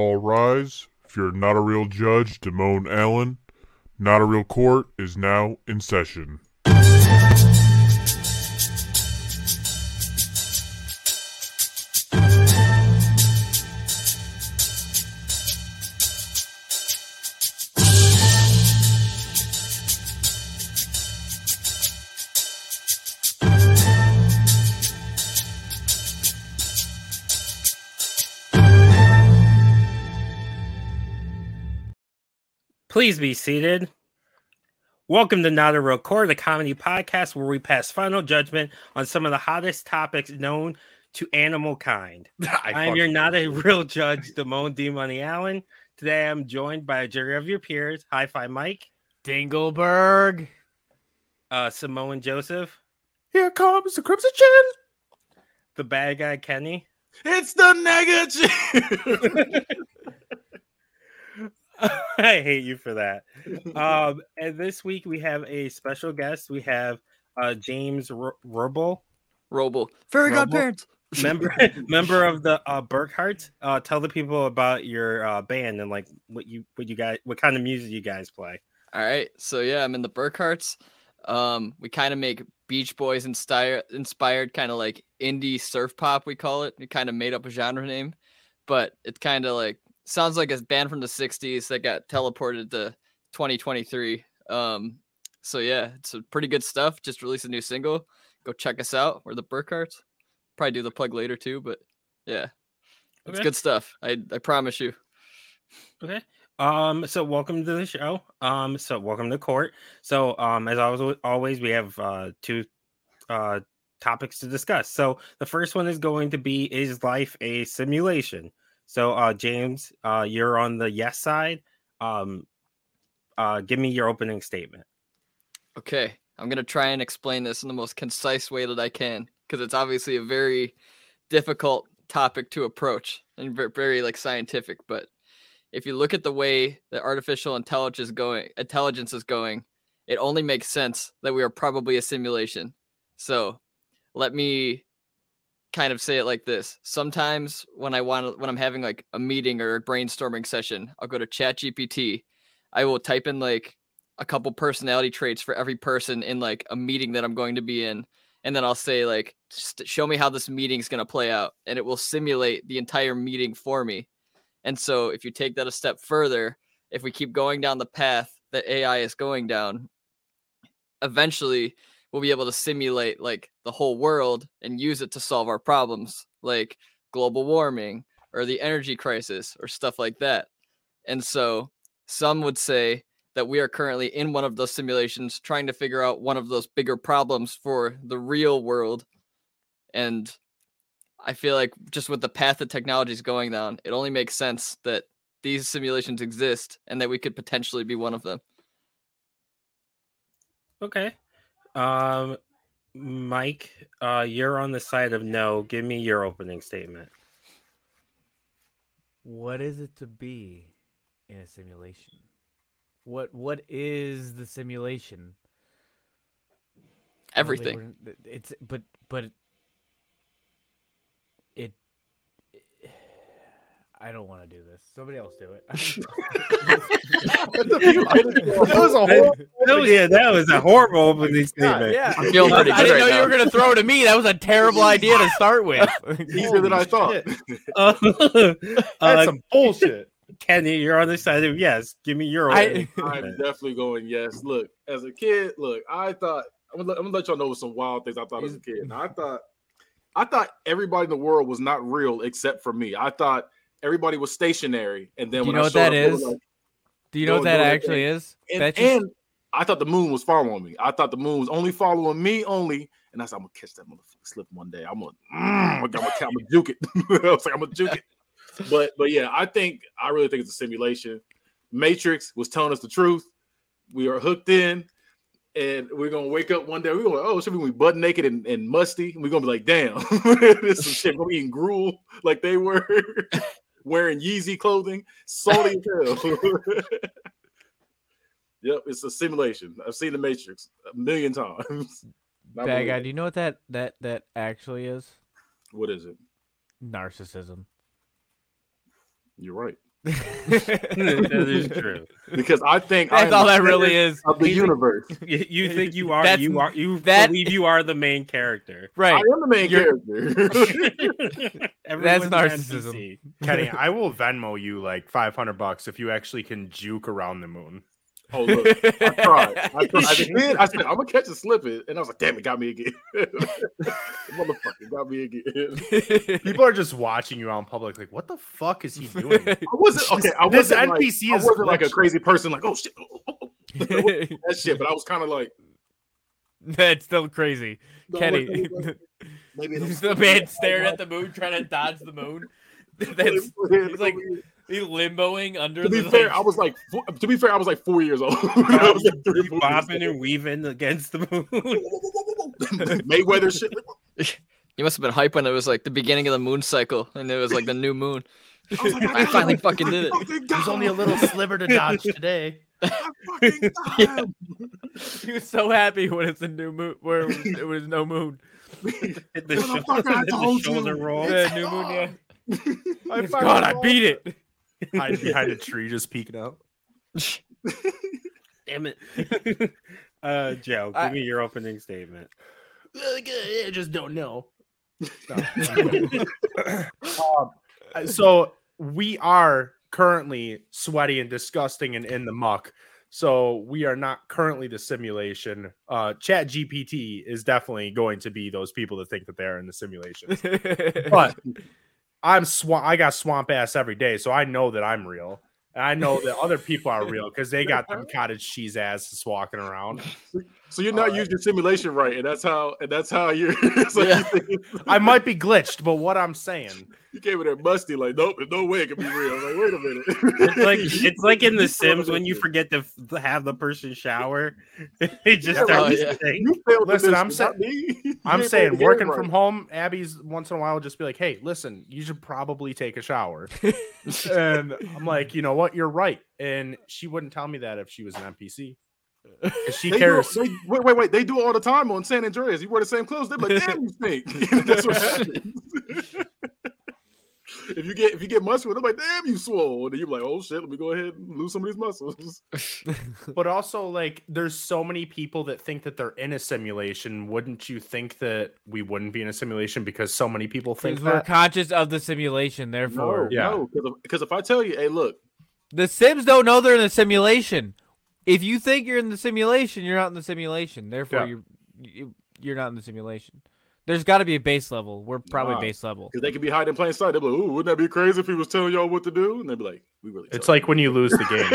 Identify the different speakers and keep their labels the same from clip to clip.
Speaker 1: All rise. If you're not a real judge, Damone Allen, not a real court is now in session.
Speaker 2: Please be seated. Welcome to Not a Real Core, the comedy podcast where we pass final judgment on some of the hottest topics known to animal kind. I am your not a real judge, Damone D Money Allen. Today I'm joined by a jury of your peers, Hi Fi Mike,
Speaker 3: Dingleberg.
Speaker 2: uh, Samoan Joseph,
Speaker 3: Here comes the crimson chin.
Speaker 2: the bad guy Kenny,
Speaker 3: It's the negative.
Speaker 2: I hate you for that. Um, and this week we have a special guest. We have uh, James R- Rubble,
Speaker 4: Roble. Fairy
Speaker 2: Roble.
Speaker 4: godparents.
Speaker 2: member member of the uh, Burkhart. Uh, tell the people about your uh, band and like what you what you guys what kind of music you guys play.
Speaker 4: All right. So yeah, I'm in the Burkharts. Um, we kind of make Beach Boys inspired, inspired kind of like indie surf pop. We call it. We kind of made up a genre name, but it kind of like sounds like a band from the '60s that got teleported to 2023. Um, so yeah, it's a pretty good stuff. Just released a new single. Go check us out. We're the Burkharts. Probably do the plug later too, but yeah, it's
Speaker 2: Okay.
Speaker 4: good stuff. I I promise you.
Speaker 2: Okay. Um. So welcome to the show. Um. So welcome to court. So um. As always, always we have uh two uh topics to discuss. So the first one is going to be is life a simulation? So uh James, uh you're on the yes side. Um. Uh. Give me your opening statement.
Speaker 4: Okay, I'm gonna try and explain this in the most concise way that I can, because it's obviously a very difficult topic to approach and ver- very like scientific. But if you look at the way that artificial intelligence going, intelligence is going, it only makes sense that we are probably a simulation. So let me kind of say it like this. Sometimes when I want, when I'm having like a meeting or a brainstorming session, I'll go to ChatGPT. I will type in like a couple personality traits for every person in like a meeting that I'm going to be in. And then I'll say like, "Just show me how this meeting's going to play out, and it will simulate the entire meeting for me. And so, if you take that a step further, if we keep going down the path that AI is going down, eventually we'll be able to simulate like the whole world and use it to solve our problems, like global warming or the energy crisis or stuff like that. And so, some would say that we are currently in one of those simulations trying to figure out one of those bigger problems for the real world and i feel like just with the path that technology is going down it only makes sense that these simulations exist and that we could potentially be one of them
Speaker 2: Okay. Um. Mike, uh, you're on the side of no. Give me your opening statement.
Speaker 3: what is it to be in a simulation? What what is the simulation? Well, they
Speaker 4: everything
Speaker 3: wouldn't- th- It's but but it. it- I don't want to do this. Somebody else do it.
Speaker 5: that was a whole.
Speaker 2: No, yeah, that was a horrible opening statement.
Speaker 3: yeah.
Speaker 4: I'm feeling pretty
Speaker 3: I
Speaker 4: good
Speaker 3: didn't
Speaker 4: right
Speaker 3: know you
Speaker 4: now.
Speaker 3: were gonna throw it at me. That was a terrible idea to start with.
Speaker 5: Easier than I thought.
Speaker 3: Holy shit.
Speaker 2: Uh,
Speaker 5: That's
Speaker 2: uh,
Speaker 5: some bullshit.
Speaker 2: Kenny, you're on the side of yes. Give me your
Speaker 3: I-
Speaker 2: opening
Speaker 5: I'm
Speaker 2: statement.
Speaker 5: definitely going yes. Look, as a kid, look, I thought I'm gonna, let- I'm gonna let y'all know some wild things I thought as a kid. Now, I thought, I thought everybody in the world was not real except for me. I thought everybody was stationary, and then
Speaker 3: Do
Speaker 5: when
Speaker 3: you know
Speaker 5: I
Speaker 3: what
Speaker 5: showed
Speaker 3: that
Speaker 5: up, it was
Speaker 3: is?
Speaker 5: like-
Speaker 3: Do you know
Speaker 5: No,
Speaker 3: what that
Speaker 5: no, that-
Speaker 3: actually is?
Speaker 5: and,
Speaker 3: That's just-
Speaker 5: and I thought the moon was following me. I thought the moon was only following me only. And I said, I'm gonna catch that motherfucker slip one day. I'm gonna, mm, I'm gonna, I'm gonna juke it. I was like, I'm gonna juke it. But but yeah, I think I really think it's a simulation. Matrix was telling us the truth. We are hooked in, and we're gonna wake up one day. We're going, oh, should we be butt naked and, and musty? And we're gonna be like, damn, this is shit. We're gonna be eating gruel like they were, wearing Yeezy clothing, salty as hell. Yep, it's a simulation. I've seen the Matrix a million times. Not
Speaker 3: Bad
Speaker 5: believe
Speaker 3: guy,
Speaker 5: it.
Speaker 3: do you know what that that that actually is?
Speaker 5: What is it?
Speaker 3: Narcissism.
Speaker 5: You're right.
Speaker 2: that is true.
Speaker 5: because I think I
Speaker 3: That's
Speaker 5: am
Speaker 3: all
Speaker 5: the
Speaker 3: that really
Speaker 5: center
Speaker 3: is.
Speaker 5: Of the
Speaker 3: He's-
Speaker 5: universe,
Speaker 2: You- You think you are
Speaker 3: That's-
Speaker 2: you are you
Speaker 3: that-
Speaker 2: believe you are the main character.
Speaker 5: I
Speaker 3: Right.
Speaker 5: am the main
Speaker 3: You're-
Speaker 5: character.
Speaker 2: Everyone's an
Speaker 3: narcissism.
Speaker 2: NPC.
Speaker 6: Kenny, I will Venmo you like 500 bucks if you actually can juke around the moon.
Speaker 5: oh look, I tried. I, tried. I did. I said I'm gonna catch a slipping, and I was like, "Damn it, got me again! Motherfucker, got me again."
Speaker 6: People are just watching you out in public, like, what the fuck is he doing?
Speaker 5: I wasn't okay. I
Speaker 6: This
Speaker 5: wasn't
Speaker 6: NPC
Speaker 5: like,
Speaker 6: is
Speaker 5: I wasn't like a
Speaker 6: glitched.
Speaker 5: crazy person, like oh shit, oh, oh, oh, that shit. But I was kind of like
Speaker 3: That's still crazy.
Speaker 5: no, I wasn't
Speaker 3: Kenny.
Speaker 5: really like, maybe it'll-
Speaker 3: the man staring at the moon, trying to dodge the moon. That's he's like he's limboing under
Speaker 5: To be
Speaker 3: the
Speaker 5: fair, I was like, four, to be fair, I was like four years old. I was like three, four years
Speaker 2: bobbing and weaving against the moon.
Speaker 5: old. Mayweather shit.
Speaker 4: You must have been hype when it was like the beginning of the moon cycle and it was like the new moon.
Speaker 5: I, was like,
Speaker 4: I
Speaker 5: got
Speaker 4: finally
Speaker 5: him.
Speaker 4: fucking did it.
Speaker 5: fucking got
Speaker 6: There's only a
Speaker 5: him.
Speaker 6: little sliver to dodge today.
Speaker 5: I fucking got him.
Speaker 3: he was so happy when it's a new moon where it was no moon.
Speaker 2: Hit the,
Speaker 5: Motherfucker,
Speaker 2: shoulder,
Speaker 5: I
Speaker 2: hit the
Speaker 5: told you.
Speaker 2: shoulder roll.
Speaker 3: Yeah, new moon, yeah.
Speaker 6: I
Speaker 3: It's God, I beat it.
Speaker 6: Hide behind a tree, just peeking out.
Speaker 2: Damn it. uh Joe, give
Speaker 3: I-
Speaker 2: me your opening statement.
Speaker 6: I just don't know. Um, so we are currently sweaty and disgusting and in the muck. So we are not currently the simulation. Uh, Chat GPT is definitely going to be those people that think that they are in the simulation. But I'm swamp. I got swamp ass every day, so I know that I'm real. And I know that other people are real because they got them cottage cheese asses walking around.
Speaker 5: So you're not
Speaker 6: Alright.
Speaker 5: using simulation right, and that's how and that's how you're. it's like
Speaker 4: Yeah.
Speaker 5: you, think-
Speaker 6: I might be glitched, but what I'm saying
Speaker 5: you came in there musty, like nope, there's no way it could be real. I'm like wait a minute.
Speaker 2: It's like it's like in The Sims when you
Speaker 5: forget.
Speaker 2: forget to f- have the person shower. It just
Speaker 5: Yeah,
Speaker 2: starts
Speaker 4: right.
Speaker 2: saying,
Speaker 5: You failed at
Speaker 6: Listen,
Speaker 5: this,
Speaker 6: I'm
Speaker 5: not
Speaker 6: saying-
Speaker 5: me. You
Speaker 6: I'm
Speaker 5: ain't
Speaker 6: saying
Speaker 5: played the
Speaker 6: working
Speaker 5: game
Speaker 6: from
Speaker 5: right.
Speaker 6: home, Abby's once in a while will just be like, "Hey, listen, you should probably take a shower." and I'm like, "You know what? You're right." And she wouldn't tell me that if she was an NPC. 'Cause She
Speaker 5: They do,
Speaker 6: cares.
Speaker 5: they, wait, wait, wait. They do it all the time on San Andreas. You wear the same clothes. They're like, damn, you stink. That's what happens. if you get if you get muscle, they're like, damn, you swole. And then you're like, oh shit, let me go ahead and lose some of these muscles.
Speaker 6: But also, like, there's so many people that think that they're in a simulation. Wouldn't you think that we wouldn't be in a simulation because so many people think
Speaker 3: Because we're
Speaker 6: that?
Speaker 3: conscious of the simulation,
Speaker 5: No,
Speaker 3: therefore
Speaker 6: Yeah.
Speaker 5: no, because if I tell you, hey, look,
Speaker 3: the Sims don't know they're in the simulation. If you think you're in the simulation, you're not in the simulation. Therefore,
Speaker 6: Yeah.
Speaker 3: you're you, you're not in the simulation. There's got to be a base level. We're probably
Speaker 5: Nah.
Speaker 3: base level.
Speaker 5: because they could be hiding in plain sight. They're like, ooh, wouldn't that be crazy if he was telling y'all what to do? And they'd be like, we really.
Speaker 6: It's
Speaker 5: told
Speaker 6: like when you lose the game.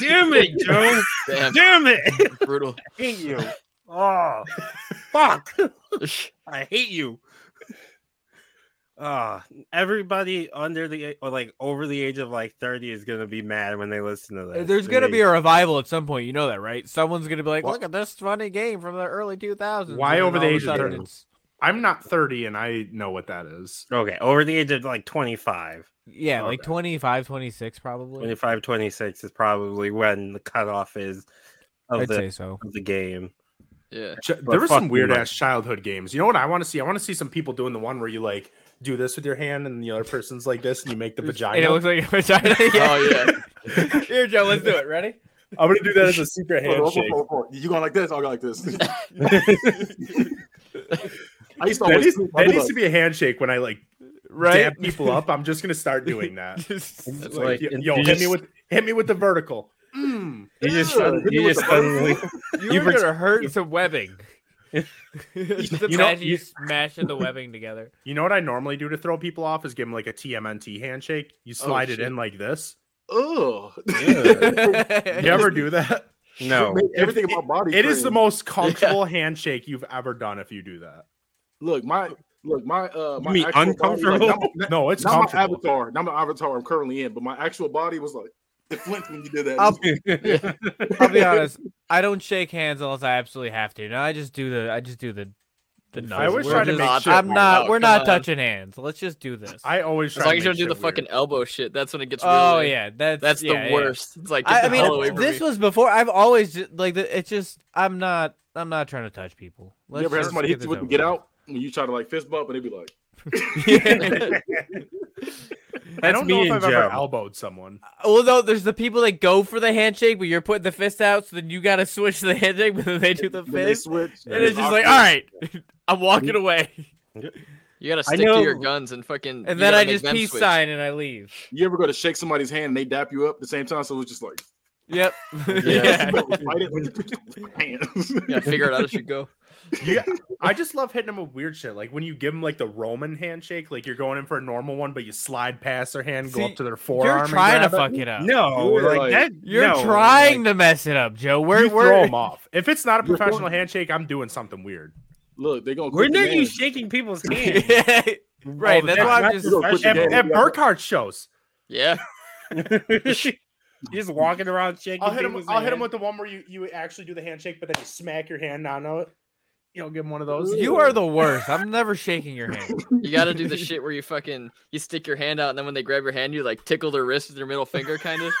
Speaker 2: "Damn it, Joe!
Speaker 4: Damn,
Speaker 2: Damn it!
Speaker 4: brutal.
Speaker 2: I hate you! Oh, fuck! I hate you!" Uh, everybody under the or like over the age of like thirty is gonna be mad when they listen to this.
Speaker 3: There's
Speaker 2: And
Speaker 3: gonna
Speaker 2: they-
Speaker 3: be a revival at some point. You know that, right? Someone's gonna be like, "Look at this funny game from the early 2000s."
Speaker 6: Why
Speaker 3: and then
Speaker 6: over the
Speaker 3: all a
Speaker 6: age of
Speaker 3: sudden
Speaker 6: 30?
Speaker 3: it's-
Speaker 6: I'm not 30, and I know what that is.
Speaker 2: okay over the age of like 25.
Speaker 3: Yeah, like
Speaker 6: Okay.
Speaker 3: 25, 26 probably.
Speaker 2: 25, 26 is probably when the cutoff is of
Speaker 3: I'd
Speaker 2: the
Speaker 3: say so.
Speaker 2: of the game.
Speaker 4: Yeah.
Speaker 6: Ch-
Speaker 2: But
Speaker 6: there were some
Speaker 2: fuck
Speaker 6: weird
Speaker 2: you.
Speaker 6: ass childhood games. You know what I want to see? I want to see some people doing the one where you like do this with your hand and the other person's like this and you make the vagina.
Speaker 3: And it looks like a vagina.
Speaker 4: Oh yeah.
Speaker 3: Here, Joe, let's do it. Ready?
Speaker 6: I'm gonna do that as a secret
Speaker 5: Hold on,
Speaker 6: handshake.
Speaker 5: hold on, hold on. You going like this? I'll go like this. I used to
Speaker 6: That
Speaker 5: always.
Speaker 6: needs,
Speaker 5: I'd be
Speaker 6: that needs
Speaker 5: like,
Speaker 6: to be a handshake when I like dab people up. I'm just gonna start doing that.
Speaker 3: Just-
Speaker 2: That's like-
Speaker 6: Like, yo,
Speaker 2: and
Speaker 6: yo,
Speaker 2: you
Speaker 6: hit me
Speaker 2: just-
Speaker 6: with hit me with the vertical. Mm.
Speaker 2: You just
Speaker 5: "Ugh,"
Speaker 2: suddenly-
Speaker 5: hit me
Speaker 2: you
Speaker 5: with
Speaker 2: just
Speaker 5: the bird.
Speaker 2: suddenly
Speaker 3: You
Speaker 2: You
Speaker 3: were
Speaker 2: pret-
Speaker 3: gonna hurt some webbing. Just
Speaker 6: know-
Speaker 3: imagine
Speaker 6: you-
Speaker 3: you smashing the webbing together.
Speaker 6: You know what I normally do to throw people off is give them like a TMNT handshake. You
Speaker 3: Oh,
Speaker 6: slide it
Speaker 4: shit.
Speaker 6: in like this.
Speaker 5: Ugh.
Speaker 6: You ever do that?
Speaker 2: no.
Speaker 5: Made everything about body.
Speaker 6: It is the
Speaker 5: cringe.
Speaker 6: most comfortable handshake you've ever done if you do that.
Speaker 5: Look, my look, my uh, my
Speaker 2: mean
Speaker 5: actual body,
Speaker 2: uncomfortable?
Speaker 5: like, not,
Speaker 6: No, it's
Speaker 5: my- not my
Speaker 6: comfortable.
Speaker 5: avatar, not my avatar. I'm currently in, but my actual body was like it flinched when you did that.
Speaker 3: I'll-
Speaker 4: Yeah.
Speaker 3: I'll be honest. I don't shake hands unless I absolutely have to. No, I just do the. I just do the. The nudge.
Speaker 6: I always
Speaker 3: We're
Speaker 6: try to
Speaker 3: just-
Speaker 6: make shit
Speaker 3: I'm
Speaker 6: weird.
Speaker 3: not.
Speaker 4: Oh,
Speaker 3: we're
Speaker 4: come
Speaker 3: not
Speaker 4: on.
Speaker 3: touching hands. Let's just do this.
Speaker 6: I always
Speaker 4: As long
Speaker 6: try to
Speaker 4: as you
Speaker 6: make
Speaker 4: don't do the
Speaker 6: shit
Speaker 4: fucking
Speaker 6: weird.
Speaker 4: elbow shit, that's when it gets. Really
Speaker 3: oh
Speaker 4: weird.
Speaker 3: yeah, that's
Speaker 4: That's
Speaker 3: yeah,
Speaker 4: the
Speaker 3: yeah.
Speaker 4: worst. It's like get
Speaker 3: I, I
Speaker 4: the hell away
Speaker 3: mean,
Speaker 4: from
Speaker 3: this
Speaker 4: me.
Speaker 3: was before. I've always ju- like the- it's just. I'm not. I'm not trying to touch people.
Speaker 5: you
Speaker 3: Let's
Speaker 5: ever had
Speaker 3: just
Speaker 5: somebody
Speaker 3: get
Speaker 5: hit you
Speaker 3: this
Speaker 5: with the
Speaker 3: over
Speaker 5: get
Speaker 3: with.
Speaker 5: out when you try to like fist bump and they'd be like,
Speaker 6: I
Speaker 2: That's
Speaker 6: don't know
Speaker 2: me
Speaker 6: if I've
Speaker 2: and
Speaker 6: ever
Speaker 2: Joe.
Speaker 6: elbowed someone.
Speaker 3: Well, no, there's the people that go for the handshake, but you're putting the fist out, so then you gotta switch to the handshake, but then they do the
Speaker 5: When they
Speaker 3: fist,
Speaker 5: switch,
Speaker 3: and it's just like, all right, I'm walking away,
Speaker 4: You gotta
Speaker 2: I
Speaker 4: stick to your
Speaker 2: know-
Speaker 4: guns and fucking. you
Speaker 3: and then
Speaker 4: gotta
Speaker 3: I
Speaker 4: make
Speaker 3: just
Speaker 4: them
Speaker 3: peace
Speaker 4: switch.
Speaker 3: sign and I leave.
Speaker 5: You ever go to shake somebody's hand and they dap you up at the same time? So it's just like,
Speaker 3: Yep.
Speaker 5: yeah,
Speaker 3: yeah.
Speaker 5: fight it with your hands.
Speaker 4: You gotta figure it out as you go.
Speaker 6: Yeah, I just love hitting them with weird shit. Like when you give them like the Roman handshake, like you're going in for a normal one, but you slide past their hand, go
Speaker 3: See,
Speaker 6: up to their forearm.
Speaker 3: You're
Speaker 6: and
Speaker 3: trying to
Speaker 6: grab it.
Speaker 3: fuck it up.
Speaker 2: No,
Speaker 5: You were
Speaker 2: like,
Speaker 5: like-
Speaker 2: that.
Speaker 3: You're
Speaker 2: no,
Speaker 3: trying to mess it up, Joe. We're
Speaker 6: you
Speaker 3: we're
Speaker 6: throw them off. If it's not a
Speaker 5: You're throwing-
Speaker 6: professional handshake, I'm doing something weird.
Speaker 5: Look, they're gonna.
Speaker 2: We're
Speaker 5: quit the
Speaker 2: not you
Speaker 5: game.
Speaker 2: shaking people's hands.
Speaker 3: Yeah. right.
Speaker 2: Oh,
Speaker 3: That's
Speaker 2: that's
Speaker 3: why I'm
Speaker 2: not
Speaker 3: just
Speaker 5: You're gonna quit the
Speaker 6: At,
Speaker 5: game.
Speaker 6: at Burkhardt shows,
Speaker 4: Yeah.
Speaker 2: You're just walking around shaking.
Speaker 6: I'll hit him.
Speaker 2: people's
Speaker 6: I'll hit him
Speaker 2: hands.
Speaker 6: with the one where you, you actually do the handshake, but then you smack your hand down on it. You know, give him one of those.
Speaker 3: you are the worst. I'm never shaking your hand.
Speaker 4: You gotta do the shit where you fucking you stick your hand out and then when they grab your hand, you like tickle their wrist with your middle finger, kind of.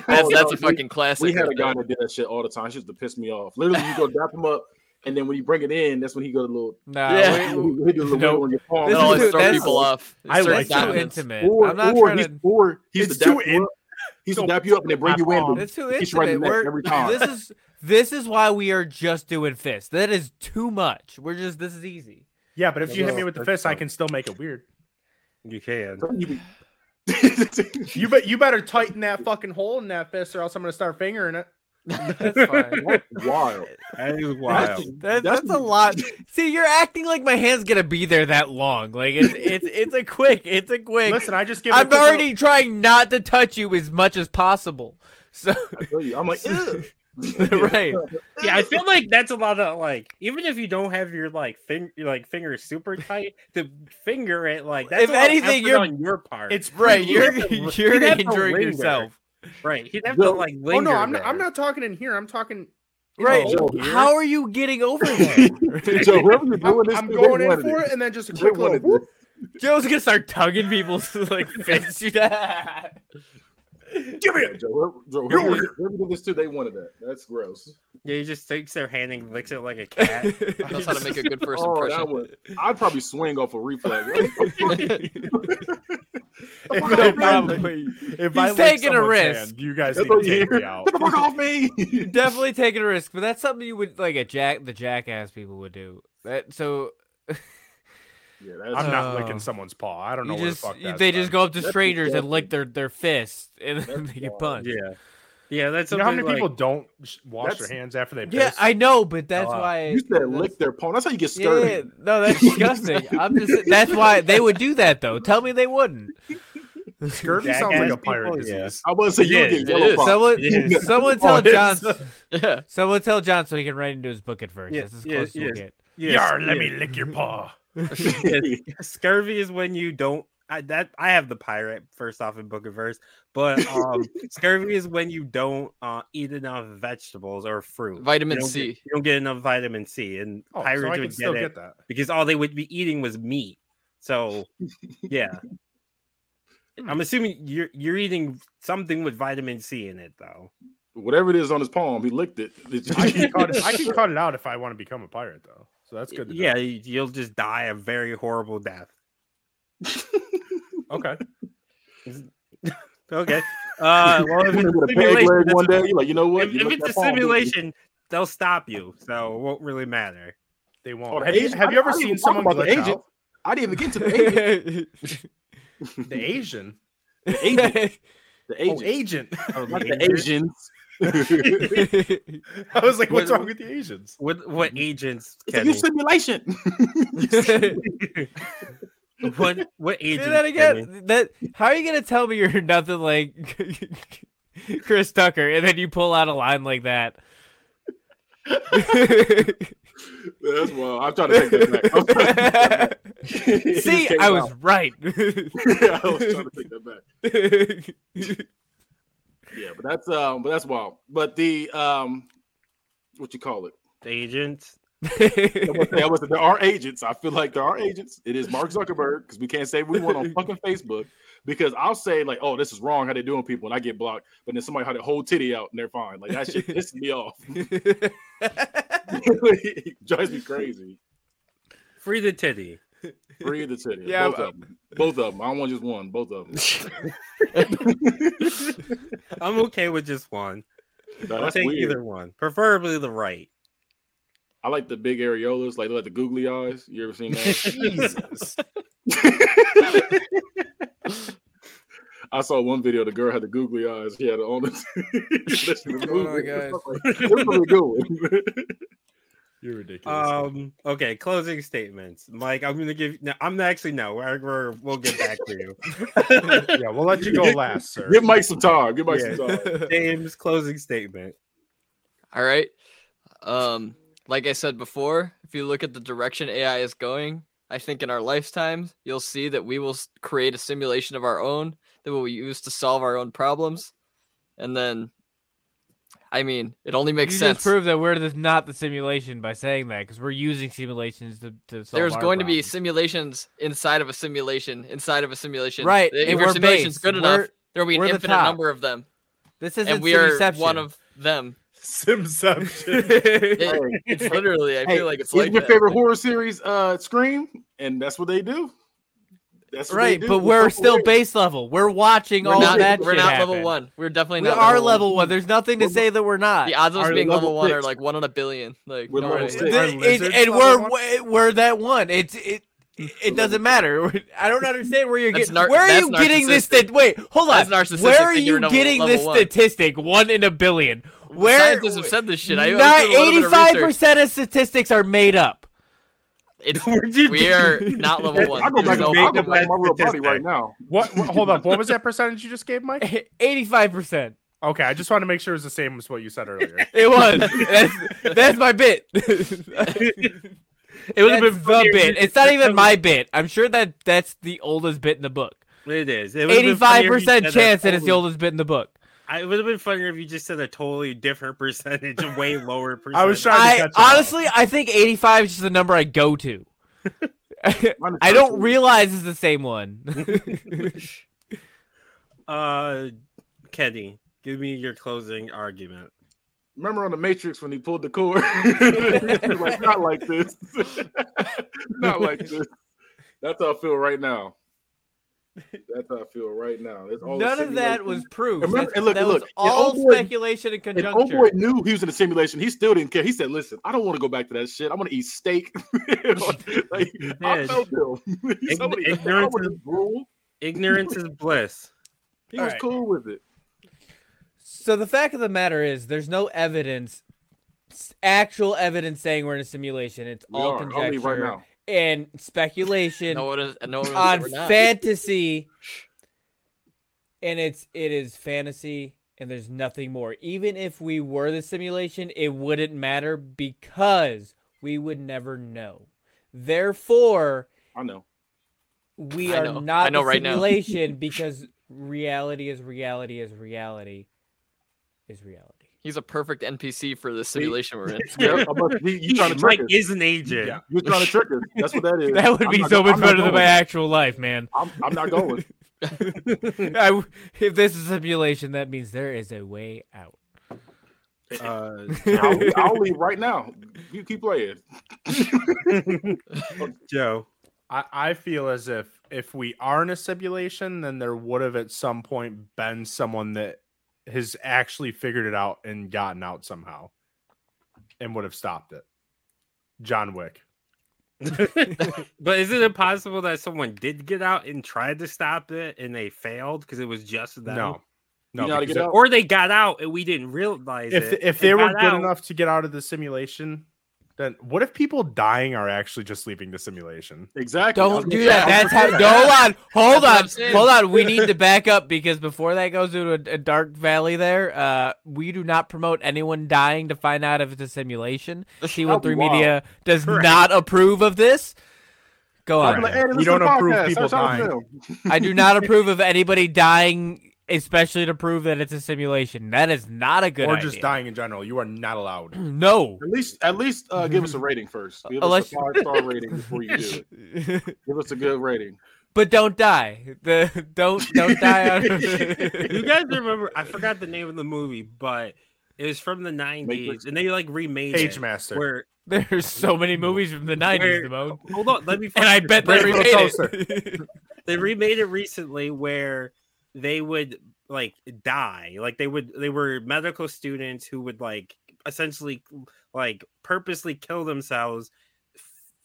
Speaker 5: Oh,
Speaker 4: that's
Speaker 5: no,
Speaker 4: a
Speaker 5: we-
Speaker 4: fucking classic.
Speaker 5: We had a
Speaker 4: right
Speaker 5: guy
Speaker 4: there.
Speaker 5: that did that shit all the time. She used to piss me off. Literally, you go dap him up, and then when you bring it in, that's when he go to little.
Speaker 3: Nah,
Speaker 4: Yeah.
Speaker 3: we-
Speaker 5: he do a little
Speaker 3: No.
Speaker 5: wiggle on your palm.
Speaker 4: That'll
Speaker 3: This is
Speaker 4: always
Speaker 3: too-
Speaker 4: throw
Speaker 3: that's-
Speaker 4: people off. It
Speaker 6: I
Speaker 4: starts
Speaker 6: like
Speaker 3: that's
Speaker 6: that.
Speaker 3: too
Speaker 4: dominance.
Speaker 3: intimate.
Speaker 5: Or,
Speaker 3: I'm not
Speaker 5: or
Speaker 3: trying
Speaker 5: he's,
Speaker 3: to.
Speaker 5: or he's
Speaker 6: It's
Speaker 5: to dap
Speaker 6: too
Speaker 5: you
Speaker 6: in-
Speaker 5: up. He's to
Speaker 6: so
Speaker 5: dap you up and then bring you in.
Speaker 6: wrong.
Speaker 5: but
Speaker 3: That's too
Speaker 5: He's right in
Speaker 3: intimate.
Speaker 5: the neck
Speaker 3: We're-
Speaker 5: every time.
Speaker 3: This is this is why we are just doing fists. That is too much. We're just this is easy.
Speaker 6: Yeah, but if you hit me
Speaker 2: Yeah.
Speaker 6: with the fist, I can still make it weird.
Speaker 2: You can.
Speaker 5: you be-
Speaker 6: You bet. You better tighten that fucking hole in that fist, or else I'm gonna start fingering it.
Speaker 3: That's fine.
Speaker 5: That's wild.
Speaker 2: That is
Speaker 5: That's-
Speaker 2: wild.
Speaker 3: That,
Speaker 5: That's-
Speaker 3: that's, a lot. See, you're acting like my hand's gonna be there that long. Like it's it's it's a quick. It's a quick.
Speaker 6: Listen, I just give. it a
Speaker 3: I'm
Speaker 6: quick little-
Speaker 3: already trying not to touch you as much as possible. So
Speaker 5: I tell you, I'm like, "Ew."
Speaker 3: right.
Speaker 2: yeah, I feel like that's a lot of like, even if you don't have your like finger, like finger super tight, to finger it like that's
Speaker 3: If
Speaker 2: a lot of
Speaker 3: anything,
Speaker 2: effort
Speaker 3: you're-
Speaker 2: on your part.
Speaker 6: It's
Speaker 3: Right.
Speaker 6: pretty-
Speaker 3: You're
Speaker 2: have to-
Speaker 3: you're
Speaker 2: you'd have to
Speaker 3: injuring
Speaker 2: linger.
Speaker 3: yourself.
Speaker 2: right. He'd have
Speaker 5: Joe-
Speaker 2: to like linger.
Speaker 6: Oh no, I'm not.
Speaker 2: there.
Speaker 6: I'm not talking in here. I'm talking. in the
Speaker 3: Right.
Speaker 6: hole here.
Speaker 3: How are you getting over there?
Speaker 5: So whoever you're
Speaker 6: I'm,
Speaker 5: doing this,
Speaker 6: I'm
Speaker 5: to, they
Speaker 6: going in
Speaker 5: wanted
Speaker 6: for
Speaker 5: it.
Speaker 6: it, and then just a
Speaker 5: They
Speaker 6: quick little.
Speaker 5: wanted
Speaker 6: Whoop.
Speaker 3: Joe's gonna start tugging people's like fists. You know?
Speaker 5: Give me it, Joe. Whoever, Joe,
Speaker 6: You're
Speaker 5: whoever, whoever did this to, they wanted that. That's gross.
Speaker 2: Yeah, he just takes their hand and licks it like a cat.
Speaker 4: That's how to make a good first
Speaker 5: Oh, that
Speaker 4: impression.
Speaker 5: one. I'd probably swing off a reflex.
Speaker 3: no, probably.
Speaker 6: If
Speaker 3: I
Speaker 6: I
Speaker 3: lick taking a someone's risk. hand,
Speaker 6: you guys
Speaker 5: That's
Speaker 6: need
Speaker 5: what
Speaker 6: to
Speaker 5: you
Speaker 6: take me
Speaker 5: hear.
Speaker 6: out.
Speaker 5: Get the fuck off me!
Speaker 3: Definitely taking a risk, but that's something you would like a jack the jackass people would do. That so
Speaker 5: Yeah,
Speaker 6: I'm
Speaker 5: that's,
Speaker 3: Uh,
Speaker 6: not licking someone's paw. I don't know
Speaker 3: you
Speaker 6: where the
Speaker 3: just
Speaker 6: fuck
Speaker 3: you-
Speaker 6: that's
Speaker 3: they just
Speaker 6: from.
Speaker 3: go up to
Speaker 5: That's
Speaker 3: strangers and
Speaker 5: disgusting.
Speaker 3: lick their their fists and then
Speaker 5: That's
Speaker 3: they get
Speaker 5: wild.
Speaker 3: punched.
Speaker 2: yeah, yeah. That's
Speaker 6: You know how many
Speaker 2: something, like,
Speaker 6: people don't sh- wash their
Speaker 5: That's-
Speaker 6: hands after they piss?
Speaker 3: Yeah, I know, but that's
Speaker 6: Wow.
Speaker 3: why
Speaker 5: you said
Speaker 3: that's-
Speaker 5: lick their palm. That's how you get
Speaker 3: Yeah, yeah,
Speaker 5: scared.
Speaker 3: no, that's disgusting. I'm just that's why they would do that though. Tell me they wouldn't.
Speaker 6: Scurvy sounds like
Speaker 2: Jackass
Speaker 6: a pirate
Speaker 2: people, yeah.
Speaker 6: disease.
Speaker 5: I was gonna say you
Speaker 2: It
Speaker 5: would
Speaker 2: is,
Speaker 5: get
Speaker 4: it
Speaker 5: yellow
Speaker 4: is.
Speaker 5: pop.
Speaker 3: Someone,
Speaker 2: Yeah.
Speaker 3: someone
Speaker 6: Oh,
Speaker 3: tell
Speaker 6: it is.
Speaker 3: John.
Speaker 4: Yeah.
Speaker 3: Someone tell John so he can write into his book at first.
Speaker 2: Yeah,
Speaker 3: That's as
Speaker 2: yeah,
Speaker 3: close as
Speaker 2: yeah.
Speaker 3: we'll get.
Speaker 2: Yes,
Speaker 6: Yar, let
Speaker 2: yeah.
Speaker 6: me lick your paw.
Speaker 2: scurvy is when you don't I, that I have the pirate first off in Book of Verse, but um, scurvy is when you don't uh, eat enough vegetables or fruit. You
Speaker 4: Vitamin
Speaker 2: don't
Speaker 4: C.
Speaker 2: Get, you don't get enough vitamin C, and
Speaker 6: Oh,
Speaker 2: pirates
Speaker 6: so I
Speaker 2: would
Speaker 6: can
Speaker 2: get
Speaker 6: still
Speaker 2: it
Speaker 6: get that.
Speaker 2: because all they would be eating was meat. So, yeah, I'm assuming you're you're eating something with vitamin C in it, though.
Speaker 5: Whatever it is on his palm, he licked it.
Speaker 6: I can, cut it, I can cut it out if I want to become a pirate, though. So that's good. To know.
Speaker 2: Yeah, you- you'll just die a very horrible death.
Speaker 6: Okay.
Speaker 2: Okay. Uh, well, if
Speaker 5: You're
Speaker 2: it's
Speaker 5: gonna get a
Speaker 2: simulation,
Speaker 5: peg leg
Speaker 2: that's
Speaker 5: one day. You're like, you know what?
Speaker 2: if,
Speaker 5: You
Speaker 2: if
Speaker 5: licked
Speaker 2: it's a
Speaker 5: that palm, didn't you?
Speaker 2: simulation, they'll stop you, so it won't really matter.
Speaker 6: They won't.
Speaker 5: Oh,
Speaker 6: have, you,
Speaker 5: Asian-
Speaker 6: have you
Speaker 5: I-
Speaker 6: ever
Speaker 5: I didn't
Speaker 6: seen
Speaker 5: even talk
Speaker 6: someone
Speaker 5: about the
Speaker 6: glitch
Speaker 5: Asian.
Speaker 6: out?
Speaker 5: I didn't even get to the agent.
Speaker 3: the
Speaker 6: The Asian.
Speaker 5: The agent.
Speaker 6: Oh, agent.
Speaker 5: Not the Asians.
Speaker 6: I was like, what's
Speaker 2: What-
Speaker 6: wrong with the Asians?
Speaker 2: What what agents?
Speaker 5: It's a
Speaker 2: Kenny?
Speaker 5: new simulation.
Speaker 2: what what agents?
Speaker 3: Do that
Speaker 2: Kenny?
Speaker 3: again. That how are you gonna tell me you're nothing like Chris Tucker, and then you pull out a line like that?
Speaker 5: That's wild. I'm trying to take that back. I'm trying to take that back.
Speaker 3: See, I was right.
Speaker 5: I was trying to take that back. Yeah, but that's um, but that's wild. But the um, what you call it?
Speaker 2: Agents.
Speaker 5: I was saying- I was saying there are agents. I feel like there are agents. It is Mark Zuckerberg because we can't say we want on fucking Facebook because I'll say like, oh, this is wrong how they doing people, and I get blocked. But then somebody had a whole titty out and they're fine. Like that shit pisses me off. it drives me crazy.
Speaker 2: Free the titty.
Speaker 5: Free the titty.
Speaker 7: Yeah,
Speaker 5: both
Speaker 7: but-
Speaker 5: of them. Both of them. I don't want just one. Both of them.
Speaker 2: I'm okay with just one.
Speaker 5: No,
Speaker 2: I'll
Speaker 5: that's
Speaker 2: take
Speaker 5: weird.
Speaker 2: either one, preferably the right.
Speaker 5: I like the big areolas, like like the googly eyes. You ever seen that?
Speaker 6: Jesus.
Speaker 5: I saw one video. The girl had the googly eyes. She had it on. The
Speaker 7: Oh my gosh.
Speaker 6: You're ridiculous.
Speaker 2: Um. Okay. Closing statements, Mike. I'm gonna give. No, I'm actually no. We're, we're, we'll get back to you.
Speaker 6: yeah, we'll let you go last, sir.
Speaker 5: Give Mike some time. Give Mike some time.
Speaker 2: James, closing statement.
Speaker 4: All right. Um, like I said before, if you look at the direction AI is going, I think in our lifetimes, you'll see that we will s- create a simulation of our own that we'll use to solve our own problems. And then, I mean, it only makes
Speaker 3: you
Speaker 4: sense.
Speaker 3: just prove that we're just not the simulation by saying that because we're using simulations to, to solve
Speaker 4: There's
Speaker 3: our
Speaker 4: going to be
Speaker 3: problems.
Speaker 4: simulations inside of a simulation, inside of a simulation.
Speaker 3: right.
Speaker 4: If
Speaker 3: and
Speaker 4: your
Speaker 3: we're
Speaker 4: simulation's
Speaker 3: based.
Speaker 4: good enough,
Speaker 3: We're-
Speaker 4: there'll be an
Speaker 3: we're the
Speaker 4: infinite
Speaker 3: top.
Speaker 4: number of them.
Speaker 3: This isn't
Speaker 4: And we are
Speaker 3: Simception.
Speaker 4: one of them.
Speaker 6: Simception.
Speaker 3: Simception.
Speaker 4: It- it's literally, I
Speaker 5: Hey,
Speaker 4: feel like it's
Speaker 5: is
Speaker 4: like
Speaker 5: your
Speaker 4: that.
Speaker 5: favorite horror series, uh, Scream, and that's what they do. That's what they
Speaker 3: right,
Speaker 5: do.
Speaker 3: but
Speaker 5: It's
Speaker 3: we're
Speaker 5: fucking
Speaker 3: still
Speaker 5: weird.
Speaker 3: base level. We're watching
Speaker 4: We're
Speaker 3: all
Speaker 4: not,
Speaker 3: that.
Speaker 4: we're
Speaker 3: shit
Speaker 4: not
Speaker 3: happen.
Speaker 4: level one. We're definitely
Speaker 3: We
Speaker 4: not. level
Speaker 3: are
Speaker 4: one.
Speaker 3: level one. There's nothing to say that we're not.
Speaker 4: The odds of us
Speaker 6: Our
Speaker 4: being level
Speaker 6: level
Speaker 4: one are
Speaker 6: six.
Speaker 4: like one in a billion. Like
Speaker 5: We're
Speaker 4: no
Speaker 5: level
Speaker 4: way.
Speaker 5: six.
Speaker 3: Th-
Speaker 6: Are
Speaker 3: it-
Speaker 6: lizards
Speaker 3: and
Speaker 6: level
Speaker 3: we're
Speaker 6: one?
Speaker 3: we're- we're that one. It's it. It doesn't matter. I don't understand where you're
Speaker 4: That's
Speaker 3: getting.
Speaker 4: nar-
Speaker 3: where are
Speaker 4: that's
Speaker 3: you getting this?
Speaker 4: narcissistic.
Speaker 3: St- wait, hold on.
Speaker 4: That's narcissistic
Speaker 3: Where are
Speaker 4: that you're
Speaker 3: you
Speaker 4: number-
Speaker 3: getting
Speaker 4: level
Speaker 3: this
Speaker 4: one.
Speaker 3: statistic? One in a billion. Where
Speaker 4: scientists have said this shit. I
Speaker 3: Not eighty-five
Speaker 4: eighty-five percent.
Speaker 3: percent of statistics are made up.
Speaker 2: Where'd you
Speaker 4: We
Speaker 2: do-
Speaker 4: are not level one.
Speaker 5: I go
Speaker 4: There's
Speaker 5: back.
Speaker 4: no
Speaker 5: to- I go
Speaker 4: fucking
Speaker 5: back to
Speaker 4: way.
Speaker 5: my real body
Speaker 2: statistic.
Speaker 5: right now.
Speaker 6: what, what? Hold up. What was that percentage you just gave, Mike?
Speaker 3: Eighty-five percent.
Speaker 6: Okay, I just want to make sure it's the same as what you said earlier.
Speaker 3: It was. That's, that's my bit.
Speaker 2: It would have
Speaker 3: That's
Speaker 2: been
Speaker 3: the
Speaker 2: funnier
Speaker 3: bit.
Speaker 2: if you-
Speaker 3: It's not even my bit. I'm sure that that's the oldest bit in the book.
Speaker 2: It is. It would've been
Speaker 3: Eighty-five
Speaker 2: funnier if you
Speaker 3: percent
Speaker 2: said a
Speaker 3: chance that it's the
Speaker 2: totally-
Speaker 3: oldest bit in the book.
Speaker 2: I- It would have been funnier if you just said a totally different percentage, a way lower percentage.
Speaker 6: I was trying to
Speaker 3: I
Speaker 6: catch up.
Speaker 3: honestly, I think eighty-five is just the number I go to.
Speaker 5: Mine is
Speaker 3: I don't
Speaker 5: 13.
Speaker 3: realize it's the same one.
Speaker 2: Uh, Kenny, give me your closing argument.
Speaker 5: Remember on the Matrix when he pulled the cord? like, not like this. not like this. That's how I feel right now. That's how I feel right now. It's all a
Speaker 3: None of that
Speaker 5: simulation.
Speaker 3: was proof.
Speaker 5: Oh, And remember-
Speaker 3: That's-
Speaker 5: and look,
Speaker 3: that
Speaker 5: look,
Speaker 3: was
Speaker 5: and
Speaker 3: all
Speaker 5: Old Boy-
Speaker 3: speculation and
Speaker 5: And
Speaker 3: conjecture.
Speaker 5: old boy knew he was in a simulation. He still didn't care. He said, "Listen, I don't want to go back to that shit. I want to eat steak." like, I
Speaker 2: did.
Speaker 5: felt him. Somebody- I
Speaker 2: ignorance
Speaker 5: was
Speaker 2: is-
Speaker 5: rule.
Speaker 2: Ignorance is bliss.
Speaker 5: He
Speaker 3: All
Speaker 5: was
Speaker 3: right.
Speaker 5: cool with it.
Speaker 3: So the fact of the matter is, there's no evidence, s- actual evidence saying we're in a simulation. It's
Speaker 5: We
Speaker 3: all
Speaker 5: are. I'll
Speaker 3: conjecture
Speaker 5: leave right now.
Speaker 3: and speculation
Speaker 4: No one is. No one
Speaker 3: on
Speaker 4: is. we're not.
Speaker 3: fantasy, and it's it is fantasy, and there's nothing more. Even if we were the simulation, it wouldn't matter because we would never know. Therefore,
Speaker 5: I know.
Speaker 3: we
Speaker 4: I
Speaker 3: are
Speaker 4: know. I
Speaker 3: not
Speaker 4: know
Speaker 3: a
Speaker 4: right now.
Speaker 3: simulation because reality is reality is reality is reality.
Speaker 4: He's a perfect NPC for the simulation we're in.
Speaker 5: Yeah, I must- you, you trying to trick
Speaker 2: Mike
Speaker 5: us?
Speaker 2: is an agent.
Speaker 5: Yeah, you're trying to trick us. That's what that is.
Speaker 3: That would
Speaker 5: I'm
Speaker 3: be
Speaker 5: not
Speaker 3: so
Speaker 5: go-
Speaker 3: much
Speaker 5: I'm not
Speaker 3: better than my
Speaker 5: going.
Speaker 3: actual life, man.
Speaker 5: I'm, I'm not going.
Speaker 3: I w if this is simulation, that means there is a way out.
Speaker 2: Uh,
Speaker 5: I'll, I'll leave right now. You keep playing.
Speaker 2: Joe.
Speaker 6: I, I feel as if if we are in a simulation, then there would have at some point been someone that has actually figured it out and gotten out somehow and would have stopped it. John Wick.
Speaker 2: But isn't it possible that someone did get out and tried to stop it and they failed because it was just them?
Speaker 6: No.
Speaker 5: You know how to
Speaker 6: because
Speaker 5: get
Speaker 6: if-
Speaker 5: out.
Speaker 2: Or they got out and we didn't realize
Speaker 6: If,
Speaker 2: it.
Speaker 6: if
Speaker 2: and
Speaker 6: they were
Speaker 2: got
Speaker 6: good
Speaker 2: out.
Speaker 6: enough to get out of the simulation, then what if people dying are actually just leaving the simulation?
Speaker 5: Exactly.
Speaker 3: Don't do
Speaker 4: yeah,
Speaker 3: that. That's how. No, hold
Speaker 4: That's
Speaker 3: on, hold
Speaker 4: what I'm
Speaker 3: on,
Speaker 4: saying.
Speaker 3: hold on. We need to back up because before that goes into a, a dark valley, there, uh, we do not promote anyone dying to find out if it's a simulation.
Speaker 5: That'd
Speaker 3: T13
Speaker 5: be
Speaker 3: Media does
Speaker 2: Correct.
Speaker 3: not approve of this. Go
Speaker 5: I'm
Speaker 3: on.
Speaker 5: like, hey,
Speaker 6: You
Speaker 5: listen
Speaker 6: don't
Speaker 5: to the
Speaker 6: approve
Speaker 5: podcast.
Speaker 6: people
Speaker 5: That's how I
Speaker 6: dying.
Speaker 5: feel.
Speaker 3: I do not approve of anybody dying, especially to prove that it's a simulation. That is not a good
Speaker 6: or
Speaker 3: idea.
Speaker 6: just dying in general. You are not allowed.
Speaker 3: No.
Speaker 5: At least, at least, uh, give us a rating first. Give
Speaker 3: Unless
Speaker 5: us a
Speaker 3: you-
Speaker 5: five star rating before you do it. Give us a good rating.
Speaker 3: but don't die. The don't don't die. On...
Speaker 2: you guys remember? I forgot the name of the movie, but It was from the nineties, and they like remade
Speaker 6: Cage
Speaker 2: it,
Speaker 6: Master.
Speaker 2: Where
Speaker 3: There's so many movies from the 90s, Damone.
Speaker 2: hold on, let me.
Speaker 3: And
Speaker 2: finish
Speaker 3: I
Speaker 2: this.
Speaker 3: bet they
Speaker 6: Brave
Speaker 3: remade
Speaker 6: Little
Speaker 3: it.
Speaker 2: they remade it recently where they would like die like they would they were medical students who would like essentially like purposely kill themselves f-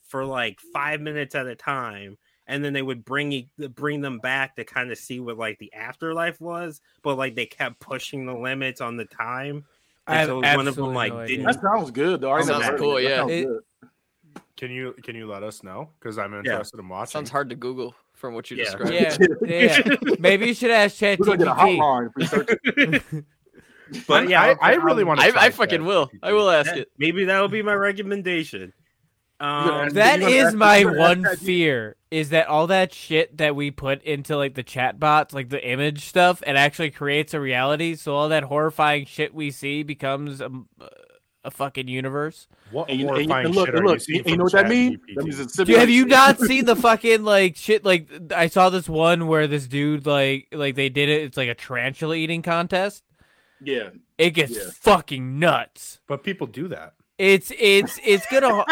Speaker 2: for like five minutes at a time and then they would bring e- bring them back to kind of see what like the afterlife was but like they kept pushing the limits on the time
Speaker 3: I
Speaker 2: and
Speaker 3: have
Speaker 2: so one of them
Speaker 3: absolutely
Speaker 2: like
Speaker 3: no idea.
Speaker 2: didn't
Speaker 5: That sounds good though. I
Speaker 2: Sounds
Speaker 5: never heard of
Speaker 4: cool,
Speaker 5: it. That
Speaker 4: yeah.
Speaker 5: sounds
Speaker 3: It-
Speaker 5: good.
Speaker 6: Can you can you let us know? Because I'm interested in watching.
Speaker 4: Sounds hard to Google from what you
Speaker 2: Yeah.
Speaker 4: described.
Speaker 3: yeah, yeah. Maybe you should ask
Speaker 5: We're gonna get a
Speaker 3: ChatGPT.
Speaker 5: hotline for search.
Speaker 2: but yeah
Speaker 6: I, I really
Speaker 2: um,
Speaker 6: want to.
Speaker 4: I, I fucking will. I will ask
Speaker 2: that-
Speaker 4: it.
Speaker 2: maybe that'll be my recommendation um,
Speaker 5: ask
Speaker 3: That
Speaker 5: You wanna
Speaker 3: is
Speaker 5: ask-
Speaker 3: my
Speaker 5: you wanna ask
Speaker 3: one
Speaker 5: that-
Speaker 3: fear is that all that shit that we put into like the chat bots, like the image stuff, it actually creates a reality. So all that horrifying shit we see becomes a, a fucking universe.
Speaker 6: What
Speaker 5: And you, and you-
Speaker 6: horrifying
Speaker 5: and look,
Speaker 6: shit
Speaker 5: and
Speaker 6: are
Speaker 5: look,
Speaker 6: you,
Speaker 5: you, you know what that means? That means it's
Speaker 3: Dude, have you
Speaker 5: simulation.
Speaker 3: not seen the fucking like shit? Like I saw this one where this dude like like they did it. It's like a tarantula eating contest.
Speaker 5: Yeah,
Speaker 3: It gets
Speaker 5: Yeah.
Speaker 3: fucking nuts.
Speaker 6: But people do that.
Speaker 3: It's it's it's gonna.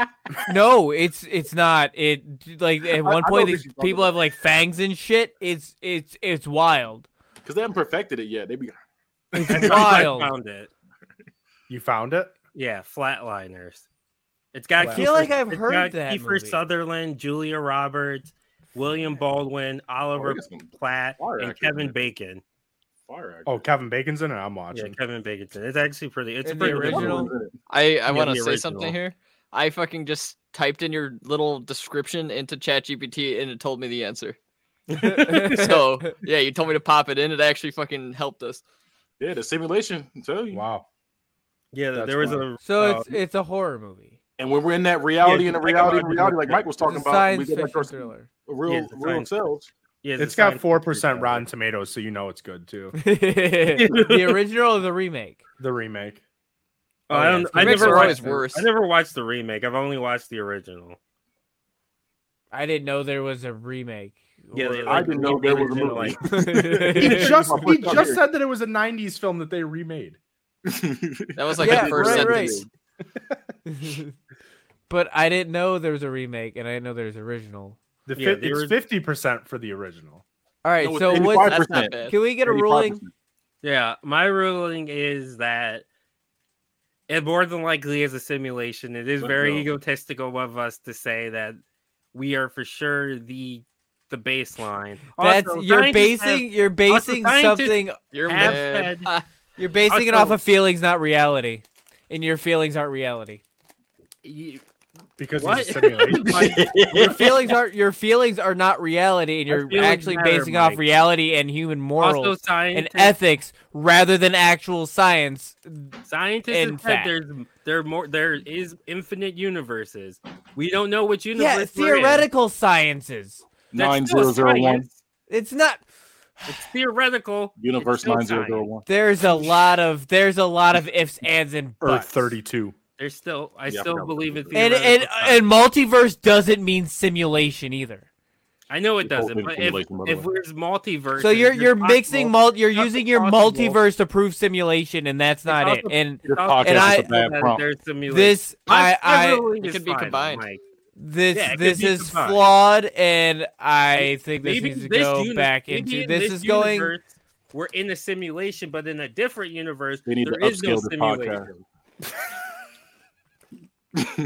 Speaker 3: no, it's it's not. It like at one
Speaker 5: I know
Speaker 3: point
Speaker 5: what
Speaker 3: these
Speaker 5: you're talking
Speaker 3: people have like fangs and shit. It's it's it's wild.
Speaker 5: because they haven't perfected it yet. They be
Speaker 2: that's how I
Speaker 3: Wild.
Speaker 2: found it
Speaker 6: You found it.
Speaker 2: Yeah, Flatliners. It's got.
Speaker 6: I
Speaker 3: feel
Speaker 2: Kiefer-
Speaker 3: like I've
Speaker 2: it's
Speaker 3: heard
Speaker 2: got
Speaker 3: that
Speaker 2: Kiefer
Speaker 3: movie.
Speaker 2: Sutherland, Julia Roberts, William Baldwin,
Speaker 5: Oh,
Speaker 2: Oliver
Speaker 5: got some
Speaker 2: Platt,
Speaker 5: fire
Speaker 2: and
Speaker 5: actors in
Speaker 2: Kevin
Speaker 5: it.
Speaker 2: Bacon.
Speaker 5: fire.
Speaker 6: Oh, Kevin Bacon's in it. I'm
Speaker 2: Yeah,
Speaker 6: watching.
Speaker 2: Kevin Bacon. It's actually pretty. It's a
Speaker 3: And the
Speaker 2: pretty good
Speaker 5: Baldwin's
Speaker 2: one.
Speaker 3: original-
Speaker 5: in it.
Speaker 4: I, I
Speaker 2: Yeah,
Speaker 4: want to
Speaker 2: the
Speaker 4: say something
Speaker 2: original.
Speaker 4: here. I fucking just typed in your little description into ChatGPT and it told me the answer. So yeah, you told me to pop it in. It actually fucking helped us.
Speaker 5: Yeah, the simulation. I tell you.
Speaker 6: Wow.
Speaker 2: Yeah,
Speaker 6: That's
Speaker 2: there was
Speaker 6: wild.
Speaker 2: a.
Speaker 3: So
Speaker 2: uh,
Speaker 5: Um,
Speaker 3: it's it's a horror movie.
Speaker 5: And when we're in that reality
Speaker 2: Yeah,
Speaker 5: and the
Speaker 2: it's
Speaker 5: reality
Speaker 2: like a
Speaker 5: and reality, like
Speaker 2: logical-
Speaker 5: Mike was
Speaker 3: It's
Speaker 5: talking
Speaker 3: a
Speaker 5: about, we
Speaker 3: science
Speaker 5: get
Speaker 3: fiction
Speaker 5: like our
Speaker 3: thriller.
Speaker 5: real,
Speaker 2: Yeah, it's a
Speaker 5: real
Speaker 2: science-
Speaker 5: selves.
Speaker 2: yeah,
Speaker 6: it's got
Speaker 2: science
Speaker 6: four
Speaker 2: fiction
Speaker 6: percent
Speaker 2: show.
Speaker 6: Rotten Tomatoes, so you know it's good too.
Speaker 3: the original or the remake?
Speaker 6: The remake.
Speaker 2: Oh, I
Speaker 3: yeah,
Speaker 2: don't.
Speaker 3: it's
Speaker 2: I
Speaker 4: Remakes
Speaker 2: never
Speaker 4: are always
Speaker 2: watched.
Speaker 4: worse.
Speaker 2: I never watched the remake. I've only watched the original.
Speaker 3: I didn't know there was a remake.
Speaker 2: Yeah, they,
Speaker 3: or-
Speaker 2: like,
Speaker 5: I didn't know there was a
Speaker 2: remade it,
Speaker 5: movie.
Speaker 2: like-
Speaker 6: He just
Speaker 5: My
Speaker 6: he
Speaker 5: first time
Speaker 6: just
Speaker 5: here.
Speaker 6: said that it was a '90s film that they remade.
Speaker 4: That was like
Speaker 3: Yeah,
Speaker 4: the first
Speaker 3: right,
Speaker 4: sentence.
Speaker 3: but I didn't know there was a remake, and I didn't know there was original.
Speaker 6: The
Speaker 2: Yeah,
Speaker 6: fi-
Speaker 2: they were-
Speaker 6: it's fifty percent for the original.
Speaker 3: All right,
Speaker 5: No, it's
Speaker 3: so what?
Speaker 5: 85%.
Speaker 4: That's not bad.
Speaker 3: Can we get a ruling?
Speaker 5: 85%.
Speaker 2: Yeah, my ruling is that it more than likely is a simulation. It is
Speaker 5: Let's
Speaker 2: very
Speaker 5: go.
Speaker 2: egotistical of us to say that we are for sure the the baseline.
Speaker 3: That's
Speaker 2: Also,
Speaker 3: you're
Speaker 2: scientists
Speaker 3: basing
Speaker 2: have-
Speaker 3: you're basing
Speaker 2: scientists
Speaker 3: something
Speaker 4: You're
Speaker 2: Have
Speaker 4: mad.
Speaker 2: said-
Speaker 4: Ah,
Speaker 3: you're basing it off
Speaker 2: also-
Speaker 3: of feelings, not reality, and your feelings aren't reality.
Speaker 2: you-
Speaker 6: Because
Speaker 2: What?
Speaker 6: it's a simulation.
Speaker 3: Your feelings are your feelings are not reality, and
Speaker 2: Our
Speaker 3: you're
Speaker 2: feelings
Speaker 3: actually
Speaker 2: matter,
Speaker 3: basing off
Speaker 2: Mike.
Speaker 3: reality and human morals
Speaker 2: also
Speaker 3: and
Speaker 2: scientists
Speaker 3: ethics rather than actual science.
Speaker 2: scientists
Speaker 3: in
Speaker 2: have said
Speaker 3: fact.
Speaker 2: there's there are more there is infinite universes. We don't know which universe.
Speaker 3: Yeah,
Speaker 2: we're in.
Speaker 3: theoretical sciences.
Speaker 2: That's
Speaker 5: Nine
Speaker 2: still
Speaker 5: zero zero one.
Speaker 2: science.
Speaker 3: It's not
Speaker 2: It's theoretical. It's
Speaker 5: Universe
Speaker 2: still
Speaker 5: nine zero zero
Speaker 2: science.
Speaker 5: one.
Speaker 3: There's a lot of there's a lot of ifs, ands, and
Speaker 6: Earth
Speaker 3: buts.
Speaker 6: 32.
Speaker 2: There's still I
Speaker 5: Yeah, I
Speaker 2: still
Speaker 5: forgot what
Speaker 2: believe in
Speaker 5: that
Speaker 3: And
Speaker 2: theoretical.
Speaker 3: and
Speaker 2: science.
Speaker 3: and multiverse doesn't mean simulation either.
Speaker 2: I know it
Speaker 5: It's all
Speaker 2: doesn't,
Speaker 5: been
Speaker 2: but if,
Speaker 5: simulation, by the
Speaker 2: if
Speaker 5: way.
Speaker 2: there's multiverse,
Speaker 3: So you're you're mixing mul- you're
Speaker 2: Nothing
Speaker 3: using your
Speaker 2: possible.
Speaker 3: multiverse to prove simulation, and that's not it.
Speaker 2: also-
Speaker 3: And
Speaker 5: Your
Speaker 2: I'll-
Speaker 5: podcast
Speaker 3: and I-
Speaker 5: is a bad prompt.
Speaker 2: There's simulation.
Speaker 3: this I I
Speaker 4: It could be combined.
Speaker 3: this
Speaker 2: Yeah, it could
Speaker 3: this
Speaker 2: be
Speaker 3: is
Speaker 2: combined.
Speaker 3: flawed, and I think this
Speaker 2: Maybe
Speaker 3: needs to
Speaker 2: this
Speaker 3: go
Speaker 2: uni-
Speaker 3: back
Speaker 2: maybe
Speaker 3: into
Speaker 2: in
Speaker 3: this is going.
Speaker 2: universe, We're in a simulation, but in a different universe,
Speaker 5: They need to
Speaker 2: there is no
Speaker 5: upscale the podcast.
Speaker 2: simulation.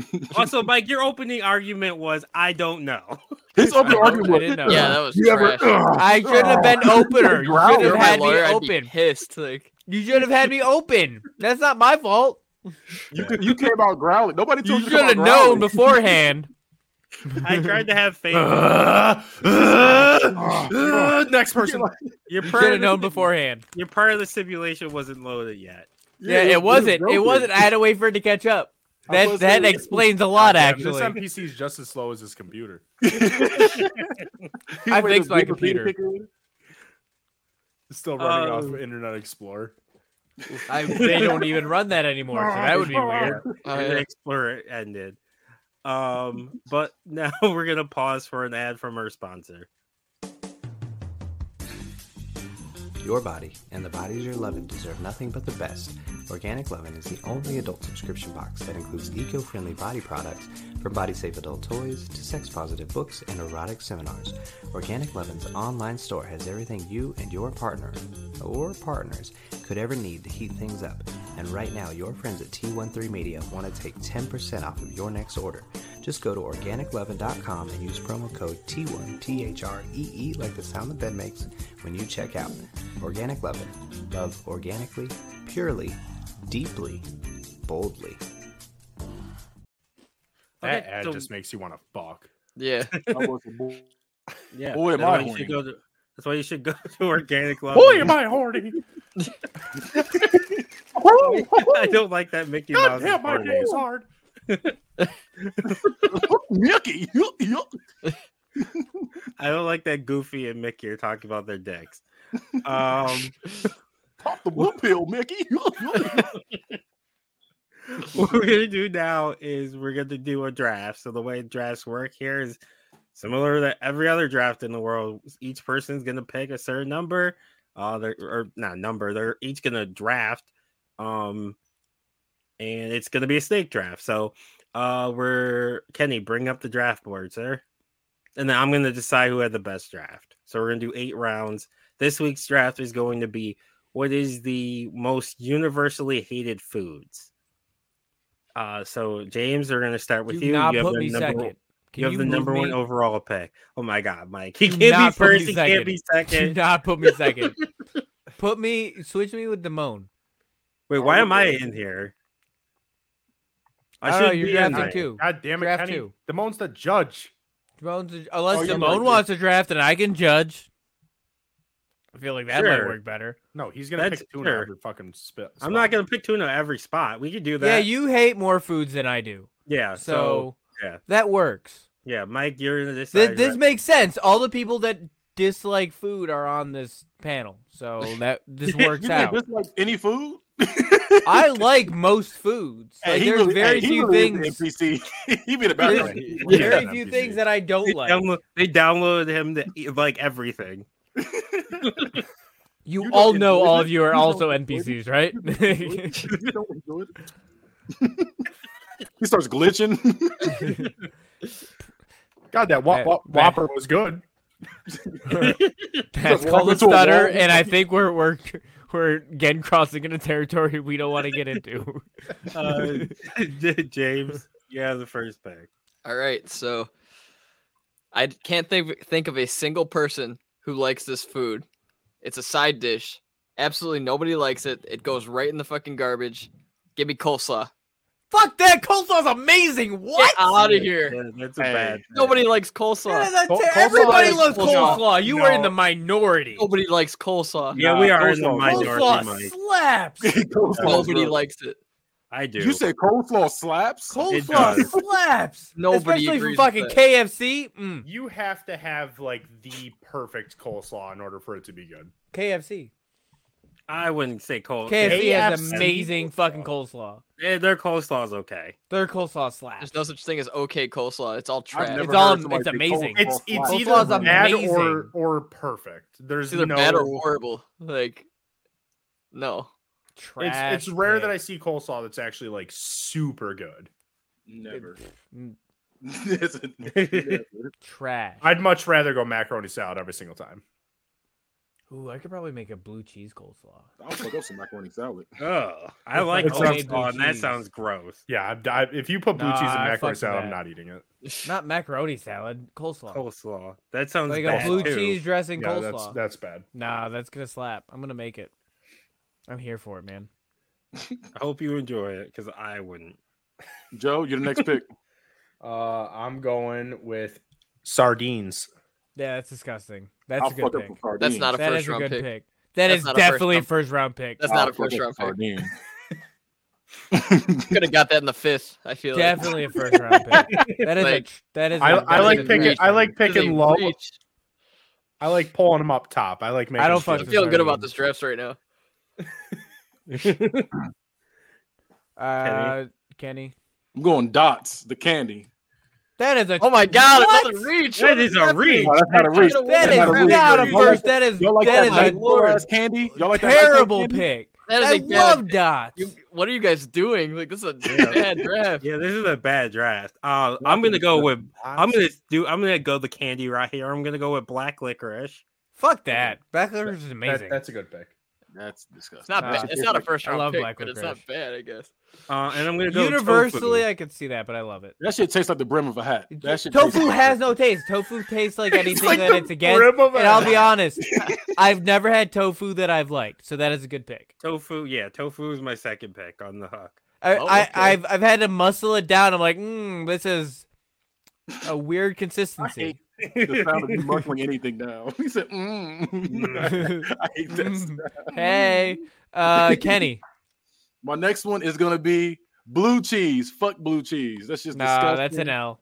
Speaker 2: also, Mike, your opening argument was I don't know.
Speaker 5: His open argument
Speaker 3: I
Speaker 5: was,
Speaker 3: didn't know.
Speaker 4: yeah, that was
Speaker 5: you ever?
Speaker 4: trash.
Speaker 3: I shouldn't have been
Speaker 2: Oh.
Speaker 3: opener. You
Speaker 5: Growl.
Speaker 3: should
Speaker 5: You're
Speaker 4: You're
Speaker 3: have
Speaker 4: my
Speaker 3: had me
Speaker 4: lawyer. I'd be
Speaker 3: open.
Speaker 4: pissed. Like
Speaker 3: You should have had me open. That's not my fault.
Speaker 5: you, you came out growling. Nobody
Speaker 3: You
Speaker 5: told you. to
Speaker 3: should
Speaker 5: come out
Speaker 3: have known
Speaker 5: growling.
Speaker 3: beforehand.
Speaker 2: I tried to have faith.
Speaker 6: Ah, next person.
Speaker 2: Your
Speaker 3: You
Speaker 2: part
Speaker 3: should
Speaker 2: of
Speaker 3: have
Speaker 2: the
Speaker 3: known
Speaker 2: simu-
Speaker 3: beforehand.
Speaker 2: Your part of the simulation wasn't loaded yet.
Speaker 3: Yeah, it wasn't. It wasn't. I had to wait for it to catch up.
Speaker 5: I
Speaker 3: That
Speaker 5: was
Speaker 3: that
Speaker 5: like-
Speaker 3: explains a lot,
Speaker 6: This
Speaker 3: actually.
Speaker 6: NPC is just as slow as his computer.
Speaker 3: I fixed my computer.
Speaker 6: It's still running off
Speaker 2: Um,
Speaker 6: of Internet Explorer.
Speaker 3: I, they don't even run that anymore, so that would be weird.
Speaker 4: oh,
Speaker 2: and
Speaker 4: yeah.
Speaker 2: the Explorer ended. Um, but now we're gonna pause for an ad from our sponsor.
Speaker 7: Your body and the bodies you're loving deserve nothing but the best. Organic Lovin' is the only adult subscription box that includes eco-friendly body products from body-safe adult toys to sex-positive books and erotic seminars. Organic Lovin's online store has everything you and your partner or partners could ever need to heat things up. And right now, your friends at T13 Media want to take 10% off of your next order. Just go to organicleaven.com and use promo code T1, T H R E E, like the sound the bed makes, when you check out. Organic Leaven. Love organically, purely, deeply, boldly.
Speaker 6: That
Speaker 2: Okay,
Speaker 6: ad
Speaker 2: so-
Speaker 6: just makes you want to fuck.
Speaker 4: Yeah.
Speaker 5: I was a bull.
Speaker 2: Yeah.
Speaker 5: Boy, am
Speaker 2: that's why
Speaker 5: I
Speaker 2: you
Speaker 5: horny.
Speaker 2: should go to, that's why you should go to organic level.
Speaker 6: Boy, am I horny!
Speaker 2: I don't like that Mickey Mouse.
Speaker 6: God damn, my
Speaker 2: horny.
Speaker 6: day is hard.
Speaker 5: Yucky. Yuck, yuck.
Speaker 2: I don't like that Goofy and Mickey are talking about their dicks. Um,
Speaker 5: Pop the blue pill, Mickey. Yuck, yuck.
Speaker 2: what we're gonna do now is we're gonna do a draft. So the way drafts work here is similar to every other draft in the world. Each person's gonna pick a certain number, uh, they're, or not number. They're each gonna draft, um, and it's gonna be a snake draft. So, uh, we're Kenny, bring up the draft board, sir, and then I'm gonna decide who had the best draft. So we're gonna do eight rounds. This week's draft is going to be what is the most universally hated foods. Uh, so James, we're gonna start with
Speaker 3: Do
Speaker 2: you.
Speaker 3: not
Speaker 2: you have
Speaker 3: put
Speaker 2: the
Speaker 3: me
Speaker 2: number-
Speaker 3: second. Can
Speaker 2: you have the
Speaker 3: move
Speaker 2: number one
Speaker 3: me?
Speaker 2: overall pick. Oh my god, Mike. He
Speaker 3: Do
Speaker 2: can't
Speaker 3: not
Speaker 2: be
Speaker 3: put me
Speaker 2: first, he can't be
Speaker 3: Do
Speaker 2: second.
Speaker 3: not put me second. put me, switch me with Damone.
Speaker 2: Wait, why am I in here?
Speaker 3: I don't know,
Speaker 2: should
Speaker 3: Oh, you're
Speaker 2: be in
Speaker 3: drafting
Speaker 2: here.
Speaker 3: two. too.
Speaker 6: God damn it,
Speaker 3: Draft
Speaker 6: Kenny.
Speaker 3: two.
Speaker 6: Damone's the judge.
Speaker 3: Damone's a, unless
Speaker 5: Oh, you're
Speaker 3: Damone
Speaker 5: right.
Speaker 3: wants to draft and I can judge. I feel like that might
Speaker 2: Sure.
Speaker 3: work better.
Speaker 6: No, he's gonna
Speaker 2: That's
Speaker 6: pick tuna
Speaker 2: fair.
Speaker 6: every fucking spit.
Speaker 2: I'm not gonna pick tuna every spot. We could do that.
Speaker 3: Yeah, you hate more foods than I do.
Speaker 2: yeah.
Speaker 3: So,
Speaker 2: So, yeah.
Speaker 3: that works.
Speaker 2: yeah, Mike, you're in this.
Speaker 3: Th- this makes sense. All the people that dislike food are on this panel. So that this works
Speaker 5: You can't
Speaker 3: out.
Speaker 5: dislike any food?
Speaker 3: I like most foods.
Speaker 5: Hey,
Speaker 3: Like,
Speaker 5: he
Speaker 3: there's
Speaker 5: really- hey,
Speaker 3: very
Speaker 5: he
Speaker 3: few
Speaker 5: really is
Speaker 3: things.
Speaker 5: an NPC. he be the
Speaker 3: There's
Speaker 5: background.
Speaker 6: Yeah.
Speaker 3: very
Speaker 6: Yeah.
Speaker 3: few
Speaker 6: NPC.
Speaker 3: things that I
Speaker 2: they,
Speaker 3: don't like.
Speaker 2: download, they downloaded him to eat, like everything.
Speaker 3: You
Speaker 5: You don't
Speaker 3: all know
Speaker 5: enjoy
Speaker 3: all
Speaker 5: it?
Speaker 3: of you are
Speaker 5: You don't
Speaker 3: also
Speaker 5: enjoy it?
Speaker 3: NPCs, right?
Speaker 5: You don't enjoy it? he starts glitching.
Speaker 6: God, that whop,
Speaker 3: Matt-
Speaker 6: whop,
Speaker 3: Matt-
Speaker 6: whopper was good.
Speaker 3: That's
Speaker 5: Just
Speaker 3: called
Speaker 5: walk
Speaker 3: a
Speaker 5: into a wall.
Speaker 3: stutter, and I think we're we're we're again crossing into territory we don't want to get into.
Speaker 2: Uh, James, you have the first pick.
Speaker 4: All right, so I d- can't think think of a single person who likes this food. It's a side dish. Absolutely nobody likes it. It goes right in the fucking garbage. Give me coleslaw.
Speaker 3: Fuck that coleslaw's amazing. What?
Speaker 4: Get out of here.
Speaker 2: Yeah, that's a
Speaker 6: Hey.
Speaker 2: bad. pick.
Speaker 4: Nobody likes
Speaker 3: Yeah,
Speaker 4: coleslaw.
Speaker 3: that's
Speaker 6: Col-
Speaker 3: ter-
Speaker 6: coleslaw
Speaker 3: everybody
Speaker 4: is
Speaker 3: loves
Speaker 4: coleslaw.
Speaker 3: coleslaw. You are in
Speaker 6: No.
Speaker 3: the minority.
Speaker 4: Nobody likes coleslaw.
Speaker 2: Yeah, we
Speaker 5: Nah,
Speaker 2: are in the
Speaker 5: coleslaw.
Speaker 2: minority,
Speaker 3: Coleslaw
Speaker 2: Mike.
Speaker 3: slaps.
Speaker 5: Coleslaw.
Speaker 4: Nobody likes it.
Speaker 2: I do.
Speaker 5: you said coleslaw slaps?
Speaker 3: Coleslaw
Speaker 2: does.
Speaker 3: slaps.
Speaker 4: Nobody
Speaker 3: especially from
Speaker 4: agrees with
Speaker 3: fucking
Speaker 4: that.
Speaker 3: KFC. Mm.
Speaker 6: You have to have like the perfect coleslaw in order for it to be good.
Speaker 3: KFC.
Speaker 2: I wouldn't say coleslaw.
Speaker 3: KFC has
Speaker 6: KFC
Speaker 3: amazing
Speaker 6: coleslaw.
Speaker 3: fucking coleslaw.
Speaker 2: Eh, Their coleslaw is okay.
Speaker 3: Their coleslaw slaps.
Speaker 4: There's no such thing as okay coleslaw. It's all trash.
Speaker 5: never
Speaker 3: It's all-
Speaker 5: heard somebody
Speaker 3: it's
Speaker 5: say
Speaker 3: amazing.
Speaker 5: coleslaw
Speaker 6: It's
Speaker 5: slaps.
Speaker 6: it's
Speaker 3: Coleslaw's
Speaker 6: either bad or
Speaker 3: amazing.
Speaker 6: or perfect. There's
Speaker 4: It's either
Speaker 6: no
Speaker 4: bad or horrible. Like no.
Speaker 3: Trash
Speaker 6: It's it's rare that I
Speaker 3: pick.
Speaker 6: see coleslaw that's actually like super good.
Speaker 5: Never.
Speaker 3: Mm,
Speaker 5: Never.
Speaker 3: Trash.
Speaker 6: I'd much rather go macaroni salad every single time.
Speaker 3: Ooh, I could probably make a blue cheese coleslaw.
Speaker 5: I'll fuck up some macaroni salad.
Speaker 2: Oh, I like
Speaker 6: It's
Speaker 3: homemade
Speaker 2: coleslaw, and
Speaker 3: blue
Speaker 2: that
Speaker 3: cheese.
Speaker 2: sounds gross.
Speaker 6: Yeah, I'd, I, if you put blue
Speaker 3: Nah,
Speaker 6: cheese in
Speaker 3: I fuck
Speaker 6: macaroni
Speaker 3: with
Speaker 6: salad, I'm
Speaker 3: that.
Speaker 6: not eating it.
Speaker 3: Not macaroni salad, coleslaw.
Speaker 2: Coleslaw. That sounds
Speaker 3: like
Speaker 2: bad
Speaker 3: a blue
Speaker 2: too.
Speaker 3: cheese dressing
Speaker 6: Yeah,
Speaker 3: coleslaw.
Speaker 6: that's that's bad.
Speaker 3: Nah, that's gonna slap. I'm gonna make it. I'm here for it, man.
Speaker 2: I hope you enjoy it because I wouldn't.
Speaker 5: Joe, you're the next pick.
Speaker 6: Uh, I'm going with sardines.
Speaker 3: Yeah, that's disgusting. That's
Speaker 5: I'll
Speaker 3: a good
Speaker 5: fuck up
Speaker 3: pick.
Speaker 5: some sardines.
Speaker 4: That's not a
Speaker 3: That
Speaker 4: first
Speaker 3: is a
Speaker 4: round
Speaker 3: good pick.
Speaker 4: pick.
Speaker 3: That
Speaker 4: That's
Speaker 3: is
Speaker 4: not a first
Speaker 3: definitely
Speaker 4: round-
Speaker 3: first round pick.
Speaker 4: That's not
Speaker 5: I'll
Speaker 4: a first
Speaker 5: fuck
Speaker 4: round
Speaker 5: up
Speaker 4: pick.
Speaker 5: sardine.
Speaker 4: Could have got that in the fifth. I feel like.
Speaker 3: definitely a first round pick. That is
Speaker 4: Like,
Speaker 3: a, that is.
Speaker 6: I,
Speaker 3: a
Speaker 6: I
Speaker 4: That
Speaker 6: like
Speaker 4: is a
Speaker 6: picking.
Speaker 4: reach.
Speaker 6: I like
Speaker 4: That is a
Speaker 6: picking low.
Speaker 4: reach.
Speaker 6: I like pulling them up top. I like making.
Speaker 3: I don't
Speaker 6: sure.
Speaker 3: fuck
Speaker 4: I'm
Speaker 3: with
Speaker 4: feeling good about
Speaker 3: Sardines.
Speaker 4: this drafts right now.
Speaker 3: Uh, Kenny. Uh,
Speaker 5: I'm going dots, the candy.
Speaker 3: That is a
Speaker 4: Oh my god,
Speaker 3: What?
Speaker 4: another reach.
Speaker 2: That is a reach.
Speaker 5: Oh, that's not a reach.
Speaker 3: That
Speaker 5: That's
Speaker 3: is
Speaker 5: not a reach.
Speaker 3: not a
Speaker 5: Y'all like-
Speaker 3: first. That is
Speaker 5: Y'all like
Speaker 3: that
Speaker 5: that
Speaker 3: is
Speaker 5: high
Speaker 3: a
Speaker 5: floor
Speaker 3: worst,
Speaker 5: ass candy? Y'all like that high floor
Speaker 3: terrible
Speaker 5: candy?
Speaker 3: pick.
Speaker 4: That is
Speaker 3: I
Speaker 4: a bad
Speaker 3: love
Speaker 4: pick.
Speaker 3: dots.
Speaker 4: You- what are you guys doing? Like this is a
Speaker 2: Yeah.
Speaker 4: bad draft.
Speaker 2: Yeah, this is a bad draft. Uh, I'm gonna go with I'm gonna do I'm gonna go the candy right here. I'm gonna go with black licorice.
Speaker 3: Fuck that. Black licorice is amazing.
Speaker 6: That, that's a good pick.
Speaker 5: That's disgusting.
Speaker 4: It's not
Speaker 3: Nah,
Speaker 4: bad. It's not a first
Speaker 3: I
Speaker 4: round
Speaker 3: love
Speaker 4: pick,
Speaker 3: black
Speaker 4: but it's not
Speaker 3: licorice.
Speaker 4: bad, I guess.
Speaker 2: Uh, and I'm gonna go
Speaker 3: Universally,
Speaker 2: tofu.
Speaker 3: I could see that, but I love it.
Speaker 5: That shit tastes like the brim of a hat. That shit
Speaker 3: Tofu
Speaker 5: tastes-
Speaker 3: has no taste. Tofu tastes like anything
Speaker 6: like
Speaker 3: that
Speaker 6: the
Speaker 3: it's against.
Speaker 6: brim of a
Speaker 3: And I'll be
Speaker 6: hat.
Speaker 3: honest, I've never had tofu that I've liked, so that is a good pick.
Speaker 2: tofu. Yeah, tofu is my second pick on the hook.
Speaker 3: I,
Speaker 4: Oh,
Speaker 3: I,
Speaker 4: okay.
Speaker 3: I've I've had to muscle it down. I'm like, mm, this is a weird consistency.
Speaker 5: The sound of you muffling anything down. He said, mm. I hate this.
Speaker 3: Mm. hey, uh, Kenny.
Speaker 5: My next one is gonna be blue cheese. Fuck blue cheese. That's just
Speaker 3: Nah,
Speaker 5: disgusting.
Speaker 3: that's an L.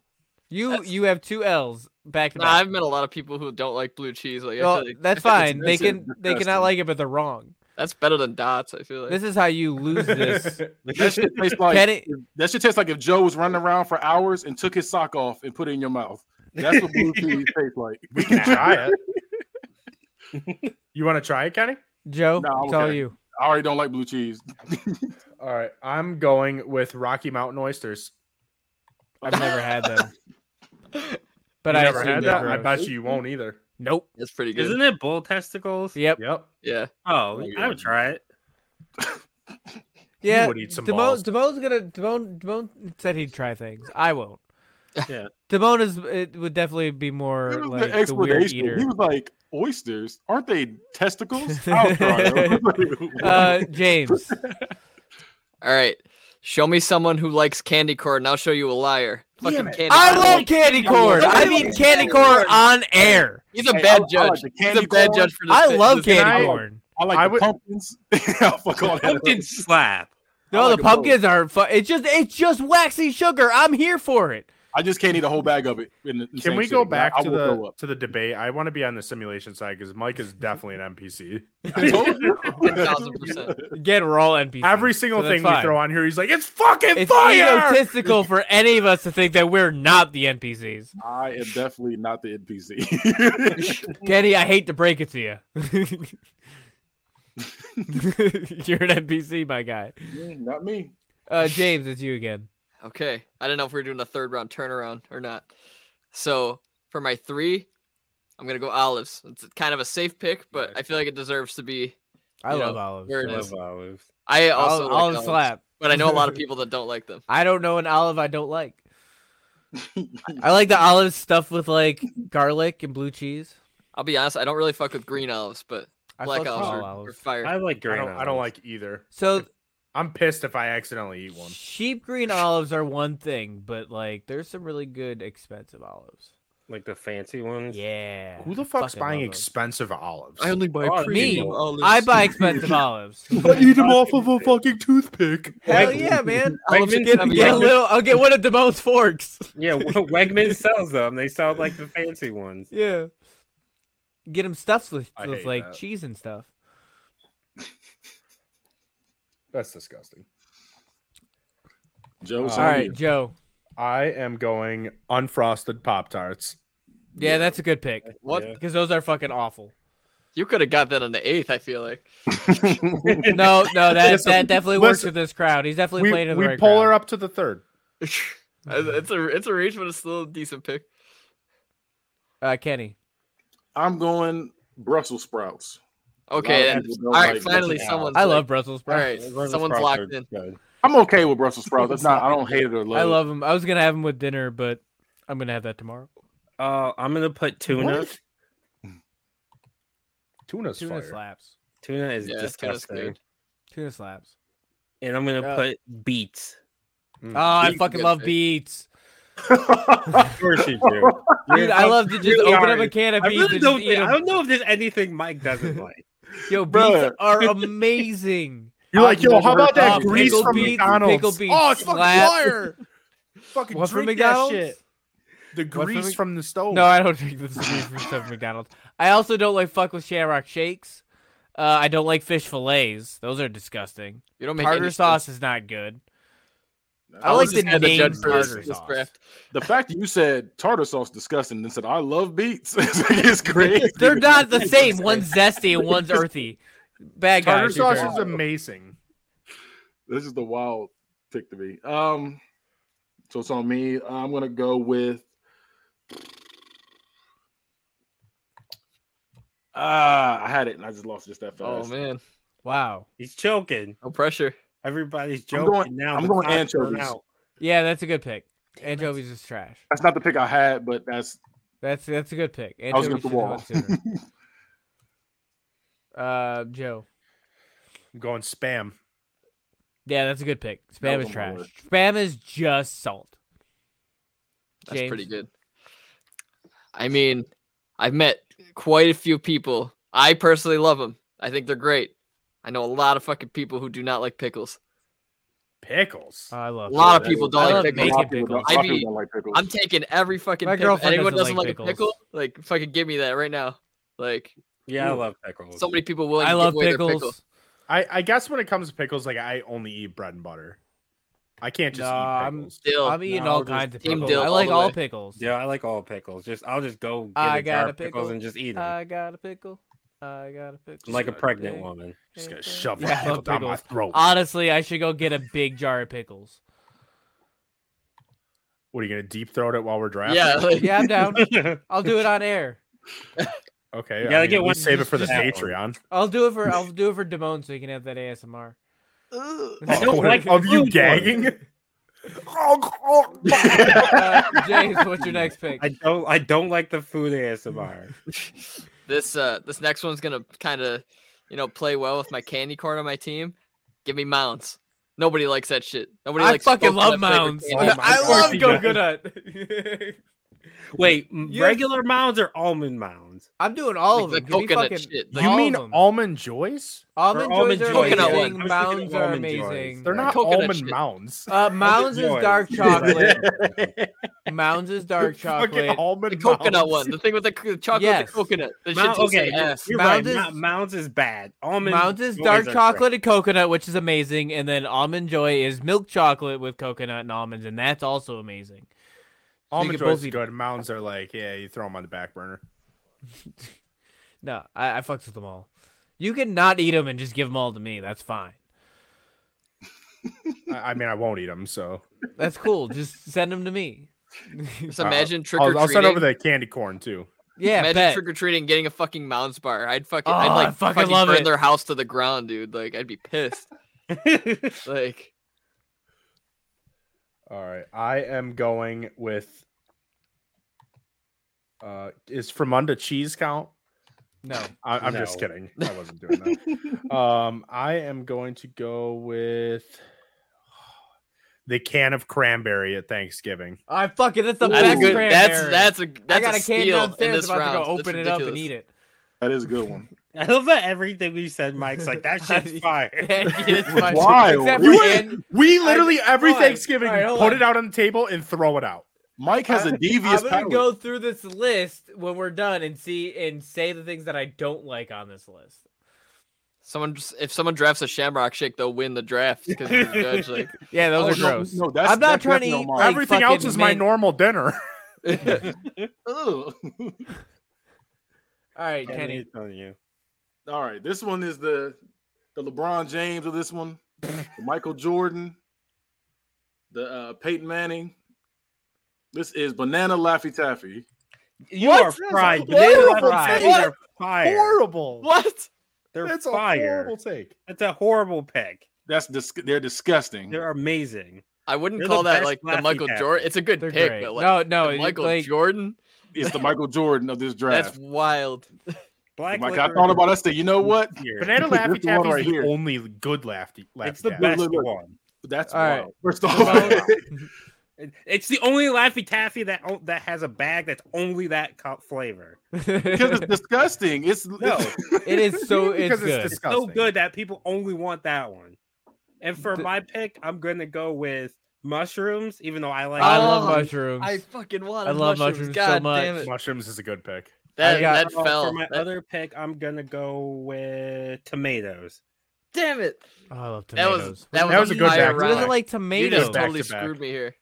Speaker 3: You
Speaker 4: That's-
Speaker 3: you have two L's back to
Speaker 4: Nah,
Speaker 3: back.
Speaker 4: I've met a lot of people who don't like blue cheese. Like, I
Speaker 3: Well,
Speaker 4: feel like
Speaker 3: that's fine. They
Speaker 5: that's
Speaker 3: can they cannot
Speaker 5: disgusting.
Speaker 3: like it, but they're wrong.
Speaker 4: that's better than dots. I feel like
Speaker 3: This is how you lose this.
Speaker 5: That shit tastes
Speaker 4: Oh,
Speaker 5: like
Speaker 3: Kenny,
Speaker 5: that shit tastes like if Joe was running around for hours and took his sock off and put it in your mouth. That's what blue cheese tastes like.
Speaker 6: We can try it. you want to try it, Kenny?
Speaker 3: Joe,
Speaker 5: Nah, I'm
Speaker 3: it's all
Speaker 5: okay.
Speaker 3: you.
Speaker 5: I already don't like blue cheese.
Speaker 6: All right, I'm going with Rocky Mountain oysters.
Speaker 3: I've never had them. But
Speaker 6: You
Speaker 3: I
Speaker 6: never
Speaker 3: assume
Speaker 6: had
Speaker 3: they're
Speaker 6: that. I
Speaker 3: gross.
Speaker 6: bet you won't either.
Speaker 3: Nope.
Speaker 4: that's pretty good.
Speaker 2: Isn't it bull testicles?
Speaker 3: Yep.
Speaker 6: Yep.
Speaker 4: Yeah,
Speaker 2: Oh,
Speaker 5: yeah.
Speaker 2: I would try it.
Speaker 3: Yeah.
Speaker 6: would eat some
Speaker 3: Demone,
Speaker 6: balls.
Speaker 3: Demone's gonna. Demone, Demone said he'd try things. I won't.
Speaker 2: Yeah.
Speaker 3: Demone is. It would definitely be
Speaker 5: It
Speaker 3: more
Speaker 5: was
Speaker 3: like
Speaker 5: the
Speaker 3: the weird
Speaker 5: explanation.
Speaker 3: eater.
Speaker 5: He was like, oysters, aren't they testicles? I'll try it.
Speaker 3: Uh, James.
Speaker 4: All right. Show me someone who likes candy corn. and I'll show you a liar.
Speaker 6: Damn
Speaker 4: Fucking
Speaker 6: it.
Speaker 4: candy
Speaker 3: I
Speaker 4: corn.
Speaker 3: love candy corn.
Speaker 5: I
Speaker 3: I
Speaker 5: love
Speaker 3: mean candy
Speaker 5: candy
Speaker 3: corn
Speaker 5: corn.
Speaker 3: on air.
Speaker 4: He's
Speaker 5: Hey,
Speaker 4: a
Speaker 5: I- I
Speaker 4: bad
Speaker 5: like
Speaker 4: judge.
Speaker 5: the
Speaker 4: He's
Speaker 5: candy
Speaker 4: a bad
Speaker 5: corn.
Speaker 4: judge for this.
Speaker 3: I
Speaker 4: pick-
Speaker 3: love
Speaker 4: this
Speaker 3: candy
Speaker 6: I-
Speaker 3: corn.
Speaker 5: I like
Speaker 6: I
Speaker 5: the
Speaker 6: would-
Speaker 5: pumpkins. I'll fuck all that. up.
Speaker 2: Pumpkin slap.
Speaker 5: like
Speaker 3: No, the
Speaker 5: 'em both.
Speaker 3: pumpkins aren't fun. It's just it's just waxy sugar. I'm here for it.
Speaker 5: I just can't eat a whole bag of it. In the, in the
Speaker 6: Can
Speaker 5: same
Speaker 6: we go
Speaker 5: sitting. I-
Speaker 6: back
Speaker 5: I
Speaker 6: to
Speaker 5: will
Speaker 6: the
Speaker 5: throw up.
Speaker 6: to the debate? I want to be on the simulation side because Mike is definitely an NPC.
Speaker 5: I told you.
Speaker 4: 1000%.
Speaker 3: Again, we're all NPCs.
Speaker 6: Every
Speaker 3: so
Speaker 6: single
Speaker 3: that's
Speaker 6: thing we
Speaker 3: fine.
Speaker 6: throw on here, he's like, "It's fucking
Speaker 3: It's
Speaker 6: fire."
Speaker 3: egotistical for any of us to think that we're not the NPCs.
Speaker 5: I am definitely not the NPC.
Speaker 3: Kenny, I hate to break it to you. You're an NPC, my guy.
Speaker 5: Mm, not me.
Speaker 3: Uh, James, it's you again.
Speaker 4: Okay. I didn't know if we were doing a third round turnaround or not. So for my three, I'm gonna go olives. It's kind of a safe pick, but I feel like it deserves to be.
Speaker 3: I
Speaker 4: You
Speaker 3: love
Speaker 4: know,
Speaker 3: olives.
Speaker 4: where it
Speaker 3: I
Speaker 4: is.
Speaker 3: love-
Speaker 2: Love olives.
Speaker 4: I also
Speaker 3: Olive,
Speaker 4: like
Speaker 3: olive
Speaker 4: olives,
Speaker 3: slap.
Speaker 4: but I know a lot of people that don't like them.
Speaker 3: I don't know an olive I don't like. I like the olives stuffed with like garlic and blue cheese.
Speaker 4: I'll be honest. I don't really fuck with green olives, but
Speaker 3: I
Speaker 4: black
Speaker 3: fuck with
Speaker 4: olives
Speaker 3: all
Speaker 4: are, are
Speaker 3: olives.
Speaker 4: fire.
Speaker 2: I like
Speaker 6: I
Speaker 2: green.
Speaker 6: don't, I don't
Speaker 2: olives.
Speaker 6: like either.
Speaker 3: So
Speaker 6: I'm pissed if I accidentally eat one.
Speaker 3: sheep green olives are one thing, but like there's some really good expensive olives.
Speaker 2: like the fancy ones.
Speaker 3: Yeah.
Speaker 6: Who the fuck's
Speaker 3: Fucking
Speaker 6: buying
Speaker 3: love 'em.
Speaker 6: expensive olives?
Speaker 4: only buy
Speaker 2: Oh,
Speaker 3: me.
Speaker 4: olives.
Speaker 3: I buy expensive olives.
Speaker 6: eat them off of a fucking toothpick.
Speaker 3: Hell
Speaker 2: Wegmans.
Speaker 3: yeah, man! I'll
Speaker 2: Wegmans
Speaker 3: just get,
Speaker 4: have
Speaker 3: get a
Speaker 4: Wegmans.
Speaker 3: little. I'll get one of Demone's forks.
Speaker 2: Yeah, Wegman sells them. They sell like the fancy ones.
Speaker 3: Yeah. Get them stuffed with,
Speaker 6: I
Speaker 3: with
Speaker 6: hate
Speaker 3: like
Speaker 6: that.
Speaker 3: cheese and stuff.
Speaker 6: That's disgusting.
Speaker 5: Joe,
Speaker 6: All
Speaker 5: so
Speaker 3: All
Speaker 5: are
Speaker 3: right,
Speaker 5: you.
Speaker 3: Joe.
Speaker 6: I am going unfrosted Pop Tarts.
Speaker 3: Yeah, that's a good pick
Speaker 4: What?
Speaker 2: Yeah.
Speaker 3: because those are fucking awful.
Speaker 4: You could have got that on the eighth. I feel like.
Speaker 3: No, no, that
Speaker 6: Listen,
Speaker 3: that definitely works
Speaker 6: listen.
Speaker 3: with this crowd. He's definitely
Speaker 6: We,
Speaker 3: playing to the
Speaker 6: we
Speaker 3: right
Speaker 6: pull
Speaker 3: crowd.
Speaker 6: her up to the third.
Speaker 4: it's a it's a reach, but it's still a decent pick.
Speaker 3: Uh, Kenny.
Speaker 5: I'm going Brussels sprouts.
Speaker 4: Okay,
Speaker 5: of
Speaker 4: and
Speaker 5: people
Speaker 4: all
Speaker 5: don't
Speaker 4: right,
Speaker 5: like
Speaker 4: finally
Speaker 5: Brussels
Speaker 4: someone's.
Speaker 3: I
Speaker 4: like-
Speaker 3: love Brussels
Speaker 4: All
Speaker 3: sprouts.
Speaker 4: right,
Speaker 2: Brussels
Speaker 4: someone's
Speaker 2: sprouts
Speaker 4: locked
Speaker 2: are
Speaker 4: in.
Speaker 2: good.
Speaker 5: I'm okay with Brussels sprouts. That's not. I don't hate it or love.
Speaker 3: I love them. I was gonna have them with dinner, but I'm gonna have that tomorrow.
Speaker 2: Uh, I'm gonna put tuna.
Speaker 6: What? Tuna's
Speaker 3: Tuna
Speaker 6: fire.
Speaker 3: slaps.
Speaker 2: Tuna is
Speaker 4: Yeah, it's kind of
Speaker 2: disgusting.
Speaker 4: good.
Speaker 3: Tuna slaps.
Speaker 2: And I'm gonna
Speaker 3: Yeah.
Speaker 2: put beets.
Speaker 3: Oh, I
Speaker 4: Beets is
Speaker 3: fucking
Speaker 4: good
Speaker 3: love
Speaker 4: pick.
Speaker 3: beets,
Speaker 2: Of course you do.
Speaker 3: dude. I love to just
Speaker 2: really
Speaker 3: open
Speaker 2: are.
Speaker 3: up a can of
Speaker 2: I
Speaker 3: beets
Speaker 2: really
Speaker 3: and
Speaker 2: don't.
Speaker 3: just eat
Speaker 2: Think, I
Speaker 3: 'em.
Speaker 2: don't know if there's anything Mike doesn't like.
Speaker 3: Yo, beets
Speaker 5: Bruh.
Speaker 3: are amazing.
Speaker 6: You're like, yo, how about
Speaker 3: Oh,
Speaker 6: that grease
Speaker 3: pickled
Speaker 6: from
Speaker 3: beets,
Speaker 6: McDonald's?
Speaker 3: pickled beets
Speaker 6: oh, it's fucking
Speaker 3: slap.
Speaker 6: fire. fucking
Speaker 3: What from
Speaker 6: drink
Speaker 3: McDonald's?
Speaker 6: that shit. The
Speaker 3: from
Speaker 6: grease
Speaker 3: Mc-
Speaker 6: from, the stove.
Speaker 3: No, I don't drink this beef from stuff from McDonald's. I also don't like fuck with Shamrock shakes. Uh, I don't like fish fillets. Those are disgusting.
Speaker 4: You don't make any
Speaker 3: Tartar
Speaker 4: sense.
Speaker 3: sauce is not good.
Speaker 4: I, like the
Speaker 3: name
Speaker 4: judge for this,
Speaker 3: tartar
Speaker 4: this
Speaker 3: sauce.
Speaker 4: draft.
Speaker 5: The fact that you said tartar sauce disgusting, then said I love beets. it's crazy.
Speaker 3: They're not the same. One's zesty and one's earthy. Bad guys.
Speaker 6: Tartar
Speaker 3: who
Speaker 6: sauce
Speaker 3: cares?
Speaker 6: is amazing.
Speaker 5: This is the wild pick to me. Um, so it's on me. I'm gonna go with. Ah, I had it and I just lost it just that
Speaker 4: Oh
Speaker 5: fast.
Speaker 4: man,
Speaker 3: Wow.
Speaker 2: He's choking.
Speaker 4: no pressure.
Speaker 2: Everybody's
Speaker 5: I'm
Speaker 2: joking
Speaker 5: going-
Speaker 2: now.
Speaker 5: I'm
Speaker 2: The
Speaker 5: going
Speaker 2: clock's run
Speaker 5: anchovies.
Speaker 2: out.
Speaker 3: Yeah, that's a good pick. Anchovies is trash.
Speaker 5: That's not the pick I had, but that's
Speaker 3: That's that's a good pick.
Speaker 5: I was
Speaker 3: Anchovies
Speaker 5: against the
Speaker 3: should have
Speaker 5: wall.
Speaker 3: went sooner. Uh, Joe.
Speaker 6: I'm going spam.
Speaker 3: Yeah, that's a good pick.
Speaker 5: That
Speaker 3: Spam
Speaker 5: was
Speaker 3: is
Speaker 5: on my
Speaker 3: trash.
Speaker 5: list.
Speaker 3: Spam is just salt.
Speaker 4: That's pretty
Speaker 3: James?
Speaker 4: good. I mean, I've met quite a few people. I personally love them. I think they're great. I know a lot of fucking people who do not like pickles.
Speaker 6: Pickles.
Speaker 3: Oh, I love
Speaker 4: A lot of
Speaker 3: pickles.
Speaker 4: people
Speaker 3: I
Speaker 4: don't
Speaker 3: love
Speaker 4: like pickles.
Speaker 5: A lot
Speaker 3: making
Speaker 5: of people
Speaker 3: pickles.
Speaker 5: don't- a lot of
Speaker 4: I mean,
Speaker 5: people don't like pickles.
Speaker 4: I'm taking every fucking
Speaker 3: My
Speaker 4: pickle.
Speaker 3: girlfriend
Speaker 4: Anyone
Speaker 3: doesn't
Speaker 4: doesn't,
Speaker 3: like
Speaker 4: like, a pickle?
Speaker 3: pickles.
Speaker 4: Like fucking give me that right now. Like
Speaker 2: Yeah, I love pickles.
Speaker 4: so many people willing
Speaker 3: I
Speaker 4: to
Speaker 3: love
Speaker 4: give away their pickle.
Speaker 3: pickles.
Speaker 6: I, I guess when it comes to pickles, like I only eat bread and butter. I can't just
Speaker 3: Nah,
Speaker 6: eat
Speaker 3: I'm-
Speaker 6: pickles.
Speaker 4: Dill.
Speaker 3: I'm eating
Speaker 2: No,
Speaker 3: all
Speaker 2: just
Speaker 3: kinds of
Speaker 4: team
Speaker 3: pickles.
Speaker 4: dill
Speaker 3: I
Speaker 4: all
Speaker 3: like
Speaker 4: the
Speaker 3: all
Speaker 4: way.
Speaker 3: pickles.
Speaker 2: Yeah, I like all pickles. Just I'll just go get
Speaker 3: I
Speaker 2: a
Speaker 3: got
Speaker 2: jar
Speaker 3: a
Speaker 2: of pickles
Speaker 3: pickle. Uh,
Speaker 2: and just eat them
Speaker 3: I got a pickle. I got a pickle.
Speaker 2: like a pregnant
Speaker 3: Big
Speaker 2: woman.
Speaker 6: Just gonna
Speaker 3: pickle.
Speaker 6: shove
Speaker 3: Yeah, I
Speaker 6: a pickle
Speaker 3: love
Speaker 6: down my
Speaker 3: pickles. Uh,
Speaker 6: throat.
Speaker 3: Honestly, I should go get a big jar of pickles.
Speaker 6: what are you gonna deep throat it while we're drafting?
Speaker 4: Yeah, like,
Speaker 3: Yeah, I'm down.
Speaker 2: yeah,
Speaker 3: I'll do it on air.
Speaker 6: Okay.
Speaker 2: You
Speaker 6: I
Speaker 2: gotta
Speaker 6: mean,
Speaker 2: get
Speaker 6: at
Speaker 2: one
Speaker 6: least Save it for the
Speaker 2: just- just-
Speaker 6: Patreon.
Speaker 3: I'll do it for I'll do it for Damone so he can have that ASMR.
Speaker 2: I don't
Speaker 6: Oh,
Speaker 2: like
Speaker 6: of you
Speaker 2: food for it.
Speaker 6: gagging? Oh,
Speaker 3: Uh, James, what's your next pick?
Speaker 2: I don't. I don't like the food ASMR.
Speaker 4: this uh this next one's gonna kind of you know play well with my candy corn on my team. Give me mounds. Nobody likes that shit. Nobody
Speaker 3: I
Speaker 4: likes
Speaker 3: fucking love
Speaker 4: coconut-flavored
Speaker 3: mounds.
Speaker 4: candy.
Speaker 6: Oh my
Speaker 3: I
Speaker 6: God.
Speaker 3: love
Speaker 6: He
Speaker 3: Go
Speaker 6: does.
Speaker 3: Good Hut.
Speaker 2: Wait, m-
Speaker 3: Yes.
Speaker 2: regular mounds or almond mounds?
Speaker 3: I'm doing all
Speaker 4: Like
Speaker 3: of
Speaker 4: the
Speaker 3: them. Give me
Speaker 4: coconut
Speaker 3: fucking
Speaker 4: shit, like-
Speaker 6: You
Speaker 3: all
Speaker 6: mean
Speaker 3: of them.
Speaker 6: almond joys?
Speaker 2: or
Speaker 3: almond joys
Speaker 2: almond
Speaker 3: are
Speaker 4: joys? Coconut
Speaker 3: amazing.
Speaker 2: ones. I was thinking
Speaker 3: Mounds are
Speaker 2: almond joys.
Speaker 3: amazing.
Speaker 6: They're not
Speaker 4: Coconut
Speaker 6: almond
Speaker 4: shit.
Speaker 6: mounds.
Speaker 3: Uh, Mounds is
Speaker 2: Joy.
Speaker 3: dark chocolate. Mounds is dark
Speaker 6: Fucking
Speaker 3: chocolate.
Speaker 6: almond
Speaker 4: The coconut
Speaker 6: mounds.
Speaker 4: one, the thing with the c- chocolate, with
Speaker 3: Yes.
Speaker 4: the coconut. The shit
Speaker 2: Mount,
Speaker 4: tastes
Speaker 2: okay,
Speaker 4: okay,
Speaker 2: you're,
Speaker 4: ass.
Speaker 2: you're
Speaker 3: Mounds
Speaker 2: right.
Speaker 3: is-
Speaker 2: Mou- mounds is bad. Almond
Speaker 3: Mounds is
Speaker 2: joys
Speaker 3: dark
Speaker 2: are
Speaker 3: chocolate and coconut, which is amazing. And then Almond Joy is milk chocolate with coconut and almonds, and that's also amazing. So you
Speaker 6: Almond
Speaker 3: can both
Speaker 6: joys
Speaker 3: eat
Speaker 6: are good. Mounds are like, yeah, you throw them on the back burner.
Speaker 3: No, I, I fucks with them all. You can not eat them and just give them all to me. That's fine.
Speaker 6: I, I mean, I won't eat them, so
Speaker 3: That's cool. just send them to me.
Speaker 4: Just
Speaker 6: Uh,
Speaker 4: imagine
Speaker 3: Oh,
Speaker 4: trick or
Speaker 6: I'll, I'll send over
Speaker 4: treating.
Speaker 6: the candy corn too.
Speaker 3: Yeah,
Speaker 4: Imagine
Speaker 3: bet.
Speaker 4: trick or treating, getting a fucking Mounds bar. I'd fucking,
Speaker 3: Oh,
Speaker 4: I'd
Speaker 3: I
Speaker 4: like
Speaker 3: fucking
Speaker 4: fucking,
Speaker 3: love
Speaker 4: burn
Speaker 3: it.
Speaker 4: their house to the ground, dude. Like, I'd be pissed.
Speaker 2: chocolate.
Speaker 4: Like,
Speaker 6: All right, I am going with. Uh, is Fremunda cheese count?
Speaker 3: no,
Speaker 6: I, I'm just
Speaker 2: No.
Speaker 6: kidding. I wasn't doing that. um, I am going to go with the can of cranberry at Thanksgiving.
Speaker 3: I fucking that's the
Speaker 4: that's
Speaker 3: best
Speaker 4: a good.
Speaker 3: cranberry.
Speaker 4: That's that's a that's
Speaker 3: I got
Speaker 4: a,
Speaker 3: a can
Speaker 4: steal in
Speaker 3: downstairs
Speaker 4: this
Speaker 3: about
Speaker 4: round.
Speaker 3: to go open it up and eat it.
Speaker 5: That is a good one.
Speaker 2: I love that everything we said, Mike's like that shit's fire.
Speaker 3: It's fine.
Speaker 5: Why?
Speaker 3: Except
Speaker 5: You
Speaker 3: for
Speaker 5: ain't-
Speaker 3: Ann-
Speaker 6: We literally every
Speaker 3: all right,
Speaker 6: Thanksgiving
Speaker 3: all right, hold
Speaker 6: put
Speaker 3: on.
Speaker 6: it out on the table and throw it out.
Speaker 5: Mike has a devious
Speaker 3: I'm gonna
Speaker 5: palate.
Speaker 3: go through this list when we're done and see and say the things that I don't like on this list.
Speaker 4: Someone, just- if someone drafts a Shamrock Shake, they'll win the draft because judge like
Speaker 3: Yeah,
Speaker 5: Oh,
Speaker 3: those
Speaker 5: no,
Speaker 3: are gross.
Speaker 5: No, that's,
Speaker 3: I'm
Speaker 5: that's
Speaker 3: not trying to
Speaker 5: definitely
Speaker 3: eat
Speaker 5: on
Speaker 3: Like
Speaker 6: Everything else
Speaker 3: fucking
Speaker 6: is my
Speaker 3: mint.
Speaker 6: normal dinner.
Speaker 5: mine. Ugh.
Speaker 3: All right,
Speaker 2: Yeah,
Speaker 3: Kenny.
Speaker 2: it's on you.
Speaker 5: All right, this one is the the LeBron James of this one, the Michael Jordan, the uh, Peyton Manning. This is banana laffy taffy.
Speaker 2: You
Speaker 6: What?
Speaker 2: are
Speaker 6: That's
Speaker 2: fried.
Speaker 6: horrible.
Speaker 2: Banana
Speaker 6: What?
Speaker 2: fries
Speaker 6: What?
Speaker 2: are fire.
Speaker 6: Horrible.
Speaker 4: what?
Speaker 2: They're
Speaker 6: That's a
Speaker 2: fire.
Speaker 6: horrible take.
Speaker 2: That's a horrible pick.
Speaker 5: That's dis- they're disgusting.
Speaker 2: They're amazing.
Speaker 4: I wouldn't
Speaker 2: They're the
Speaker 4: call that
Speaker 2: best
Speaker 4: like the
Speaker 2: Laffy
Speaker 4: Michael
Speaker 2: Taffy.
Speaker 4: Jordan. It's a good
Speaker 3: They're
Speaker 4: pick,
Speaker 3: great.
Speaker 4: but like
Speaker 3: no, no,
Speaker 4: the
Speaker 3: you-
Speaker 4: Michael
Speaker 3: like,
Speaker 4: Jordan.
Speaker 5: It's the Michael Jordan of this
Speaker 4: That's
Speaker 5: draft.
Speaker 4: wild.
Speaker 2: Black.
Speaker 5: Like I
Speaker 2: licorice
Speaker 5: thought about that. Said, you know what?
Speaker 2: is here.
Speaker 6: Banana
Speaker 5: This
Speaker 6: Laffy
Speaker 5: is the one
Speaker 6: Taffy
Speaker 5: right
Speaker 6: is the
Speaker 5: here.
Speaker 6: only good Laffy. Laffy
Speaker 2: It's the
Speaker 6: Taffy.
Speaker 5: Look,
Speaker 2: best
Speaker 5: look, look.
Speaker 2: one.
Speaker 5: That's
Speaker 3: All
Speaker 5: wild.
Speaker 3: right.
Speaker 5: First
Speaker 3: Simone?
Speaker 5: off,
Speaker 2: It- It's the only Laffy Taffy that o- that has a bag that's only that co- flavor.
Speaker 5: because it's disgusting. It's
Speaker 2: No,
Speaker 3: it is so it's
Speaker 6: because
Speaker 3: good.
Speaker 6: it's
Speaker 2: It's so
Speaker 6: disgusting.
Speaker 2: good that people only want that one. And for
Speaker 3: The-
Speaker 2: my pick, I'm gonna go with mushrooms, even though I like.
Speaker 3: I love
Speaker 4: Oh,
Speaker 3: mushrooms.
Speaker 4: I fucking want.
Speaker 3: Um, I love mushrooms so
Speaker 4: God damn
Speaker 3: much.
Speaker 4: it.
Speaker 6: Mushrooms is a good pick.
Speaker 4: That,
Speaker 3: got-
Speaker 4: that
Speaker 2: Uh,
Speaker 4: fell.
Speaker 2: For my
Speaker 4: That-
Speaker 2: other pick, I'm gonna go with tomatoes.
Speaker 4: Damn it!
Speaker 3: Oh, I love
Speaker 4: That was-
Speaker 3: tomatoes. What
Speaker 4: that
Speaker 3: do
Speaker 4: was
Speaker 3: you
Speaker 4: a
Speaker 3: mean?
Speaker 4: good back
Speaker 3: What is
Speaker 4: row.
Speaker 3: it like
Speaker 4: You
Speaker 3: tomatoes?
Speaker 4: just
Speaker 6: Back
Speaker 4: totally
Speaker 6: to back.
Speaker 4: screwed me here.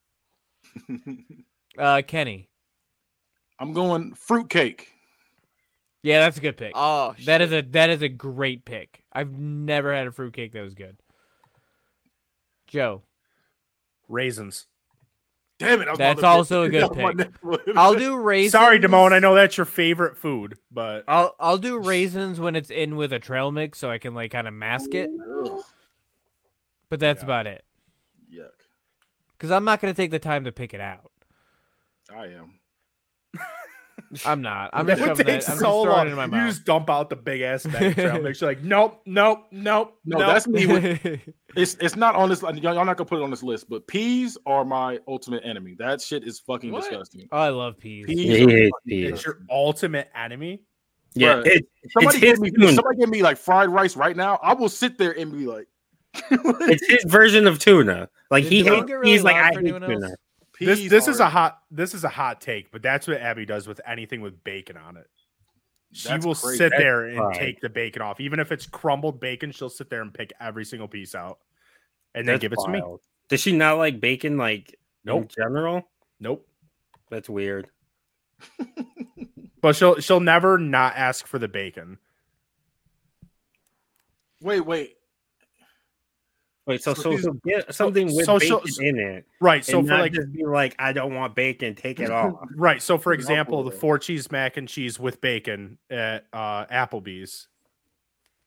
Speaker 3: Uh, Kenny.
Speaker 5: I'm going fruitcake.
Speaker 3: Yeah, that's a good pick.
Speaker 4: Oh,
Speaker 3: That is
Speaker 4: shit.
Speaker 3: a that is a great pick. I've never had a fruitcake that was good. Joe,
Speaker 6: Raisins.
Speaker 5: Damn it! I was
Speaker 3: That's
Speaker 5: about to-
Speaker 3: also a good
Speaker 5: that was my
Speaker 3: pick.
Speaker 5: next one.
Speaker 3: I'll do raisins.
Speaker 6: Sorry, Damone. I know that's your favorite food, but
Speaker 3: I'll I'll do raisins when it's in with a trail mix, so I can like kind of mask it.
Speaker 5: Ugh,
Speaker 3: But that's
Speaker 6: Yeah.
Speaker 3: about it,
Speaker 5: yuck.
Speaker 3: because I'm not gonna take the time to pick it out.
Speaker 5: I am.
Speaker 3: I'm not. I'm
Speaker 6: that
Speaker 3: just
Speaker 6: would
Speaker 3: shoving
Speaker 6: take
Speaker 3: that. I'm just
Speaker 6: so
Speaker 3: throwing
Speaker 6: long.
Speaker 3: it in my
Speaker 6: You
Speaker 3: mouth.
Speaker 6: just dump out the big ass bag of trail mix. You're like, nope, nope, nope,
Speaker 5: No,
Speaker 6: nope.
Speaker 5: that's me. With, it's it's not on this. Y'all, y'all not gonna put it on this list, but peas are my ultimate enemy. That shit is fucking
Speaker 4: What?
Speaker 5: disgusting.
Speaker 3: oh, I love peas.
Speaker 5: Peas
Speaker 2: Yeah,
Speaker 5: are
Speaker 2: he hates
Speaker 5: fucking
Speaker 2: peas.
Speaker 6: it's
Speaker 5: disgusting.
Speaker 6: your ultimate enemy.
Speaker 2: Yeah,
Speaker 5: Bruh,
Speaker 2: it, it's
Speaker 5: somebody
Speaker 2: his
Speaker 5: give me
Speaker 2: tune.
Speaker 5: somebody give me like fried rice right now. I will sit there and be like,
Speaker 2: It's his version of tuna. Like
Speaker 3: Did
Speaker 2: he
Speaker 3: Joe
Speaker 2: hates,
Speaker 3: get really
Speaker 2: he's like
Speaker 3: loud
Speaker 2: I
Speaker 3: for
Speaker 2: hate
Speaker 3: anyone else?
Speaker 2: tuna.
Speaker 6: This
Speaker 5: peas
Speaker 6: this is
Speaker 5: are-
Speaker 6: a hot this is a hot take, but that's what Abby does with anything with bacon on it. She
Speaker 5: That's
Speaker 6: will
Speaker 5: crazy.
Speaker 6: sit
Speaker 2: That's
Speaker 6: there and
Speaker 2: fried.
Speaker 6: take the bacon off, even if it's crumbled bacon. She'll sit there and pick every single piece out, and then
Speaker 2: That's
Speaker 6: give it to me.
Speaker 2: wild. Does she not like bacon? Like in
Speaker 6: Nope.
Speaker 2: general,
Speaker 6: Nope.
Speaker 2: that's weird.
Speaker 6: But she'll she'll never not ask for the bacon.
Speaker 5: wait, wait.
Speaker 2: Wait, so
Speaker 5: So
Speaker 2: so,
Speaker 5: these-
Speaker 2: so get something with
Speaker 6: so- so-
Speaker 2: bacon in it,
Speaker 6: Right. So
Speaker 2: and
Speaker 6: for
Speaker 2: not
Speaker 6: like
Speaker 2: just be like, I don't want bacon, take it off.
Speaker 6: right. So for
Speaker 5: An
Speaker 6: example, the
Speaker 5: Appleboro.
Speaker 6: four cheese mac and cheese with bacon at uh, Applebee's,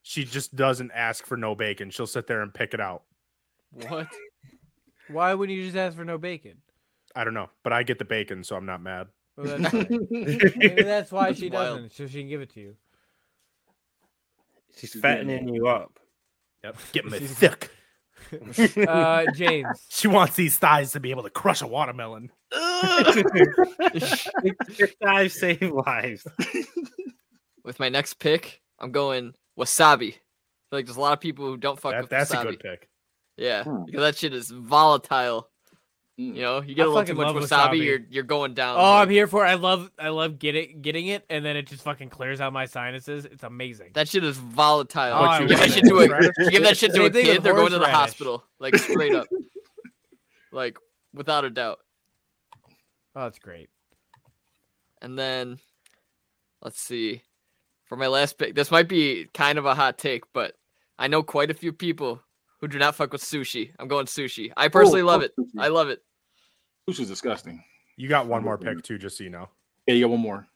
Speaker 6: she just doesn't ask for no bacon. She'll sit there and pick it out.
Speaker 4: what?
Speaker 3: Why wouldn't you just ask for no bacon?
Speaker 6: I don't know, but I get the bacon, so I'm not mad.
Speaker 3: Well, that's, fine. Maybe that's why she
Speaker 4: Wild.
Speaker 3: doesn't, so she can give it to you.
Speaker 2: She's
Speaker 5: She's
Speaker 2: fattening you up.
Speaker 6: Yep. Get me thick.
Speaker 3: Uh, James,
Speaker 6: She wants these thighs to be able to crush a watermelon.
Speaker 2: Six lives save lives.
Speaker 4: With my next pick, I'm going wasabi. I feel like there's a lot of people who don't fuck
Speaker 6: That-
Speaker 4: with
Speaker 6: that's
Speaker 4: wasabi.
Speaker 6: a good pick.
Speaker 4: Yeah,
Speaker 5: Hmm.
Speaker 4: because that shit is volatile.
Speaker 5: Mm.
Speaker 4: You know, you get
Speaker 3: I
Speaker 4: a little
Speaker 3: fucking
Speaker 4: too much
Speaker 3: love
Speaker 4: wasabi,
Speaker 3: wasabi.
Speaker 4: you're you're going down.
Speaker 3: Oh,
Speaker 4: like-
Speaker 3: I'm here for it. I love I love get it, getting it, and then it just fucking clears out my sinuses. It's amazing.
Speaker 4: that shit is volatile.
Speaker 3: Oh, I
Speaker 4: you give
Speaker 3: love
Speaker 4: that shit to a
Speaker 6: horseradish.
Speaker 4: you give that shit to
Speaker 3: Same
Speaker 4: a
Speaker 3: thing with
Speaker 4: kid, they're going to the
Speaker 3: horseradish.
Speaker 4: hospital, like straight up, like without a doubt.
Speaker 3: oh, that's great.
Speaker 4: And then let's see. For my last pick, this might be kind of a hot take, but I know quite a few people who do not fuck with sushi. I'm going sushi. I personally
Speaker 5: Oh,
Speaker 4: love
Speaker 5: fuck
Speaker 4: it.
Speaker 5: sushi.
Speaker 4: I love it.
Speaker 5: Sushi's disgusting.
Speaker 6: You got one more
Speaker 2: Mm-hmm.
Speaker 6: pick too, just so you know.
Speaker 5: Yeah, you got one more.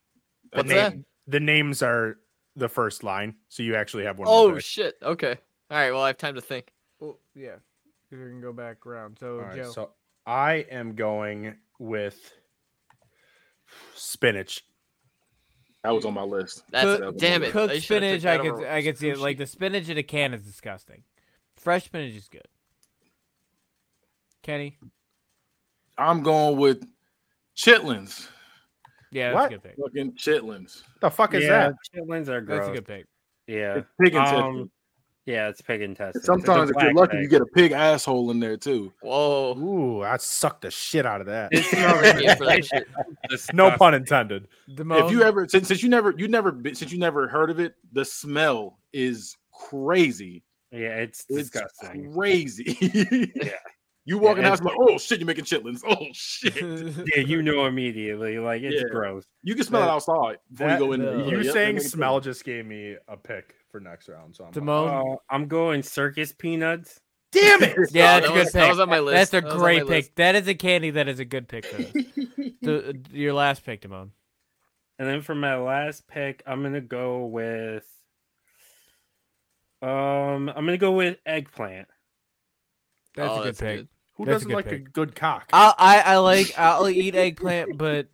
Speaker 6: The,
Speaker 4: What's that?
Speaker 6: the names are the first line, so you actually have one. more
Speaker 4: Oh
Speaker 6: pick.
Speaker 4: shit. Okay. All right. Well, I have time to think.
Speaker 3: Well, yeah, you can go back around. So
Speaker 6: All right, so I am going with spinach.
Speaker 5: That was on my list.
Speaker 4: That's
Speaker 5: Cook-
Speaker 4: damn it.
Speaker 3: cooked
Speaker 4: I should've took
Speaker 3: spinach,
Speaker 4: that
Speaker 3: I could
Speaker 4: over
Speaker 3: I could see it. Like
Speaker 4: sushi.
Speaker 3: the spinach in a can is disgusting. Fresh spinach is good. Kenny,
Speaker 5: I'm going with chitlins.
Speaker 3: yeah, that's
Speaker 6: What?
Speaker 3: a good pick.
Speaker 5: Fucking chitlins.
Speaker 6: The fuck is
Speaker 2: yeah,
Speaker 6: that?
Speaker 2: chitlins are gross.
Speaker 3: That's a good pick.
Speaker 2: Yeah,
Speaker 5: It's pig
Speaker 2: um,
Speaker 5: intestine.
Speaker 2: yeah, it's pig intestine. It's a
Speaker 5: Sometimes if you're
Speaker 2: black
Speaker 5: lucky,
Speaker 2: bag.
Speaker 5: you get a pig asshole in there too.
Speaker 4: Whoa.
Speaker 6: Ooh, I sucked the shit out of that.
Speaker 2: It smells
Speaker 4: Yeah, for that shit.
Speaker 6: No
Speaker 2: disgusting.
Speaker 6: pun intended.
Speaker 3: Damone,
Speaker 5: If you ever since, since you never you never been- since you never heard of it, the smell is crazy.
Speaker 2: Yeah, it's
Speaker 5: It's
Speaker 2: disgusting.
Speaker 5: crazy.
Speaker 2: Yeah.
Speaker 5: You walk in the
Speaker 2: Yeah,
Speaker 5: house like, oh shit, you're making chitlins. Oh shit.
Speaker 2: Yeah, you know immediately. Like it's
Speaker 5: Yeah.
Speaker 2: gross.
Speaker 5: You can smell it
Speaker 6: That-
Speaker 5: outside before
Speaker 6: that-
Speaker 5: you go in there. You're
Speaker 3: no.
Speaker 6: You
Speaker 5: like, "Yep, they're
Speaker 6: saying
Speaker 5: making
Speaker 6: smell just gave me a pick for next round. So I'm
Speaker 3: Damone,
Speaker 2: Oh, I'm going circus peanuts.
Speaker 6: damn it.
Speaker 3: yeah,
Speaker 4: Oh, that
Speaker 3: that's a good
Speaker 4: was,
Speaker 3: pick.
Speaker 4: That was on my list.
Speaker 3: That's a
Speaker 4: That was on my
Speaker 3: great pick.
Speaker 4: list.
Speaker 3: That is a candy. That is a good pick. For this. the, your last pick, Damone.
Speaker 2: And then for my last pick, I'm gonna go with um I'm gonna go with eggplant.
Speaker 3: That's
Speaker 4: Oh,
Speaker 3: a good
Speaker 4: that's
Speaker 3: pick.
Speaker 4: good.
Speaker 6: Who
Speaker 3: That's a
Speaker 6: doesn't
Speaker 3: good
Speaker 6: like a
Speaker 3: pick.
Speaker 6: good cock?
Speaker 3: I, I I like I'll eat eggplant, but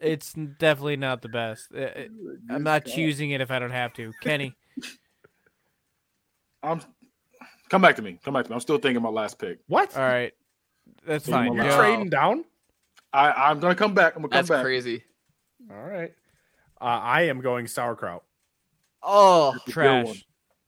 Speaker 3: it's n- definitely not the best. Uh, uh, I'm not choosing it if I don't have to. Kenny,
Speaker 5: I'm come back to me. Come back to me. I'm still thinking my last pick.
Speaker 6: what?
Speaker 3: all right, that's
Speaker 5: Leave 'em
Speaker 3: fine.
Speaker 5: alone.
Speaker 3: Joe,
Speaker 6: trading down?
Speaker 5: I, I'm gonna come back. I'm gonna come
Speaker 4: That's
Speaker 5: back.
Speaker 4: crazy.
Speaker 6: All right. Uh, I am going sauerkraut.
Speaker 4: Oh,
Speaker 5: Good one.
Speaker 3: trash.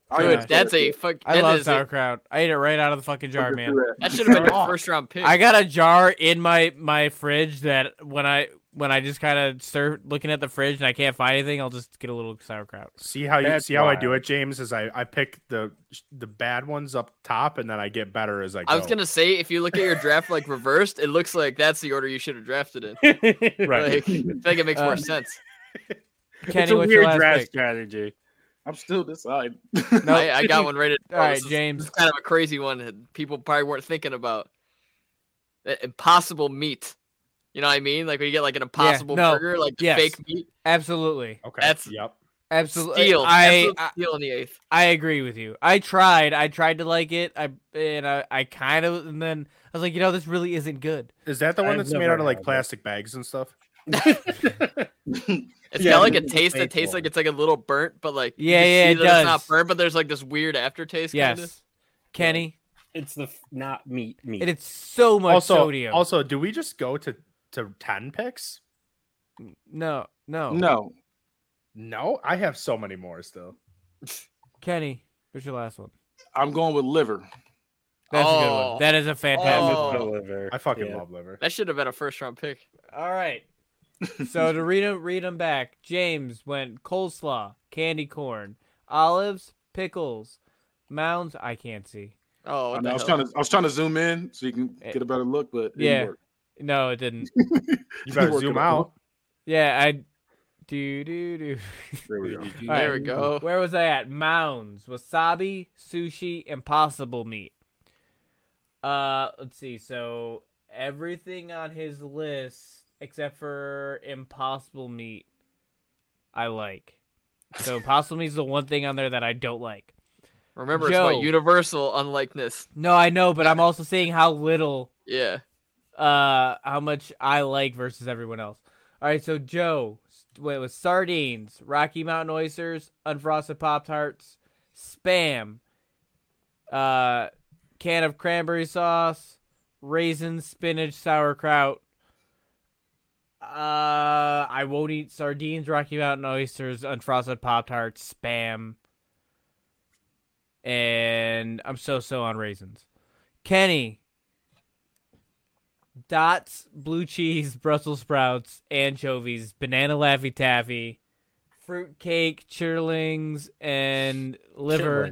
Speaker 5: I
Speaker 4: dude,
Speaker 5: am-
Speaker 4: that's a fuck.
Speaker 3: I
Speaker 4: that
Speaker 3: love
Speaker 4: is a-
Speaker 3: sauerkraut. I ate it right out of the fucking jar, man.
Speaker 4: That should have been your first round pick.
Speaker 3: I got a jar in my my fridge that when I when I just kind of start looking at the fridge and I can't find anything, I'll just get a little sauerkraut.
Speaker 6: See how you
Speaker 2: That's
Speaker 6: see how I
Speaker 2: wild.
Speaker 6: do it, James. Is I I pick the the bad ones up top, and then I get better as I go.
Speaker 4: I was gonna say if you look at your draft like reversed, it looks like that's the order you should have drafted in.
Speaker 6: right.
Speaker 4: Like, I think it makes more
Speaker 3: Um,
Speaker 4: sense.
Speaker 3: Kenny,
Speaker 2: it's a
Speaker 3: what's
Speaker 2: weird
Speaker 3: your last
Speaker 2: draft
Speaker 3: pick?
Speaker 2: strategy.
Speaker 5: I'm still deciding.
Speaker 3: No.
Speaker 4: I, I got one right.
Speaker 3: All right, James.
Speaker 4: It's kind of a crazy one that people probably weren't thinking about. That impossible meat. You know what I mean? Like when you get like an impossible
Speaker 3: no,
Speaker 4: burger, like the
Speaker 3: yes.
Speaker 4: fake meat.
Speaker 3: Absolutely,
Speaker 6: Okay.
Speaker 4: That's-
Speaker 6: yep.
Speaker 3: absolutely.
Speaker 4: Steal.
Speaker 3: I,
Speaker 4: Absolute
Speaker 3: I
Speaker 4: steal in the eighth.
Speaker 3: I agree with you. I tried. I tried to like it. I and I, I kind of and then I was like, you know, this really isn't good.
Speaker 6: Is that the one
Speaker 2: I've
Speaker 6: that's made
Speaker 2: never
Speaker 6: out of like
Speaker 2: had it.
Speaker 6: plastic bags and stuff?
Speaker 4: It's
Speaker 2: Yeah,
Speaker 4: got like a
Speaker 2: it's a
Speaker 4: taste that
Speaker 2: fake
Speaker 4: tastes
Speaker 2: one.
Speaker 4: like it's like a little burnt, but like you
Speaker 3: Yeah,
Speaker 4: can
Speaker 3: yeah,
Speaker 4: see
Speaker 3: it
Speaker 4: that It's
Speaker 3: does.
Speaker 4: not burnt, but there's like this weird aftertaste.
Speaker 3: yes,
Speaker 4: Kind of.
Speaker 3: Kenny,
Speaker 2: It's the f- not meat meat.
Speaker 3: and it's so much
Speaker 6: also,
Speaker 3: sodium.
Speaker 6: also, do we just go to to ten picks?
Speaker 3: no,
Speaker 6: Oh.
Speaker 3: no,
Speaker 5: No,
Speaker 6: No, I have so many more still.
Speaker 3: Kenny, what's your last one?
Speaker 5: I'm going with liver.
Speaker 3: That's a good
Speaker 4: Oh.
Speaker 3: one. That is a fantastic.
Speaker 4: Oh.
Speaker 3: one.
Speaker 6: I fucking love liver.
Speaker 4: That should have been a first round pick.
Speaker 3: All right. so to read them, read them back. James went coleslaw, candy corn, olives, pickles, mounds. I can't see.
Speaker 4: Oh,
Speaker 5: I,
Speaker 4: what
Speaker 5: know,
Speaker 4: the
Speaker 5: I was
Speaker 4: hell?
Speaker 5: trying to I was trying to zoom in so you can
Speaker 3: Eh,
Speaker 5: get a better look, but it didn't
Speaker 3: yeah.
Speaker 5: work.
Speaker 3: No, it didn't.
Speaker 6: You better
Speaker 5: Work it
Speaker 6: zoom out.
Speaker 5: out.
Speaker 3: Yeah, I. Do do do.
Speaker 5: There we go.
Speaker 3: All
Speaker 4: there
Speaker 3: right.
Speaker 4: we go.
Speaker 3: Where was I at? Mounds, wasabi, sushi, impossible meat. Uh, let's see. So everything on his list except for impossible meat, I like. So impossible meat is the one thing on there that I don't like.
Speaker 4: Remember, it's
Speaker 3: Joe.
Speaker 4: what universal unlikeness.
Speaker 3: No, I know, but I'm also seeing how little,
Speaker 4: Yeah.
Speaker 3: uh, how much I like versus everyone else. All right, so Joe s- went with sardines, Rocky Mountain oysters, unfrosted Pop Tarts, spam, uh, can of cranberry sauce, raisins, spinach, sauerkraut. Uh, I won't eat sardines, Rocky Mountain oysters, unfrosted Pop Tarts, spam, and I'm so so on raisins. Kenny, dots, blue cheese, Brussels sprouts, anchovies, banana laffy taffy, fruit cake, chitterlings, and liver.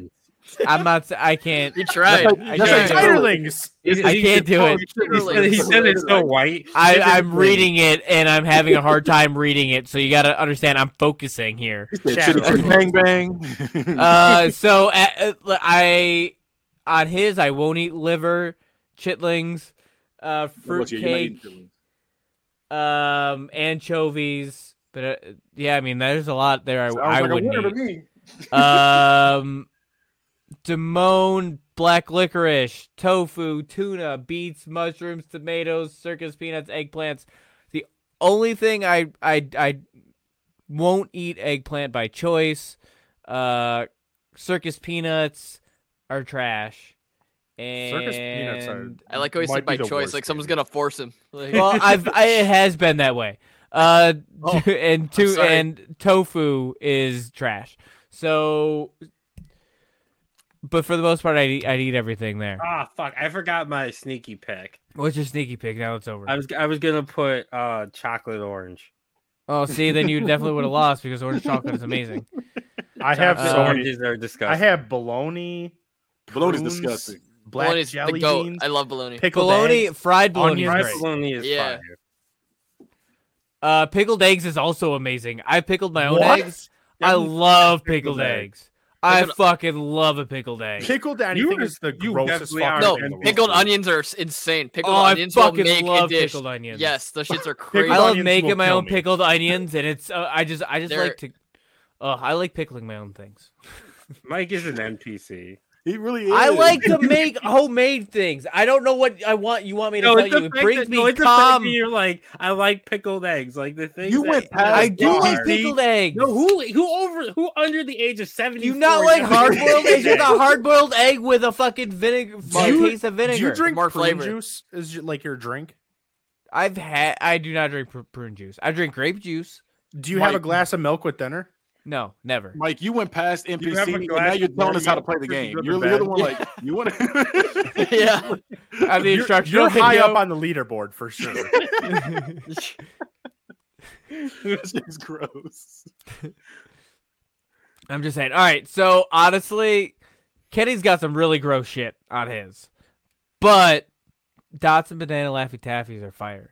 Speaker 3: I'm not. s- I can't.
Speaker 4: You tried.
Speaker 5: like-
Speaker 4: You
Speaker 5: that's
Speaker 4: tried.
Speaker 5: like
Speaker 4: Joe.
Speaker 6: Tigerlings.
Speaker 3: I can't do it.
Speaker 2: He said it's so white.
Speaker 3: I, I'm reading it and I'm having a hard time reading it. So you got to understand, I'm focusing here.
Speaker 5: Chitty chitty bang bang.
Speaker 3: Uh, so uh, uh, I on his, I won't eat liver, chitlings, uh, fruit
Speaker 5: Look, yeah, you might
Speaker 3: cake,
Speaker 5: eat chili.
Speaker 3: um, anchovies. But uh, yeah, I mean, there's a lot there. I,
Speaker 5: Sounds
Speaker 3: I
Speaker 5: like a
Speaker 3: wouldn't
Speaker 5: winner
Speaker 3: eat.
Speaker 5: to me.
Speaker 3: um Damone, black licorice, tofu, tuna, beets, mushrooms, tomatoes, circus peanuts, eggplants. The only thing I I I won't eat eggplant by choice. Uh circus peanuts are trash. And
Speaker 6: Circus peanuts are-
Speaker 4: I like how he
Speaker 6: Might
Speaker 4: said
Speaker 6: be
Speaker 4: by
Speaker 6: the
Speaker 4: choice.
Speaker 6: worst
Speaker 4: Like someone's
Speaker 6: thing.
Speaker 4: gonna force him. Like,
Speaker 3: well, I've I, it has been that way. Uh,
Speaker 4: Oh,
Speaker 3: and to
Speaker 4: sorry.
Speaker 3: and tofu is trash. So, but for the most part, I eat, I eat everything there.
Speaker 2: Ah, fuck! I forgot my sneaky pick.
Speaker 3: What's your sneaky pick? Now it's over.
Speaker 2: I was I was gonna put uh chocolate orange.
Speaker 3: oh, see, then you definitely would have lost because orange chocolate is amazing.
Speaker 6: I have
Speaker 2: Chocolate
Speaker 6: so many.
Speaker 2: oranges are disgusting.
Speaker 6: I have bologna.
Speaker 5: Bologna's
Speaker 6: prunes,
Speaker 5: disgusting.
Speaker 6: Black
Speaker 4: Bologna's
Speaker 6: jelly
Speaker 4: the goat.
Speaker 6: beans.
Speaker 4: I love bologna.
Speaker 6: pickled
Speaker 3: Bologna,
Speaker 6: eggs.
Speaker 3: fried bologna is
Speaker 6: onions.
Speaker 2: Fried
Speaker 3: great.
Speaker 2: bologna is
Speaker 4: Yeah.
Speaker 2: fire.
Speaker 3: Uh, pickled eggs is also amazing. I pickled my own
Speaker 6: What?
Speaker 3: eggs. I love pickled, eggs. I
Speaker 4: Pickled-
Speaker 3: fucking love a pickled egg.
Speaker 6: Pickled
Speaker 2: You
Speaker 6: anything
Speaker 2: are-
Speaker 6: is the
Speaker 2: you
Speaker 6: grossest
Speaker 2: definitely
Speaker 6: fucking
Speaker 2: are
Speaker 4: No,
Speaker 6: thing in the world.
Speaker 4: pickled onions are s- insane. Pickled
Speaker 3: oh,
Speaker 4: onions
Speaker 3: I
Speaker 4: will
Speaker 3: fucking
Speaker 4: make a
Speaker 3: love
Speaker 4: dish.
Speaker 3: pickled onions.
Speaker 4: Yes, those shits are crazy.
Speaker 6: Pickled
Speaker 3: I love
Speaker 6: onions will
Speaker 3: making my
Speaker 6: kill
Speaker 3: own
Speaker 6: me.
Speaker 3: pickled onions, and it's uh, I just I just
Speaker 4: They're-
Speaker 3: like to. Uh, I like pickling my own things.
Speaker 2: Mike is an NPC.
Speaker 5: He really is.
Speaker 3: I like to make homemade things. I don't know what I want. You want me to
Speaker 2: No,
Speaker 3: tell
Speaker 2: it's
Speaker 3: you?
Speaker 2: the
Speaker 3: It
Speaker 2: fact
Speaker 3: brings
Speaker 2: that,
Speaker 3: me
Speaker 2: no, it's the fact that
Speaker 3: calm.
Speaker 2: you're like I like pickled eggs. Like the thing
Speaker 5: You went past
Speaker 3: I do like
Speaker 5: Hard.
Speaker 3: pickled eggs.
Speaker 2: No, who who over who under the age of seventy?
Speaker 3: Do you not like hard boiled eggs? It's a hard boiled egg with a fucking vinegar,
Speaker 6: Do you-
Speaker 3: taste of
Speaker 6: Do
Speaker 3: vinegar.
Speaker 6: you drink
Speaker 4: More
Speaker 6: prune
Speaker 4: flavor.
Speaker 6: juice? Is it like your drink?
Speaker 3: I've had. I do not drink pr- prune juice. I drink grape juice.
Speaker 6: Do you have a
Speaker 5: Mike-
Speaker 6: glass of milk with dinner?
Speaker 3: No, never.
Speaker 5: Mike, you went past NPC,
Speaker 2: have a
Speaker 5: and now
Speaker 2: glass
Speaker 5: you're
Speaker 2: of
Speaker 5: telling us how to play
Speaker 6: Morgan
Speaker 5: the
Speaker 6: after you
Speaker 5: game.
Speaker 6: go to
Speaker 5: You're, you're the
Speaker 6: bed.
Speaker 5: one like you want to.
Speaker 4: yeah.
Speaker 3: I have the
Speaker 6: You're,
Speaker 3: instructional
Speaker 6: you're high
Speaker 3: video.
Speaker 6: up on the leaderboard for sure.
Speaker 5: That's just gross.
Speaker 3: I'm just saying. All right. So honestly, Kenny's got some really gross shit on his, but dots and banana laffy taffies are fire,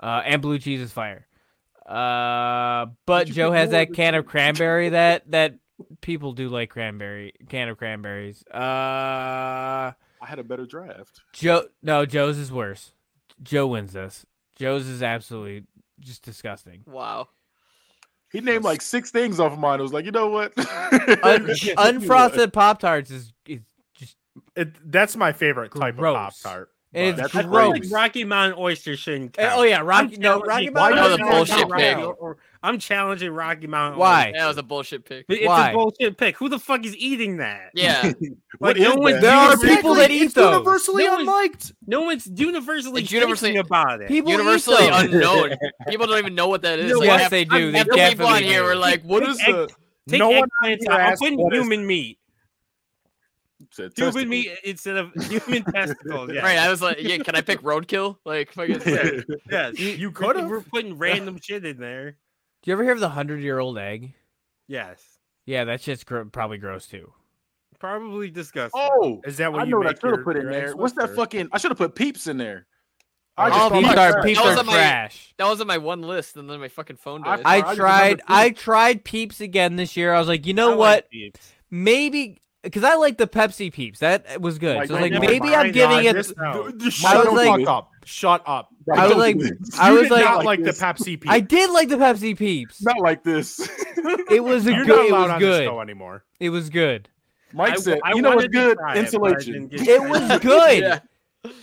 Speaker 3: uh, and blue cheese is fire. Uh, but
Speaker 5: Did you
Speaker 3: Joe
Speaker 5: put
Speaker 3: has
Speaker 5: more
Speaker 3: that
Speaker 5: blue
Speaker 3: can of
Speaker 5: cheese?
Speaker 3: cranberry that that people do like cranberry can of cranberries. Uh,
Speaker 5: I had a better draft.
Speaker 3: Joe, no, Joe's is worse. Joe wins this. Joe's is absolutely just disgusting.
Speaker 4: Wow.
Speaker 5: He named like six things off of mine. I was like, you know what?
Speaker 3: Un- unfrosted pop tarts is, is
Speaker 6: It, that's my favorite type of pop
Speaker 3: Gross.
Speaker 6: tart.
Speaker 3: and it's
Speaker 5: That's
Speaker 2: I feel like
Speaker 3: gross.
Speaker 2: Rocky Mountain oysters shouldn't.
Speaker 3: Eh,
Speaker 2: Count.
Speaker 3: oh yeah, Rocky. No, Rocky
Speaker 2: challenging-
Speaker 3: Mountain.
Speaker 4: Why does
Speaker 2: I'm
Speaker 4: the bullshit
Speaker 2: challenging
Speaker 4: pick?
Speaker 2: Rocky- or- I'm challenging Rocky Mountain.
Speaker 3: Why?
Speaker 4: That was a bullshit pick.
Speaker 2: Oysters. It's
Speaker 3: Why?
Speaker 2: a bullshit pick. Who the fuck is eating that?
Speaker 4: Yeah.
Speaker 2: Like,
Speaker 5: What
Speaker 2: no
Speaker 5: is
Speaker 2: one's
Speaker 5: that?
Speaker 3: There are
Speaker 2: universally-
Speaker 3: people that eat
Speaker 6: it's
Speaker 3: those.
Speaker 6: universally
Speaker 2: No, it's-
Speaker 6: unliked.
Speaker 2: No one's universally
Speaker 4: It's universally-
Speaker 2: thinking about it.
Speaker 3: People
Speaker 4: Universally
Speaker 3: eat those.
Speaker 4: unknown. People don't even know what that is.
Speaker 3: Yes,
Speaker 4: half-
Speaker 3: they do. They
Speaker 4: half the people on
Speaker 3: definitely
Speaker 4: here
Speaker 3: do.
Speaker 4: were like, "What is
Speaker 2: Egg-
Speaker 4: the?"
Speaker 2: Take
Speaker 6: No one
Speaker 2: eggplants
Speaker 6: here
Speaker 2: out.
Speaker 6: asked
Speaker 2: Put
Speaker 6: what is
Speaker 2: human meat.
Speaker 5: Said
Speaker 2: Human meat
Speaker 5: testicles.
Speaker 2: instead of human testicles. Yeah.
Speaker 4: Right. I was like, "Yeah, can I pick roadkill?" Like, fucking.
Speaker 2: Yes.
Speaker 6: You
Speaker 2: We're-
Speaker 6: could
Speaker 2: We're
Speaker 6: have.
Speaker 2: putting random shit in there.
Speaker 3: Do you ever hear of the hundred-year-old egg?
Speaker 2: Yes.
Speaker 3: Yeah, that shit's gr- probably gross too.
Speaker 2: Probably disgusting.
Speaker 5: Oh,
Speaker 6: Is that what
Speaker 5: I
Speaker 6: you
Speaker 5: know what I
Speaker 6: make
Speaker 5: should
Speaker 6: your-
Speaker 5: have put in
Speaker 6: your
Speaker 5: there.
Speaker 6: eggs
Speaker 5: What's
Speaker 6: with,
Speaker 5: that
Speaker 6: or-
Speaker 5: fucking? I should have put peeps in there. I just
Speaker 3: All
Speaker 5: thought
Speaker 3: these
Speaker 5: about
Speaker 3: are
Speaker 5: that.
Speaker 3: peeps
Speaker 4: That was
Speaker 3: are
Speaker 4: on my-
Speaker 3: trash.
Speaker 4: That was on my one list, and then my fucking phone
Speaker 5: I-
Speaker 4: died.
Speaker 3: I
Speaker 5: I just
Speaker 3: tried.
Speaker 5: remember
Speaker 3: I tried peeps again this year. I was like, you
Speaker 2: I
Speaker 3: know
Speaker 2: like
Speaker 3: what?
Speaker 2: peeps.
Speaker 3: Maybe because I like the Pepsi peeps. That was good.
Speaker 5: Like,
Speaker 3: so I was like,
Speaker 5: don't
Speaker 6: Never
Speaker 3: maybe
Speaker 6: mind.
Speaker 3: I'm giving
Speaker 6: God,
Speaker 3: it.
Speaker 6: this now.
Speaker 3: I
Speaker 5: Shut
Speaker 3: was
Speaker 5: the
Speaker 3: like-
Speaker 5: fuck
Speaker 6: Fuck
Speaker 5: up.
Speaker 6: up. Shut up.
Speaker 3: I was
Speaker 5: Don't
Speaker 3: like-
Speaker 5: do this.
Speaker 3: I
Speaker 6: you
Speaker 3: was
Speaker 6: did
Speaker 3: like-
Speaker 6: not like the
Speaker 5: this.
Speaker 6: Pepsi peeps.
Speaker 3: I did like the Pepsi peeps.
Speaker 5: Not like this.
Speaker 3: It was a
Speaker 6: You're
Speaker 3: good.
Speaker 6: not
Speaker 3: It
Speaker 6: allowed on
Speaker 3: was
Speaker 6: this
Speaker 3: good.
Speaker 6: show anymore.
Speaker 3: It was good.
Speaker 5: Mike
Speaker 2: I-
Speaker 5: said,
Speaker 2: I
Speaker 5: "You know what's
Speaker 2: wanted to
Speaker 5: good?
Speaker 2: try it, but I
Speaker 5: Insulation."
Speaker 2: didn't get
Speaker 3: It
Speaker 2: to
Speaker 3: was good.
Speaker 4: Yeah.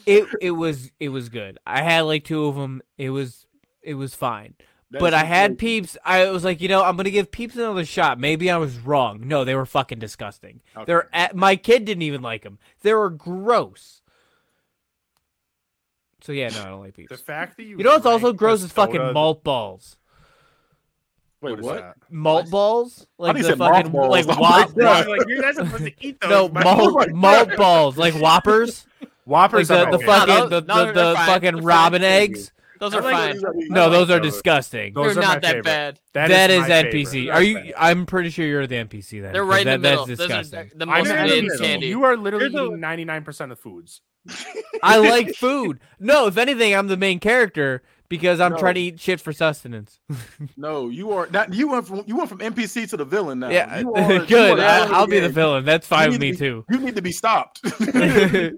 Speaker 3: It it was it was good. I had like two of them. It was it was fine. but I had
Speaker 5: peeps.
Speaker 3: peeps. I was like, you know, I'm gonna give peeps another shot. Maybe I was wrong. No, they were fucking disgusting. They're at, my kid didn't even like them. They were gross. So yeah, no, I don't like
Speaker 6: The
Speaker 3: peeps.
Speaker 6: fact that you
Speaker 3: You know what's also
Speaker 6: drank
Speaker 3: gross
Speaker 6: the
Speaker 3: is fucking
Speaker 6: soda-
Speaker 3: malt balls.
Speaker 5: Wait,
Speaker 6: is
Speaker 5: what?
Speaker 6: that?
Speaker 3: Malt balls, like
Speaker 5: thought you
Speaker 3: the
Speaker 5: said mouth
Speaker 3: fucking
Speaker 5: balls.
Speaker 3: like
Speaker 5: I'm like,
Speaker 3: wop.
Speaker 5: yeah.
Speaker 2: You're like, you're not supposed to eat those.
Speaker 3: No
Speaker 2: but-
Speaker 3: malt malt balls, like whoppers, like
Speaker 6: Whoppers
Speaker 3: the,
Speaker 6: are
Speaker 3: the
Speaker 6: okay.
Speaker 4: fuck-
Speaker 3: fucking
Speaker 4: those-
Speaker 3: the,
Speaker 4: no,
Speaker 3: the,
Speaker 4: they're
Speaker 3: the
Speaker 4: fine.
Speaker 3: fucking
Speaker 4: They're fine.
Speaker 3: robin eggs.
Speaker 4: Those
Speaker 2: I
Speaker 4: are
Speaker 2: like
Speaker 4: fine.
Speaker 2: those.
Speaker 3: No, those are
Speaker 6: those.
Speaker 3: disgusting.
Speaker 6: Those
Speaker 4: They're
Speaker 6: are my
Speaker 4: not that
Speaker 6: favorite.
Speaker 4: bad.
Speaker 3: that is,
Speaker 6: my
Speaker 3: NPC.
Speaker 6: favorite.
Speaker 3: Are you? I'm pretty sure you're the NPC then.
Speaker 4: They're
Speaker 3: 'cause
Speaker 4: right
Speaker 3: that,
Speaker 4: in the middle.
Speaker 3: That's
Speaker 4: Those are
Speaker 3: disgusting.
Speaker 4: the
Speaker 6: I'm
Speaker 4: most
Speaker 6: in
Speaker 2: not
Speaker 6: the
Speaker 2: eating
Speaker 4: mid
Speaker 6: middle.
Speaker 4: candy.
Speaker 6: You are literally
Speaker 2: There's a-
Speaker 6: eating 99% of foods.
Speaker 3: I like food. No, if anything, I'm the main character because I'm
Speaker 5: No.
Speaker 3: trying to eat shit for sustenance.
Speaker 5: No, you are not. You went from you went from NPC to the villain now.
Speaker 3: yeah,
Speaker 5: you are,
Speaker 3: good.
Speaker 5: you are
Speaker 3: I,
Speaker 5: out of
Speaker 3: I'll be the
Speaker 5: game.
Speaker 3: villain. That's fine
Speaker 5: You
Speaker 3: with me
Speaker 5: need
Speaker 3: too.
Speaker 5: You need to be stopped.
Speaker 3: I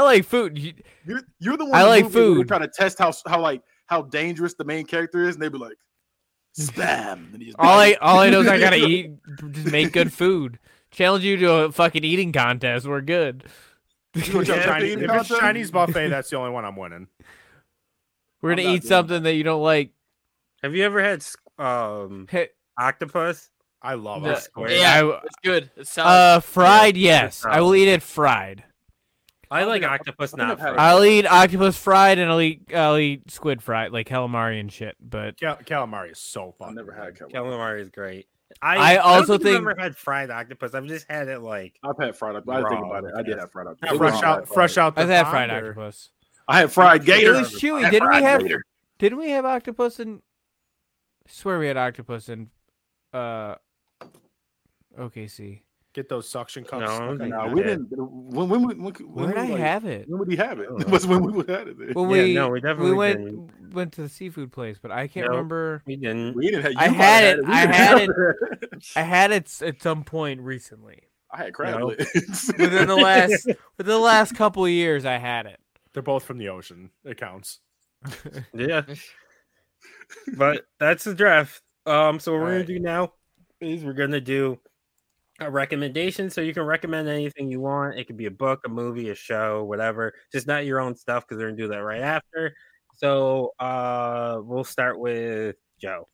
Speaker 3: like food. You-
Speaker 5: you're, you're the one.
Speaker 3: I
Speaker 5: in the
Speaker 3: like
Speaker 5: movie where they
Speaker 3: food.
Speaker 5: Try to test how how like how dangerous the main character is, and they be like, spam. And he just
Speaker 3: All I
Speaker 5: dies.
Speaker 3: all I know is I gotta eat. Just make good food. Challenge you to a fucking eating contest. We're good.
Speaker 5: You want your
Speaker 6: If
Speaker 5: Chinese
Speaker 6: it's
Speaker 5: concept?
Speaker 6: Chinese buffet, that's the only one I'm winning.
Speaker 3: We're
Speaker 5: I'm
Speaker 3: gonna
Speaker 5: not
Speaker 3: eat
Speaker 5: doing
Speaker 3: something that you don't like.
Speaker 2: Have you ever had squ- um
Speaker 3: Hey,
Speaker 2: octopus?
Speaker 6: I love
Speaker 2: No.
Speaker 6: it.
Speaker 2: Square.
Speaker 4: Yeah,
Speaker 3: I-
Speaker 4: it's good. It's solid.
Speaker 3: uh, fried. Yes, I
Speaker 2: solid.
Speaker 3: will eat it fried.
Speaker 2: I like
Speaker 5: think I-
Speaker 2: octopus,
Speaker 5: I think
Speaker 2: not
Speaker 5: I've had
Speaker 2: fried.
Speaker 3: I'll eat octopus fried and I'll eat I'll eat squid fried, like calamari and shit. But
Speaker 6: Cal- calamari is so
Speaker 5: I
Speaker 6: fun.
Speaker 5: never had calamari.
Speaker 2: Calamari is great.
Speaker 3: I also
Speaker 2: don't
Speaker 3: think-
Speaker 2: I've ever had fried octopus. I've just had it like
Speaker 5: I've had fried octopus. I didn't think
Speaker 2: Raw,
Speaker 5: about it. I did
Speaker 2: yes.
Speaker 5: have fried octopus.
Speaker 2: Not
Speaker 5: It was
Speaker 6: Fresh
Speaker 5: raw.
Speaker 6: out, fresh out. The
Speaker 3: I've had
Speaker 6: pond,
Speaker 3: fried
Speaker 6: or-
Speaker 3: octopus.
Speaker 5: I had fried
Speaker 3: It
Speaker 5: gator.
Speaker 3: was chewy.
Speaker 5: I had
Speaker 3: Didn't we
Speaker 5: fried
Speaker 3: have-
Speaker 5: gator.
Speaker 3: Didn't we have octopus and? Swear we had octopus and, uh, OKC.
Speaker 6: Get those suction cups.
Speaker 2: No,
Speaker 6: stuck in
Speaker 2: no,
Speaker 5: Nah,
Speaker 6: your
Speaker 5: we
Speaker 2: Yeah.
Speaker 5: didn't. When when we- when,
Speaker 3: Where did
Speaker 5: we,
Speaker 3: I
Speaker 5: like,
Speaker 3: have it?
Speaker 5: When would he have it?
Speaker 2: I don't know.
Speaker 5: Was when we would have it.
Speaker 3: When
Speaker 2: Yeah,
Speaker 3: we
Speaker 2: no, we definitely
Speaker 3: we went
Speaker 2: didn't.
Speaker 3: went to the seafood place, but I can't
Speaker 2: No.
Speaker 3: remember.
Speaker 2: we didn't.
Speaker 5: We didn't have. You
Speaker 3: I
Speaker 5: might
Speaker 3: had
Speaker 5: have
Speaker 3: it.
Speaker 5: We
Speaker 3: I
Speaker 5: didn't
Speaker 3: had
Speaker 5: have
Speaker 3: I had it s- at some point recently.
Speaker 5: I had crab
Speaker 2: No.
Speaker 5: legs.
Speaker 3: Within the last within the last couple of years, I had it.
Speaker 6: They're both from the ocean. It counts.
Speaker 2: Yeah. but that's the draft. Um, so what we're
Speaker 3: Alright.
Speaker 2: gonna do now is we're gonna do a recommendation. So you can recommend anything you want. It could be a book, a movie, a show, whatever. Just not your own stuff because we're gonna do that right after. So uh we'll start with Joe.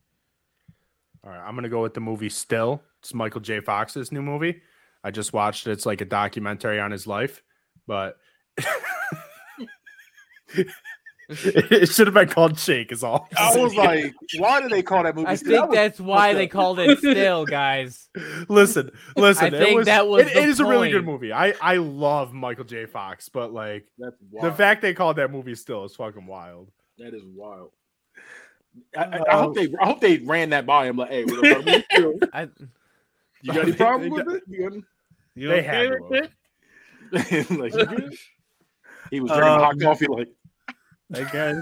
Speaker 6: All right, I'm gonna go with the movie Still. It's Michael J. Fox's new movie. I just watched it. It's like a documentary on his life, but it should have been called Shake. Is all.
Speaker 5: I was like, why do they call that movie?
Speaker 3: I
Speaker 5: Still?
Speaker 3: think
Speaker 5: That
Speaker 3: that's why
Speaker 5: fucked
Speaker 3: they
Speaker 5: up.
Speaker 3: called it still, guys.
Speaker 6: listen, listen. it
Speaker 3: think
Speaker 6: was,
Speaker 3: that was
Speaker 6: it-
Speaker 3: the
Speaker 6: it is a really good
Speaker 3: point.
Speaker 6: movie. I I love Michael J. Fox, but like
Speaker 5: was- that's
Speaker 6: the
Speaker 5: wild.
Speaker 6: fact they called that movie Still is fucking wild.
Speaker 5: that is wild. I, I, I hope they I hope they ran that by him like, hey, we're gonna fuck with you.
Speaker 3: I,
Speaker 5: You got any problem with it? You got any-
Speaker 2: You
Speaker 6: They
Speaker 2: okay
Speaker 6: had to
Speaker 2: with it?
Speaker 5: like, you good? he was drinking hot
Speaker 2: Um,
Speaker 5: coffee like
Speaker 2: I guess.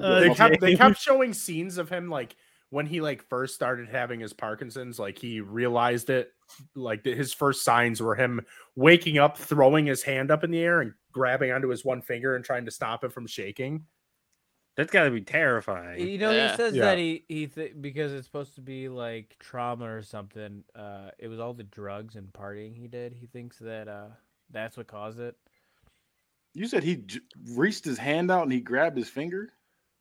Speaker 2: Uh,
Speaker 6: they, kept, they
Speaker 2: James-
Speaker 6: kept showing scenes of him like when he like first started having his parkinson's like he realized it like that his first signs were him waking up throwing his hand up in the air and grabbing onto his one finger and trying to stop it from shaking
Speaker 2: That's got to be terrifying.
Speaker 3: You know,
Speaker 4: Yeah.
Speaker 3: he says
Speaker 6: Yeah.
Speaker 3: that he he th- because it's supposed to be like trauma or something. Uh, it was all the drugs and partying he did. He thinks that uh that's what caused it.
Speaker 5: you said he j- reached his hand out and he grabbed his finger.